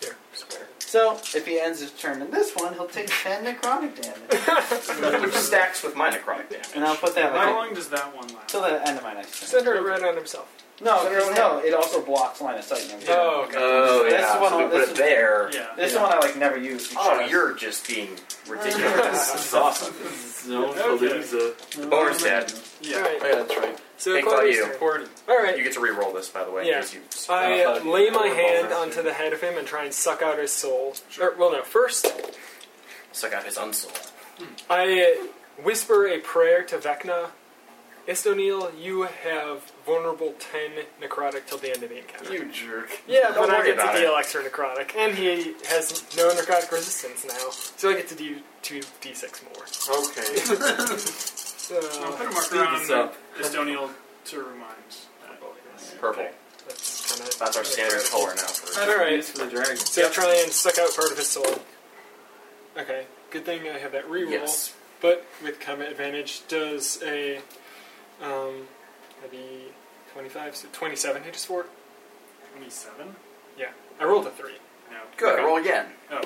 S5: There.
S2: square?
S7: So if he ends his turn in this one, he'll take ten necrotic damage,
S2: Which stacks with my necrotic damage.
S7: and I'll put that
S3: How
S7: like
S3: long does that one last?
S7: till the end of my next turn.
S5: Send her right on himself.
S7: No, 'cause no, it also blocks line of sight. and everything.
S5: Oh, okay.
S2: Oh,
S7: That's
S2: yeah.
S7: the one
S2: So we
S7: on-
S2: put
S7: this
S2: it
S7: is-
S2: there.
S3: yeah.
S7: This one I like never use.
S2: Oh,
S7: because-
S2: you're just being ridiculous. this is awesome.
S6: No,
S3: Okay.
S6: Palooza.
S2: Bonus dad.
S3: Yeah.
S5: Alright.
S6: Oh, yeah, that's right.
S5: So
S2: Thanks,
S5: Corey's
S2: all you.
S5: turn.
S6: Forty.
S5: Alright.
S2: You get to re-roll this, by the way. in
S5: Yeah.
S2: case you-
S5: I
S6: Uh,
S5: lay my
S6: uh,
S5: hand
S6: yeah.
S5: onto the head of him and try and suck out his soul. Or, well, no, first
S2: suck out his unsoul.
S5: I whisper a prayer to Vecna. Estonil, you have vulnerable 10 necrotic till the end of the encounter.
S6: You jerk.
S5: yeah,
S2: Don't
S5: but I
S2: worry
S5: get
S2: about
S5: to
S2: it.
S5: deal extra necrotic. And he has no necrotic resistance now, so I get to do 2d6 more.
S6: Okay.
S5: (laughs) So,
S3: I'll put a
S6: Speed
S3: marker on
S6: this up.
S3: Estonial to remind. that.
S2: Purple.
S5: that's kind of.
S2: That's our standard color now. For
S5: Alright,
S7: for the dragon.
S5: so I try and suck out part of his soul. Okay, good thing I have that reroll.
S2: yes.
S5: But with combat advantage, does a um, that'd be twenty-five, so twenty-seven hit us for?
S3: 27?
S5: Yeah, I rolled a three.
S3: No.
S2: Good.
S5: Okay.
S2: Roll again.
S3: Oh.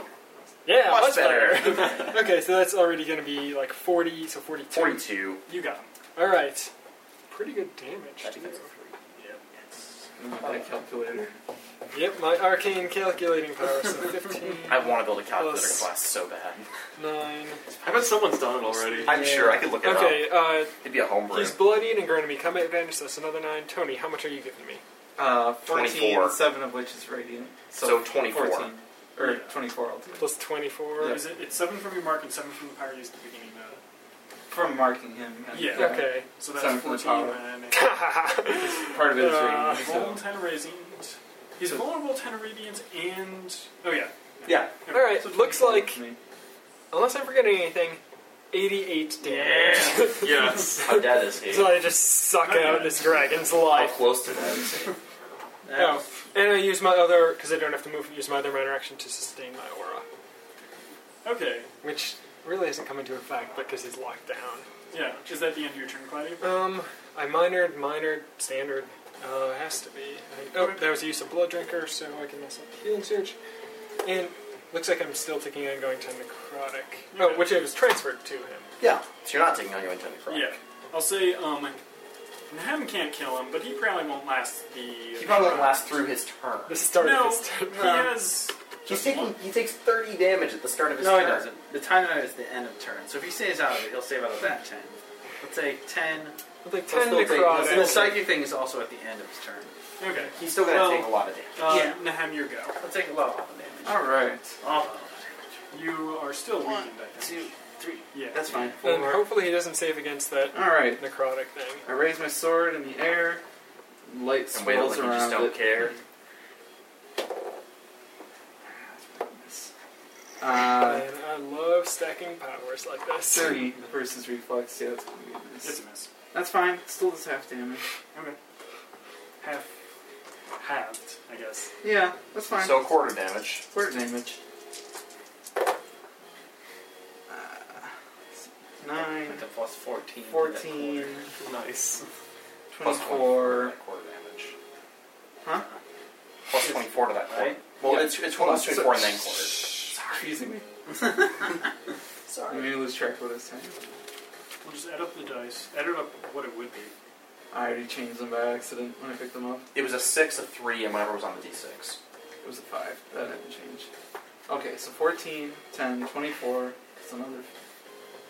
S5: Yeah,
S2: Much better.
S5: okay, so that's already going to be like forty, so forty-two.
S2: (laughs) Forty-two.
S3: You got him.
S5: All right, pretty good damage. too.
S4: Got a calculator.
S5: Yep, my arcane calculating power.
S2: (laughs)
S5: So fifteen,
S2: I want to build a calculator
S5: Plus-
S2: class so bad.
S5: nine.
S6: I bet someone's done it already.
S2: I'm sure I could look it up.
S5: Okay, uh,
S2: It'd be a
S5: (laughs)
S2: homebrew.
S5: he's bloodied and going to be combat advantage. So that's another nine. Tony, how much are you giving me?
S4: Uh, 14,
S2: 24.
S4: 7 of which is radiant.
S2: So 24.
S4: 14, or
S3: Yeah.
S4: 24 altogether.
S5: Plus twenty-four.
S4: Yeah.
S3: Is it, it's 7 from your mark and 7 from the power used at the beginning of it.
S4: From marking him. and-
S3: Yeah.
S5: Okay.
S3: So that's
S4: Seven from the
S3: 14
S4: power.
S3: and it's
S4: Part of it is
S5: Uh,
S4: radiant.
S3: vulnerable
S4: So.
S3: 10 radiant. He's
S4: So-
S3: vulnerable 10 radiant and... Oh yeah.
S2: Yeah.
S3: (laughs)
S5: All right,
S3: So
S5: looks
S3: 24.
S5: like unless I'm forgetting anything, 88 damage.
S6: Yes.
S2: How dead is
S5: (laughs)
S2: he?
S5: so I just suck out this dragon's
S2: How
S5: life.
S2: close to that is he?
S5: Oh, and I use my other because I don't have to move. Use my other minor action to sustain my aura,
S3: Okay.
S5: which really hasn't come into effect because he's locked down.
S3: Yeah. Is that the end of your turn, Cloudy?
S5: Um, I minored, minored, standard. Uh, has to be. I, oh, that was the use of blood drinker, so I can mess up healing surge. And looks like I'm still taking ongoing to necrotic. Oh, which I was transferred to him.
S2: Yeah. So you're not taking on your intended frog.
S3: Yeah. I'll say, um... Naham can't kill him, but he probably won't last the...
S2: He probably won't last through his turn.
S5: The start
S3: No,
S5: of his turn.
S3: he has...
S2: He's taking. He takes 30 damage at the start of his
S7: No,
S2: turn.
S7: it doesn't. The time out is the end of turn. So if he stays out of it, he'll save out of that ten. He'll take ten.
S5: Like
S7: He'll
S5: ten
S7: still take- and the
S5: necrotic.
S7: psychic thing is also at the end of his turn.
S3: Okay.
S2: He's still gonna
S3: Well-
S2: take a lot of damage.
S3: Uh,
S7: Yeah.
S3: Naham, you go.
S7: He'll take a lot of damage.
S4: Alright.
S7: Oh,
S3: You are still
S7: One,
S3: weakened, I think.
S7: two, three.
S3: Yeah.
S4: That's fine.
S5: And
S4: Four.
S5: hopefully he doesn't save against that
S4: Alright.
S5: necrotic thing.
S4: I raise my sword in the air. Light
S2: And wait, like
S4: swirls
S2: you just
S4: around
S2: don't
S4: it.
S2: care.
S4: Uh,
S5: and I love stacking powers like this.
S4: 30 versus reflex. Yeah, that's gonna be a
S3: It's
S4: miss.
S3: a miss.
S4: That's fine. Still does half damage.
S3: Okay. Half. Halved, I guess.
S4: Yeah, that's fine.
S2: So quarter damage.
S4: Quarter damage. Uh, 9, Uh,
S7: With the plus fourteen. to that
S4: 14,
S7: quarter.
S6: nice.
S2: Plus one
S4: Twenty-four.
S2: that core damage.
S4: Huh?
S2: Plus 24 to that core.
S7: Right?
S2: Well,
S4: Yeah.
S2: it's, it's 1 plus 24 and then quarter.
S4: Sorry. Excuse me. (laughs) I
S2: Sorry.
S4: may lose track of this time.
S3: We'll just add up the dice. Add it up what it would be.
S4: I already changed them by accident when I picked them up.
S2: It was a 6, a 3, and whatever was on the d6.
S4: It was a 5. That didn't change. Okay, so 14, 10, 24. It's another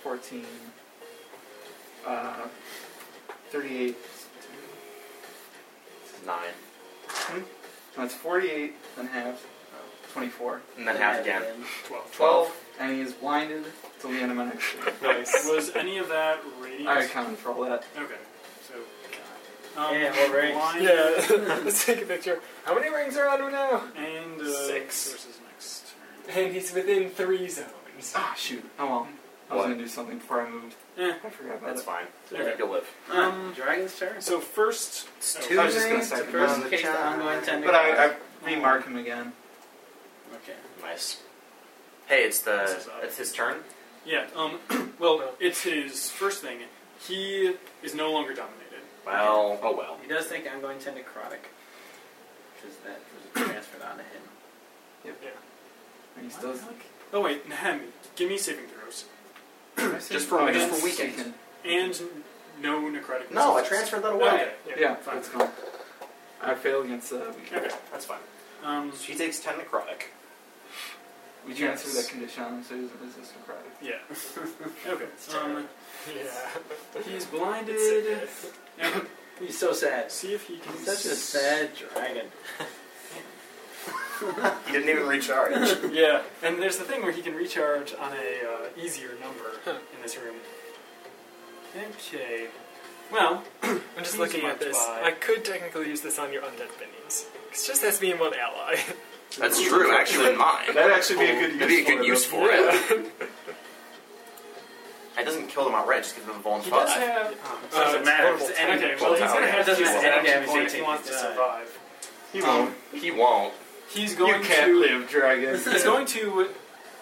S4: 14. Uh, 38.
S2: 9.
S4: No, it's 48 and half. 24.
S2: And then half again.
S3: Twelve.
S4: 12. And he is blinded till the end of my next turn.
S3: (laughs)
S6: Nice.
S3: Was any of that radiant?
S4: I accounted for all that.
S3: Okay. So. Um,
S7: Yeah, well, right.
S3: blind
S5: Yeah, (laughs) let's take a picture. How many rings are on him now?
S3: And uh,
S5: Six.
S3: Versus next turn.
S5: And he's within three zones.
S4: Ah, shoot. Oh well. I was
S2: What?
S4: going to do something before I moved.
S3: Eh.
S4: I forgot about
S2: That's
S4: that.
S2: fine.
S3: Okay.
S2: You'll live.
S3: Um,
S7: Dragon's turn.
S3: So first,
S2: It's
S3: Oh,
S2: Tuesday.
S4: I was just going to
S7: The
S4: second
S7: first
S4: round.
S7: case the ongoing tender.
S4: But I, I remark him again.
S7: Okay.
S2: Nice. Hey, it's the
S3: This is up.
S2: it's his turn.
S3: yeah. Um, well, it's his first thing. He is no longer dominated.
S2: Well, oh well.
S7: He does take ongoing ten necrotic. Because that was transferred onto him.
S4: And he still
S3: Oh wait, (laughs) Nahem, give me saving throws
S2: Just
S4: oh,
S2: for-
S3: just
S2: for weekends.
S3: and no necrotic.
S2: Mm-hmm. No, I
S3: resistance.
S2: transferred that away.
S3: Okay.
S4: Yeah, that's cool. I fail against uh, weekend.
S3: Okay.
S2: That's fine.
S3: Um,
S2: She takes ten necrotic.
S4: We
S3: Yes.
S4: transfer that condition on him so he doesn't resist necrotic.
S3: yeah. Okay. Um,
S5: Yeah.
S4: (laughs)
S3: he's blinded.
S7: He's so sad.
S3: See if he can.
S7: He's such a sad dragon.
S2: He didn't even
S3: (laughs)
S2: recharge.
S3: (laughs) Yeah, and there's the thing where he can recharge on a uh, easier number in this room. Okay. Well,
S5: I'm just looking at this. I could technically use this on your undead minions. It just has to be in one
S4: (laughs)
S5: ally.
S2: That's true. (laughs) Actually, mine.
S6: That'd actually be a good use.
S2: That'd be a good
S6: for it.
S2: use for it. (laughs) It doesn't kill them outright; just gives them vuln
S3: he does
S2: five.
S3: have. um,
S5: Uh,
S7: Doesn't
S5: it's
S7: matter if
S3: Okay, well,
S5: horrible timing.
S7: it's
S3: he's
S2: Well,
S3: gonna
S2: it
S3: have to
S7: doesn't
S3: use
S7: have
S3: an
S7: any
S3: action
S7: damage,
S3: point if
S7: he
S3: he
S7: takes
S3: wants to
S7: his die.
S3: survive.
S6: He
S2: Um,
S6: won't.
S2: he won't.
S3: He's going
S4: you can't
S3: to.
S4: live, dragon.
S3: He's going to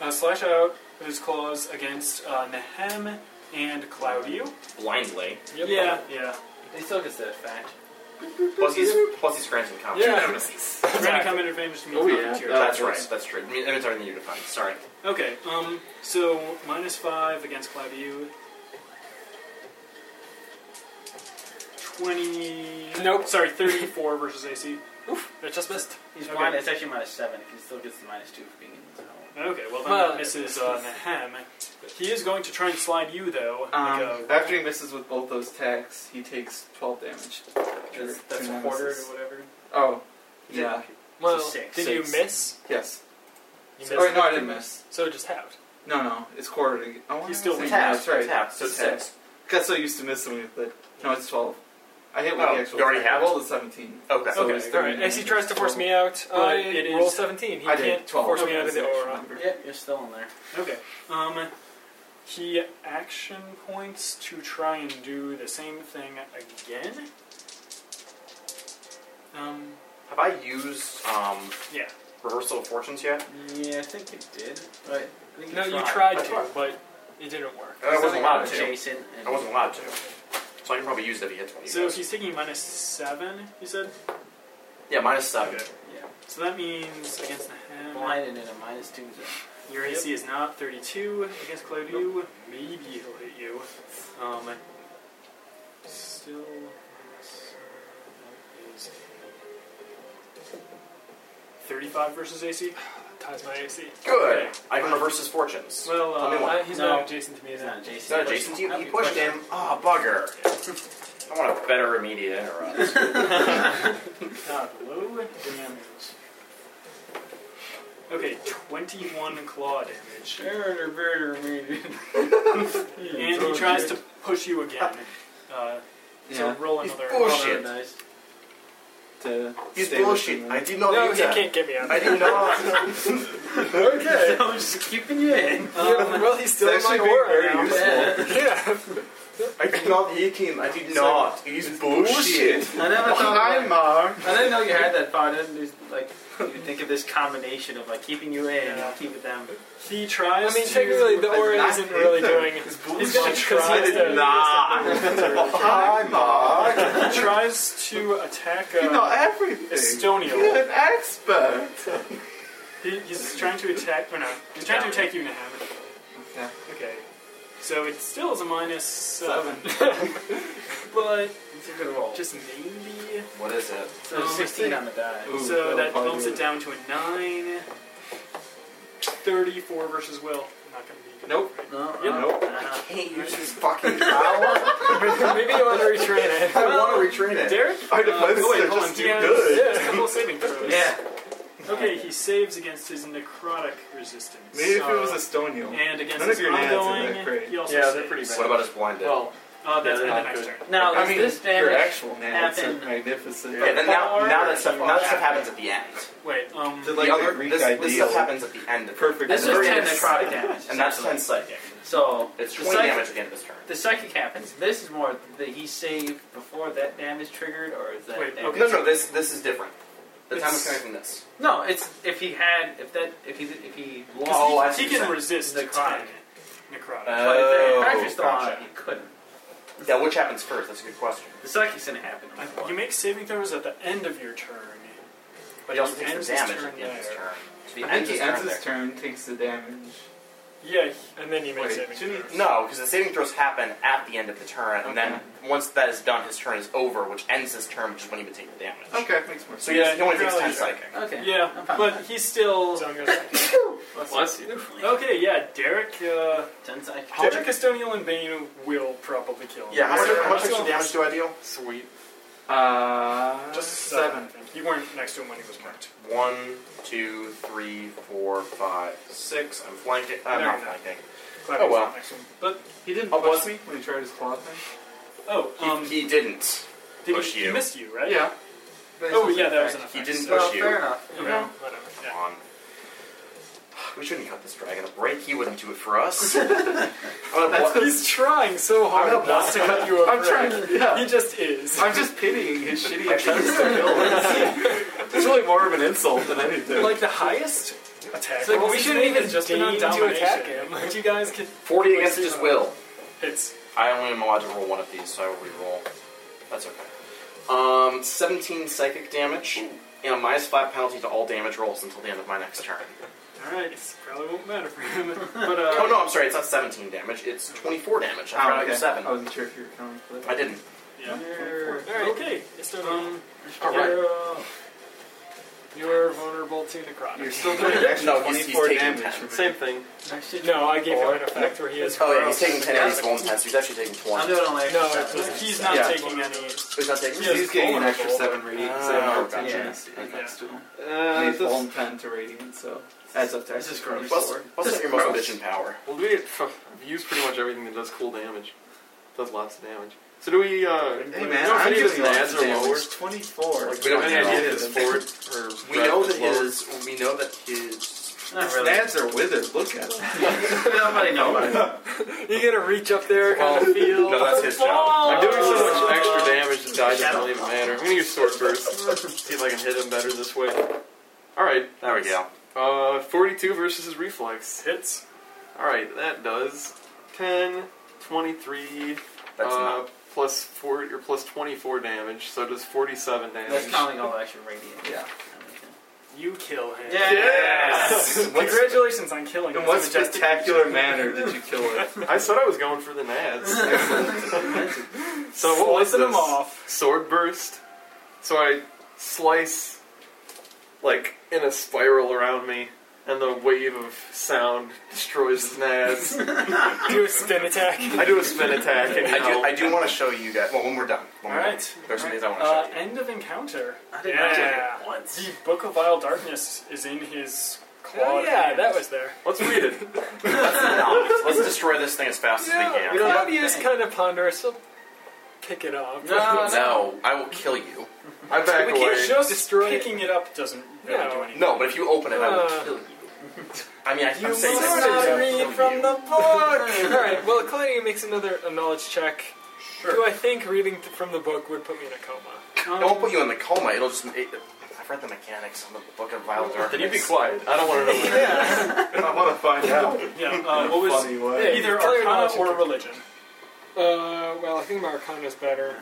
S3: uh, slash out with his claws against uh, Nahem and Claudio.
S2: Blindly.
S5: Yep.
S3: Yeah, yeah.
S7: He still gets that fact.
S2: Plus, he's plus he's granting combat.
S5: Yeah.
S2: bonuses.
S3: Random combat advantage to me.
S4: Oh, yeah.
S2: That's
S4: Uh,
S2: right. That's true. It means everything you define. Sorry.
S3: Okay, um, so minus five against Claudio. 20.
S5: Nope.
S3: Sorry, 34 versus AC.
S5: It just missed.
S7: He's
S3: Okay.
S7: blind. It's actually minus seven. He still gets the minus two for being in the tower.
S3: Okay, well, then
S5: Well-
S3: that misses uh, Nahem. He is going to try and slide you, though.
S4: Um,
S3: like uh,
S5: uh,
S3: a,
S4: after he misses with both those attacks, he takes 12 damage.
S7: That's,
S4: Two
S7: that's a
S4: minuses.
S7: quarter or whatever.
S4: Oh, yeah.
S5: Well,
S7: six.
S5: did
S4: Six.
S5: you miss?
S4: Yes.
S5: You
S4: Oh, wait, no, I didn't miss.
S5: So it just halved.
S4: No, no, it's quarter. To... Oh,
S3: He's
S4: why am I
S3: still
S4: saying
S2: tapped,
S4: That's right.
S2: tapped, so
S4: It's
S2: six.
S4: Got so used to missing with it. No, it's 12. I hit with
S2: Oh,
S4: the actual.
S2: you already
S4: attack.
S2: have
S4: I
S2: it?
S4: rolled a 17.
S2: Okay.
S4: So
S3: Okay,
S4: it's
S5: All right.
S4: 39.
S5: As he tries to force me out, I
S3: it is-
S5: roll 17. He
S4: I did.
S5: can't
S4: 12.
S5: force me
S4: Okay,
S5: out of the
S4: that's (laughs)
S5: aura.
S4: actually-
S7: Yep, you're still in there.
S3: okay. Um, he action points to try and do the same thing again. Um,
S2: Have I used um,
S3: yeah.
S2: reversal of fortunes
S7: Uh,
S2: yet?
S7: Yeah, I think it did. Right. I think
S5: No, you
S2: I
S5: tried to,
S2: tried.
S5: but it didn't work.
S2: I wasn't allowed to.
S7: Jason. And
S2: I wasn't allowed to. So I can probably use it if he hits one of you
S3: So
S2: guys.
S3: he's taking minus seven, you said?
S2: Yeah, minus seven.
S3: Okay.
S7: Yeah.
S3: So that means against Nahem,
S7: Blind and in a minus two zone.
S3: your AC is not 32. Against Claudio, maybe he'll hit you. Um, still. that is 35 versus
S5: (sighs)
S3: AC?
S5: Ties my AC.
S2: Good.
S3: Okay.
S2: I can reverse his fortunes.
S3: Well,
S2: Tell me
S3: uh,
S2: why.
S5: Uh, he's
S7: No.
S5: not adjacent to me,
S7: He's
S5: is
S7: not
S5: he?
S7: Jason.
S2: No, Jason, you,
S7: Happy
S2: you pushed
S7: question.
S2: him. Ah, bugger. I want a better immediate interrupt.
S3: not low damage. Okay, 21 claw damage. (laughs) And he tries to push you again. Uh, so
S4: Yeah.
S3: roll
S2: He's
S3: another.
S2: bullshit.
S7: Nice.
S4: To
S2: He's
S4: stay
S2: bullshit.
S4: within
S2: I
S5: (laughs)
S4: the-
S2: did not
S5: no,
S2: use
S5: he
S2: that.
S5: can't get me out.
S2: I did not.
S5: okay.
S7: I'm just keeping you in.
S5: (laughs) well, he's still in
S4: It's
S5: my
S4: actually being
S5: aura
S4: very
S5: now.
S4: (laughs) useful.
S5: (laughs) Yeah.
S2: I did not hit him. I did not. He's bullshit.
S7: I never thought.
S4: Hi,
S7: About,
S4: Mar.
S7: I didn't know you had that part. I didn't just, like you think of this combination of like keeping you in
S3: Yeah.
S7: and keeping them.
S3: He tries.
S5: I mean,
S3: to-
S5: technically, the aura isn't
S4: (laughs)
S5: really doing.
S3: He's gonna
S5: Bullshit.
S3: try
S5: I did
S3: to-
S4: Hi, Mar.
S3: He tries to attack. Uh,
S4: You know everything. You're
S3: Estonio.
S4: an expert.
S3: He, he's trying to attack. Or no, he's trying to attack you in a habit.
S4: Okay.
S3: Okay. So it still is a minus seven,
S4: (laughs) Seven.
S3: but
S7: It's a good roll.
S3: just maybe.
S2: What is it?
S7: so
S3: um,
S7: sixteen on the die.
S4: Ooh,
S3: so
S4: that'll
S3: that
S4: probably
S3: bumps
S4: do
S3: it down to a nine. Thirty-four versus Will. Not gonna be good.
S4: Nope.
S7: No,
S3: Yep.
S7: no, uh,
S2: Can't use this fucking power.
S5: Maybe you want to retrain it.
S2: (laughs) I want to retrain it.
S3: Derek.
S6: Our
S3: uh,
S6: defenses
S3: oh, wait,
S6: are
S3: hold on,
S6: just
S3: he
S6: too
S3: has-
S6: good.
S3: he has a couple saving throws.
S7: yeah.
S3: Okay, he saves against his necrotic resistance.
S4: (laughs) Maybe if it was
S3: Uh,
S4: Estonio.
S3: and against
S4: none of
S3: his
S4: your nads are
S3: ongoing,
S4: that great.
S3: he also
S6: Yeah,
S3: saves.
S6: they're pretty bad.
S2: What about his blinded?
S1: Well,
S3: Uh, that's
S1: Yeah,
S3: end
S1: they're
S3: of
S1: not
S3: next
S1: good.
S3: turn.
S7: Now Oh, is
S4: I mean,
S7: this
S4: your
S7: damage?
S4: actual nads are
S7: happen-
S4: magnificent.
S2: Yeah, then now,
S3: Power
S2: now that stuff, now that
S3: or-
S2: stuff happens at the end.
S3: Wait, um,
S4: Did,
S2: the
S4: like,
S2: other,
S4: the Greek
S2: this, this
S4: ideal.
S2: stuff happens at the end. Of it.
S4: Perfect.
S7: This is
S2: Very
S7: ten
S2: nice.
S7: necrotic damage,
S2: And that's
S7: essentially.
S2: 10 psychic.
S7: So
S2: It's
S7: the
S2: 20
S7: psych-
S2: damage at the end of his turn.
S7: The psychic happens. This is more that he saved before that damage triggered, or is that?
S3: Wait,
S7: damage-
S2: No, no, this this is different. The time is
S3: It's-
S2: coming from this.
S7: No, it's if he had if that if he if he lost.
S3: 'cause he-
S2: Oh, I see
S3: he,
S2: what
S3: can
S2: you're
S3: resist
S7: Necrotic.
S3: attack. Necrotic.
S2: Uh,
S7: but if
S2: Oh,
S7: they practiced
S2: gotcha.
S7: on it, he couldn't.
S2: Now, which happens first? That's a good question.
S7: The psychic's gonna happen.
S3: I think you make saving throws at the end of your turn,
S2: But he also
S3: he
S2: takes
S3: ends
S2: the
S3: his
S2: damage
S3: turn
S2: at the end of his
S3: there.
S2: turn. So
S4: I
S2: he
S4: think
S2: ends
S4: he
S2: his
S4: ends
S2: turn
S4: his
S2: there.
S4: turn, takes the damage.
S3: Yeah,
S5: And then you make
S4: Wait,
S5: saving
S4: shouldn't he-
S5: throws.
S2: No, because the saving throws happen at the end of the turn, and then once that is done, his turn is over, which ends his turn, which is when he would take the damage.
S4: Okay, makes more sense.
S2: So he, does- he only
S3: Yeah,
S2: takes 10
S3: probably.
S2: psychic.
S7: Okay.
S3: yeah,
S7: I'm fine.
S3: but he's still
S5: So I'm gonna-
S6: Bless you.
S3: okay. Yeah, Derek, uh,
S7: Ten psychic.
S3: Derek, Estonial, and Bane will probably kill him.
S2: Yeah, how much,
S4: Yeah.
S2: how much extra damage do I deal?
S6: Sweet.
S4: Uh,
S3: just seven. I think. You weren't next to him when he was marked.
S2: Oh, One, two, three, four, five, six. I'm flanking. I'm
S3: No,
S2: not
S3: you're not.
S2: flanking.
S3: Clever's
S2: well.
S3: not next to him. But
S4: He didn't
S2: Oh,
S4: punch
S2: was-
S4: me when he tried his claw thing.
S3: oh, um,
S2: he, he didn't.
S3: did
S2: push
S3: he, he
S2: you.
S3: missed you, right?
S4: Yeah.
S3: Oh, yeah, that was an
S4: an.
S3: effect.
S2: He didn't
S7: Well,
S2: push you.
S7: fair enough.
S3: Okay,
S7: Yeah.
S3: whatever.
S2: Come (laughs)
S3: Yeah.
S2: on. We shouldn't cut this dragon a break. He wouldn't do it for us. I'm gonna
S4: That's
S2: blo-
S5: He's trying so
S2: I'm
S5: hard
S2: not
S5: not to cut you a
S4: I'm
S5: break.
S4: trying. To,
S3: (laughs)
S4: yeah.
S3: He just is.
S4: (laughs) I'm just pitying his (laughs) shitty attempts.
S2: Actually,
S4: (laughs) It's really more of an insult than anything.
S5: Like the highest attack.
S3: It's like,
S5: roll
S3: we
S5: is
S3: shouldn't even
S5: just
S3: deign
S5: enough
S3: to
S5: domination.
S3: attack him. But you guys can
S2: 40 against his will.
S3: hits.
S2: I only am allowed to roll one of these, so I will re-roll. That's okay. Um, 17 psychic damage, and a minus 5 penalty to all damage rolls until the end of my next turn.
S3: All right, it probably won't matter for him. (laughs) But uh,
S2: Oh no, I'm sorry, it's not 17 damage, it's 24 damage. I forgot
S4: Oh,
S2: I
S4: okay.
S2: was 7.
S4: I wasn't sure if you were coming for that.
S2: I didn't.
S3: yeah.
S7: You're-
S5: All right.
S3: Okay, it's done. Um,
S2: Alright.
S5: You're, uh, you're vulnerable to necrotic.
S4: You're still (laughs) doing an extra
S2: No, he's- he's
S4: 24
S2: taking
S4: damage.
S2: 10.
S4: Same.
S6: Same thing.
S7: I should-
S5: no, I gave him an effect where he is.
S2: Oh yeah, he's
S5: gross.
S2: taking 10 and he's rolling 10, so he's actually taking
S7: I'm
S2: 20.
S7: doing only
S5: No,
S7: extra
S5: it
S7: seven.
S5: doesn't.
S3: he's not
S4: Yeah.
S3: taking any.
S2: He's not taking
S4: He's getting an extra
S5: vulnerable.
S4: seven radiant.
S2: Ah,
S4: seven
S2: gotcha.
S4: opportunities
S7: Yeah.
S4: next to him.
S6: Uh,
S4: he's fallen
S6: does,
S4: ten to radiant, so adds up to
S7: This is
S4: extra
S7: gross.
S2: Plus, plus up your most bitchin' power.
S6: well, do we (laughs) fuck, I've used pretty much everything that does cool damage. Does lots of damage. So do we? Uh,
S4: Hey
S6: you
S4: man,
S6: know if
S4: I'm
S6: any of his
S4: doing lots
S6: nads
S4: of
S6: are lower?
S4: damage. Twenty-four.
S6: Like,
S2: We
S6: we
S2: don't
S6: don't any
S2: know.
S6: idea if his forward or
S2: We
S6: red
S2: know
S6: is
S2: that
S6: lower?
S2: his. We know that his.
S7: Not
S4: His
S7: really.
S4: nads are withered. Look (laughs) at them.
S7: Nobody knows.
S5: You're gonna reach up there, kind
S2: Well,
S5: of feel.
S2: No, that's his job.
S6: I'm doing so much extra damage that die doesn't really even matter. I'm gonna use sword burst. See if I can hit him better this way. All right,
S2: There we go.
S6: uh, 42 versus his reflex.
S3: Hits.
S6: All right, that does 10, 23,
S2: That's
S6: uh,
S2: not.
S6: plus four or plus 24 damage. So does 47
S7: That's
S6: damage.
S7: counting all extra radiant.
S4: Yeah.
S3: You kill him.
S7: Yeah.
S6: Yes!
S3: Congratulations on killing him.
S4: In what
S3: It's a majestic-
S4: spectacular manner did you kill it?
S6: I said I was going for the nads. so what was
S3: Slicing
S6: this?
S3: him off.
S6: sword burst. So I slice like in a spiral around me, and the wave of sound destroys his nads.
S5: Do a spin attack.
S6: I do a spin
S5: (laughs)
S6: attack, and you
S2: I do.
S6: know,
S2: I do want to show you guys. Well, when we're done. When
S3: All
S2: we're
S3: right.
S2: done. There's some things I want to show
S3: Uh,
S2: you.
S3: end of encounter.
S7: I didn't know I did
S3: Yeah.
S7: it once.
S3: The Book of Vile Darkness is in his claw.
S5: Oh yeah,
S3: hand.
S5: that was there.
S6: let's read it.
S2: Not. Let's destroy this thing as fast as we can.
S5: You know, Claudia's
S7: Dang.
S5: kind of ponderous. He'll pick it up.
S7: No,
S2: No, I will kill you.
S6: I back
S5: We
S6: away.
S5: can't just destroy it. (laughs)
S3: Picking it up doesn't really
S5: No.
S3: do anything.
S2: No, but if you open it, I will
S5: Uh,
S2: kill you. I mean, I,
S5: You
S2: I'm saying
S5: must
S2: that's-
S5: not
S2: that's
S5: read
S2: up to
S5: from
S2: you.
S5: the book. (laughs) All right. Well, Claudia makes another a knowledge check.
S2: Sure.
S5: Do I think reading th- from the book would put me in a coma?
S3: Um,
S2: It won't put you in the coma. It'll just. It, I've read the mechanics on the Book of Vile
S6: Then
S2: Darkness.
S6: you be quiet. I don't want to know. what-
S1: I want to find out.
S4: (laughs)
S1: in
S3: Yeah,
S1: a
S3: uh, what was
S1: funny way.
S3: either
S5: Tell your
S3: Arcana
S5: knowledge
S3: or
S5: check.
S3: Religion?
S5: (laughs) Uh, well, I think my Arcana is better.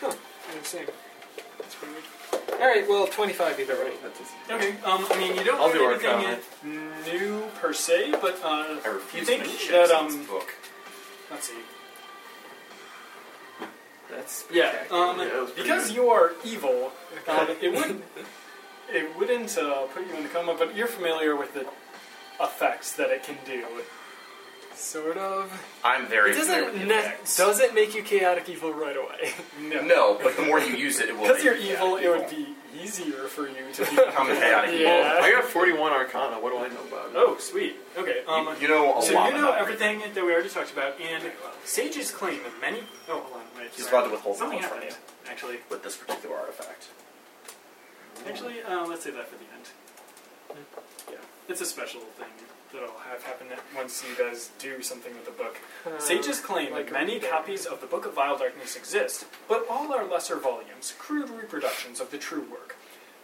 S5: Huh. Interesting. That's pretty weird. All right. Well, twenty-five either way.
S3: Okay, um, I mean, you don't
S6: I'll
S3: learn
S6: do
S3: anything new per se, but uh,
S2: I refuse
S3: you think
S2: to make
S3: that,
S2: checks on
S3: um,
S2: this book.
S3: let's see.
S4: That's
S3: Yeah, um,
S1: Yeah, that was pretty
S3: because
S1: good.
S3: you are evil, um, it wouldn't it wouldn't uh, put you in a coma, but you're familiar with the effects that it can do.
S5: Sort of.
S2: I'm very.
S5: It
S2: familiar with the
S5: doesn't ne-
S2: effects.
S5: doesn't make you chaotic evil right away.
S3: (laughs) No,
S2: No, but the more you use it, it will.
S3: because
S2: be
S3: you're evil,
S2: chaotic
S3: it would be easier for you to be.
S2: Become chaotic evil.
S5: Yeah.
S6: I got 41 Arcana. What do I know about it?
S3: (laughs) oh, sweet. Okay. Um,
S2: you, you know a
S3: so
S2: lot.
S3: you know
S2: about it.
S3: everything that we already talked about, and Sage's claim that many. Oh, hold on, wait.
S2: He's
S3: sorry.
S2: allowed to withhold
S3: Something
S2: knowledge from
S3: happened. Actually,
S2: you with this particular artifact.
S3: actually, uh, let's save that for the end. Yeah, it's a special thing that'll have happen once you guys do something with the book. Sages claim
S5: Uh, like
S3: that many
S5: a-
S3: copies of the Book of Vile Darkness exist, but all are lesser volumes, crude reproductions of the true work.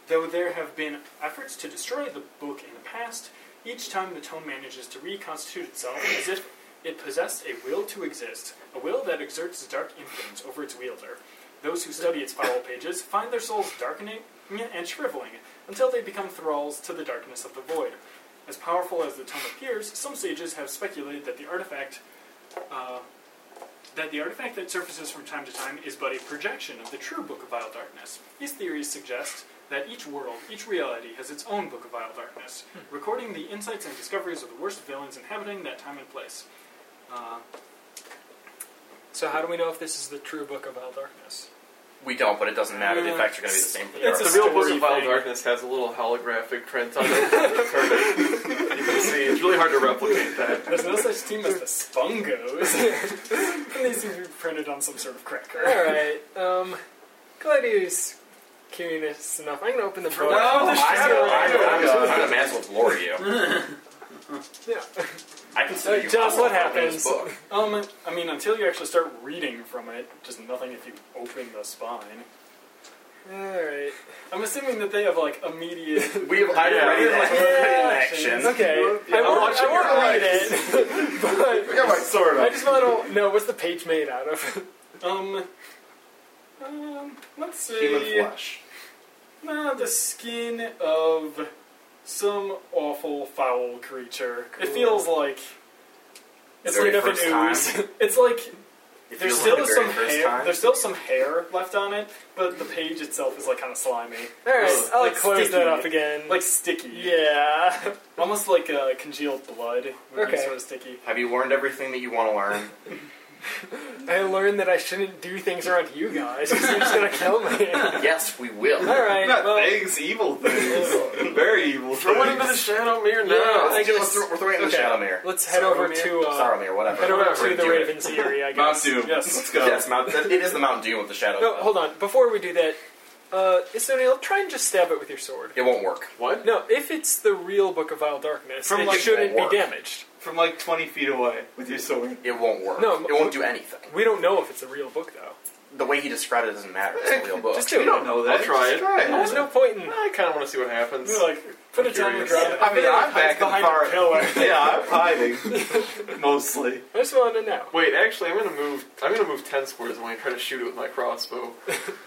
S3: Though there have been efforts to destroy the book in the past, each time the tome manages to reconstitute itself as if it possessed a will to exist, a will that exerts dark influence over its wielder. Those who study its foul pages find their souls darkening and shriveling until they become thralls to the darkness of the void. As powerful as the tome appears, some sages have speculated that the artifact uh, that the artifact that surfaces from time to time is but a projection of the true Book of Vile Darkness. These theories suggest that each world, each reality, has its own Book of Vile Darkness,
S5: Hmm.
S3: recording the insights and discoveries of the worst villains inhabiting that time and place. Uh,
S5: So how do we know if this is the true book of All Darkness?
S2: We don't, but it doesn't matter. The
S3: Uh,
S2: effects are going to be the same for the
S3: it's
S6: The
S2: artifact.
S6: real Book
S3: Story
S6: of Vile
S3: thing.
S6: Darkness has a little holographic print on it. Perfect. you can see. It's really hard to replicate that.
S3: there's no such team as the Spungos. (laughs) and these seem to be printed on some sort of
S5: All
S3: cracker.
S5: right. Um, Gladius curious enough. I'm gonna open the book.
S2: I,
S5: I
S2: I, I, I, I may as well glory you.
S5: Yeah.
S2: I consider you
S5: Just
S2: all
S5: what
S2: up in
S5: happens.
S2: This book.
S3: Um, I mean, until you actually start reading from it, just nothing if you open the spine.
S5: All right.
S3: I'm assuming that they have like immediate (laughs)
S5: (laughs)
S2: We have I've already
S6: Yeah.
S2: like,
S5: It's
S2: action.
S5: okay. I
S6: I'm
S5: won't,
S6: watching
S5: I won't
S6: your
S5: read it,
S1: I
S5: but
S1: got my
S3: (laughs)
S1: sword
S5: I
S1: up.
S5: just want to know what's the page made out of.
S3: Um, um, let's
S1: Human
S3: see.
S1: flesh.
S3: Nah, the skin of some awful foul creature. It
S5: Cool.
S3: feels like it's
S2: Very
S3: made of an
S2: first
S3: ooze. (laughs) it's like
S2: It
S3: there's
S2: feels
S3: still
S2: like the
S3: some
S2: very first
S3: hair.
S2: time.
S3: There's still some hair left on it, but the page itself is like kind of slimy,
S5: All right.
S3: Ugh.
S5: I'll
S3: Like
S5: close that
S3: sticky.
S5: up again.
S3: like sticky.
S5: yeah.
S3: (laughs) almost like uh, congealed blood would be
S5: Okay.
S3: sort of sticky.
S2: Have you learned everything that you want to learn?
S5: I learned that I shouldn't do things around you guys. (laughs) 'cause You're just gonna kill
S3: (laughs)
S5: me. All
S2: yes, we will.
S5: right.
S1: Not
S5: Well,
S1: things, evil things. Very evil
S6: Throw it into the
S1: things.
S6: shadow mirror now.
S5: Yeah, I
S2: Let's do- let's
S5: guess-
S2: throw- we're throwing it in the
S5: okay.
S2: shadow mirror.
S5: Let's head over to uh,
S2: Sorrowmere, whatever.
S5: head over
S2: We're
S5: to the
S2: doing it.
S5: Raven's Eerie. I
S4: Mount
S5: guess.
S4: Doom.
S3: Yes.
S4: Let's go.
S2: Yes, Mount, that- it is the Mount Doom with the shadow.
S5: No, hold on. Before we do that, uh, Isoniel, try and just stab it with your sword.
S2: It won't work.
S6: What?
S5: No, if it's the real Book of Vile Darkness,
S4: From
S5: it
S4: like-
S5: shouldn't
S2: Won't
S5: be
S2: work.
S5: damaged.
S4: From like 20 feet away with your sword.
S2: It won't work.
S5: No,
S2: it won't do anything.
S5: We don't know if it's a real book, though.
S2: The way he described it doesn't matter. It's a real book.
S5: Just do
S4: You don't
S5: it.
S4: know that.
S6: I'll try
S4: Just
S6: it.
S4: Try it.
S5: There's no point in.
S6: I kind of want to see what happens.
S3: You're like put it down on the
S6: Curious.
S3: ground.
S1: I mean,
S3: feel like
S1: I'm
S3: it
S1: back
S3: hides
S1: in
S3: behind
S1: far-
S3: a pillar.
S1: Yeah, I'm hiding. Mostly.
S5: I just want to know.
S6: Wait, actually, I'm gonna move. I'm gonna move ten squares when I try to shoot it with my crossbow.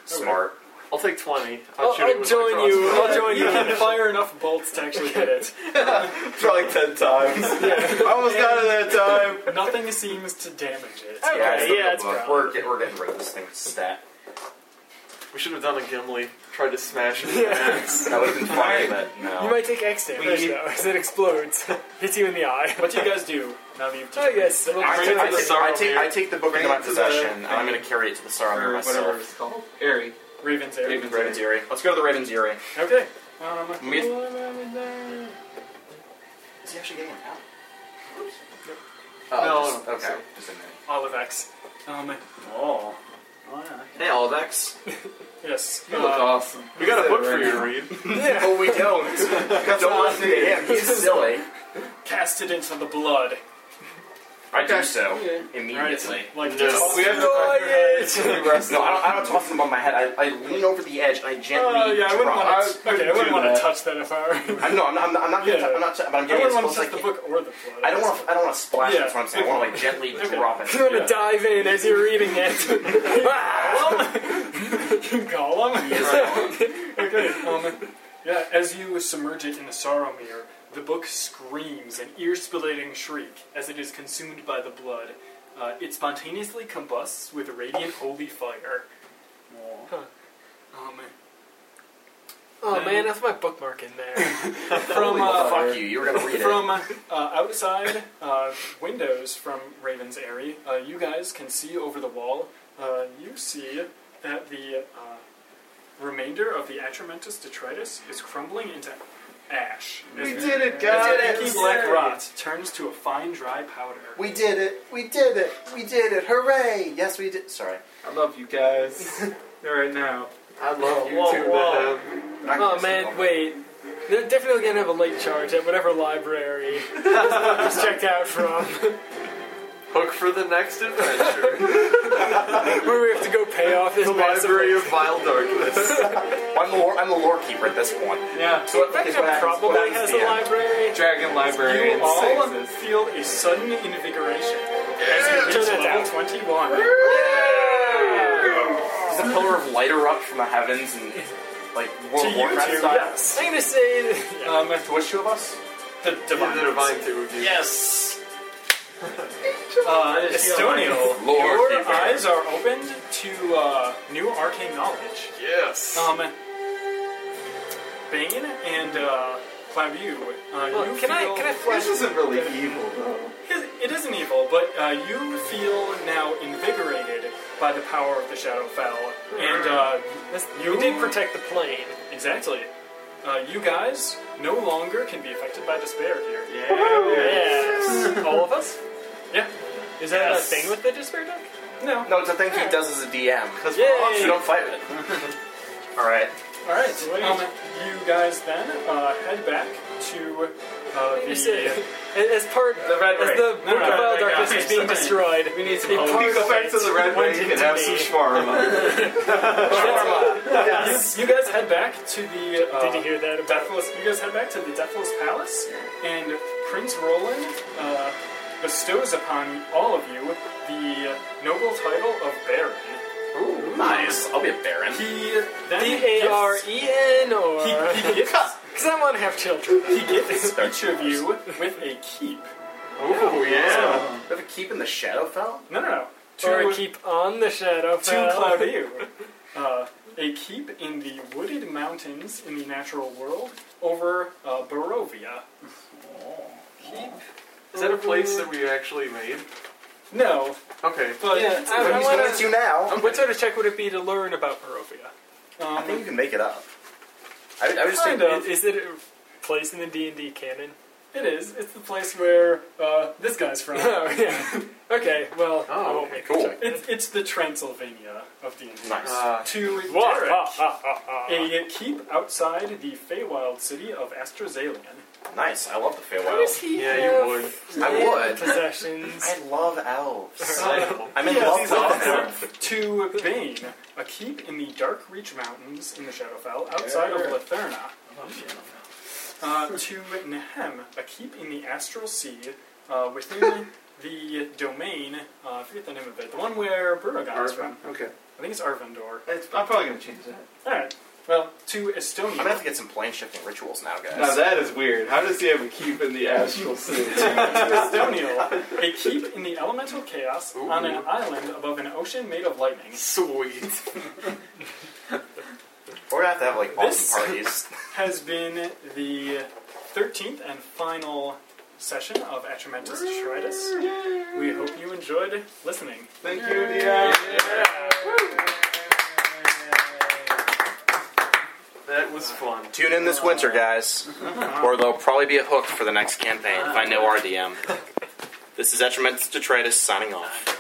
S2: Smart.
S6: I'll take twenty. I'll,
S5: I'll,
S6: shoot it
S5: I'll
S6: with my
S5: join
S6: crossbow.
S5: you. I'll join
S3: You
S5: you.
S3: can fire enough bolts to actually hit
S1: (laughs)
S3: it.
S1: For like 10 times. I almost got it that time.
S3: Nothing seems to damage it.
S5: Okay,
S2: yeah, it's the
S5: yeah,
S2: real
S5: it's
S2: book.
S5: brown.
S2: We're, get, we're getting rid of this thing. Stat.
S6: We should have done a Gimli. Tried to smash it.
S5: (laughs)
S6: with an axe.
S2: That would have been funny, but no.
S5: You might take X damage
S4: We-
S5: though, as it explodes, hits you in the eye.
S3: What do you guys do now that you've
S5: I guess.
S3: determined
S2: I,
S6: Bring
S2: take,
S6: it to
S2: I,
S6: the
S2: take, I,
S6: Sorrowmere.
S2: take, I take the book
S4: Bring
S2: into
S4: it
S2: my
S4: to the
S2: possession, and I'm
S4: thing.
S2: going to carry it to the Sorrowmere
S4: Or whatever
S2: myself.
S4: it's called. Airy.
S3: that Raven's Air?
S4: Raven's
S2: Raven's Eerie. Let's go to the Raven's Eerie.
S3: Okay. Um,
S2: We get- Is he actually getting one out? Oh,
S6: No,
S2: just-
S6: I don't think
S2: okay.
S6: so.
S2: Just a minute.
S3: Olivex. Um,
S7: Oh. oh yeah.
S2: Hey, Olivex.
S3: yes.
S4: You look
S3: uh,
S1: Oh,
S4: awesome.
S6: We got a book for you to read.
S5: Yeah.
S2: (laughs) oh, we don't. don't let to him. He's silly.
S3: Cast it into the blood.
S2: I do so
S5: Okay.
S2: immediately.
S3: Like
S1: No.
S3: we have to
S2: No, I don't, I don't toss them above my head. I, I lean over the edge. I gently
S3: Oh, yeah, I wouldn't
S2: drop.
S3: want
S2: it.
S3: to. Okay, I wouldn't
S1: do
S3: want
S1: that.
S3: to touch that if I were. I
S2: I'm, no, I'm not. I'm not, I'm not gonna
S3: Yeah.
S2: t- I'm not. T- but I'm getting
S3: wouldn't
S2: as
S3: want to
S2: close. as I
S3: touch the
S2: can.
S3: book or the blood.
S2: I don't want to. I don't want to splash.
S3: Yeah.
S2: That's what I'm saying. I want to like gently
S3: (laughs) Okay.
S2: drop it.
S5: You're gonna
S3: Yeah.
S5: dive in as
S3: (laughs)
S5: Oh, you're reading it.
S3: You call him?
S2: Yes,
S3: okay. Um, yeah, as you submerge it in the sorrow mirror, the book screams an ear splitting shriek as it is consumed by the blood. Uh, it spontaneously combusts with radiant holy fire.
S5: Huh.
S3: Um,
S5: oh man, that's my bookmark in there.
S3: from
S2: Well,
S3: uh,
S2: fuck you. You were gonna read it.
S3: from uh, outside uh, windows from Raven's Airy, uh, you guys can see over the wall. Uh, you see that the uh, remainder of the Atramentous detritus is crumbling into ash.
S4: We
S3: As
S4: did it,
S3: As
S4: guys!
S2: did it.
S3: icky black rot turns to a fine dry powder.
S2: we did it. We did it. We did it. Hooray! Yes, we did. Sorry.
S4: I love you (laughs) guys. right now.
S2: I love you
S5: Whoa,
S2: too.
S5: whoa.
S2: man. Not
S5: Oh
S2: gonna
S5: man,
S2: see
S5: wait. They're definitely gonna have a late charge at whatever library
S3: (laughs)
S5: it's checked out from.
S6: Hook for the next adventure.
S5: Where we have to go pay off this
S6: the
S5: massive
S6: Library of Vile (laughs) Darkness.
S2: them. I'm the lore. I'm the lore keeper at this point.
S4: Yeah.
S2: So what- okay,
S5: Rebecca
S2: so what happens- what
S5: probably
S2: happens
S5: has
S2: to
S5: a
S2: you?
S5: library.
S4: Dragon Library
S3: You all feel a sudden invigoration as you reach
S5: Turn it down.
S3: level 21.
S2: Does a pillar of light erupt from the heavens and like World
S3: To
S2: of
S3: you
S2: Warcraft
S3: two,
S2: style?
S3: yes.
S5: I'm gonna say that
S3: Um,
S2: To which two of us?
S3: the divine.
S6: the divine two of
S3: (laughs)
S6: you.
S3: Yes. Uh, Estonial,
S2: Lord
S3: your
S2: David.
S3: eyes are opened to uh, new arcane knowledge.
S6: Yes.
S3: Um, Bane and uh, Clavieu, uh,
S5: Well,
S3: you
S5: can
S3: feel,
S5: I can I flash
S4: This isn't really evil, though.
S3: It isn't evil, but uh, you feel now invigorated by the power of the Shadowfell, and uh,
S5: That's-
S3: you
S5: we did protect the plane.
S3: exactly. Uh, you guys no longer can be affected by despair here.
S5: Yes. All of us?
S3: Yeah.
S5: Is that
S3: Yes.
S5: a thing with the despair deck?
S3: No.
S2: No, it's a thing he does as a DM. Because
S5: Yay.
S2: you don't fight with it. All right.
S3: All right. Um, you guys then uh, head back to uh,
S5: You say,
S3: (laughs) the.
S5: as part the
S7: red
S5: as
S7: ring.
S5: the
S3: No,
S5: Book
S3: no,
S5: of Wild
S3: no, no,
S5: Darkness
S3: no,
S5: is being
S3: sorry.
S5: destroyed.
S7: We need some
S5: It
S7: help.
S5: part
S4: Oh, We
S5: of
S4: go back to the Red
S5: went
S4: Wing and
S5: into
S4: have
S5: me.
S4: some (laughs) shawarma.
S3: You, you guys head back to the. Uh,
S5: Did you hear that about
S3: Deathless, you guys head back to the Deathless Palace, and Prince Roland uh, bestows upon all of you the noble title of Baron.
S2: Ooh, nice. I'll be a baron.
S3: He then
S5: D
S3: gifts-
S5: A R E N or
S3: He,
S5: (laughs)
S3: he gifts,
S5: because I want to have children.
S3: he gifts each of you with a keep.
S6: Oh yeah.
S2: Do we have a keep in the Shadowfell?
S3: No, no, no.
S5: or
S3: To-
S5: a keep on the shadow.
S3: to Cloudeau,
S5: (laughs)
S3: uh, a keep in the wooded mountains in the natural world over uh, Barovia.
S6: Is that a place that we actually made?
S3: No,
S6: Okay.
S3: but
S5: Yeah, I,
S2: But
S5: I
S2: he's
S5: wanna-
S2: going to now.
S5: What sort of check would it be to learn about Barovia?
S2: I
S3: um,
S2: think you can make it up. I, I was just
S3: Kind
S2: thinking.
S3: of.
S5: Is, is it a place in the D and D canon?
S3: it is. It's the place where uh, this guy's from.
S5: (laughs) Oh
S3: (laughs)
S5: yeah. Okay. Well, I
S6: Oh,
S5: won't make
S2: cool.
S5: the check.
S3: it's, it's the Transylvania of the Indies.
S2: Nice.
S6: Uh,
S3: To
S5: Wah,
S3: Derek,
S5: ha, ha, ha, ha.
S3: a keep outside the Feywild city of Astrazalian.
S2: nice. I love the
S5: How does
S2: Feywild.
S5: he
S6: yeah,
S5: have
S6: you would.
S2: I would.
S5: possessions?
S2: I love
S7: (laughs)
S2: elves.
S6: (laughs) I
S2: I'm in
S3: Yes,
S2: love
S3: he's
S2: with
S3: awesome.
S2: an elf.
S3: To Bane, a keep in the Dark Reach Mountains in the Shadowfell outside of Latherna. Uh, to Nehem, a keep in the Astral Sea uh, within the domain, uh, I forget the name of it, the one where Buragon is from.
S6: Okay.
S3: I think it's Arvindor.
S4: It's, I'm probably going to change that.
S3: Alright, well, to
S2: I'm gonna
S3: Estonia.
S2: have (laughs) to get some plane shifting rituals now, guys.
S4: Now that is weird. How does he have a keep (laughs) in the astral city?
S3: Estonial, a keep in the elemental chaos on an island above an ocean made of lightning.
S6: Sweet.
S2: (laughs) We're gonna have to have like
S3: This-
S2: awesome parties.
S3: has been the 13th and final session of Atramentus Detritus. We hope you enjoyed listening.
S4: Thank you, Dion.
S6: That was fun.
S2: Tune in this winter, guys, or there'll probably be a hook for the next campaign if I know our DM. This is Detrimentus Detritus signing off.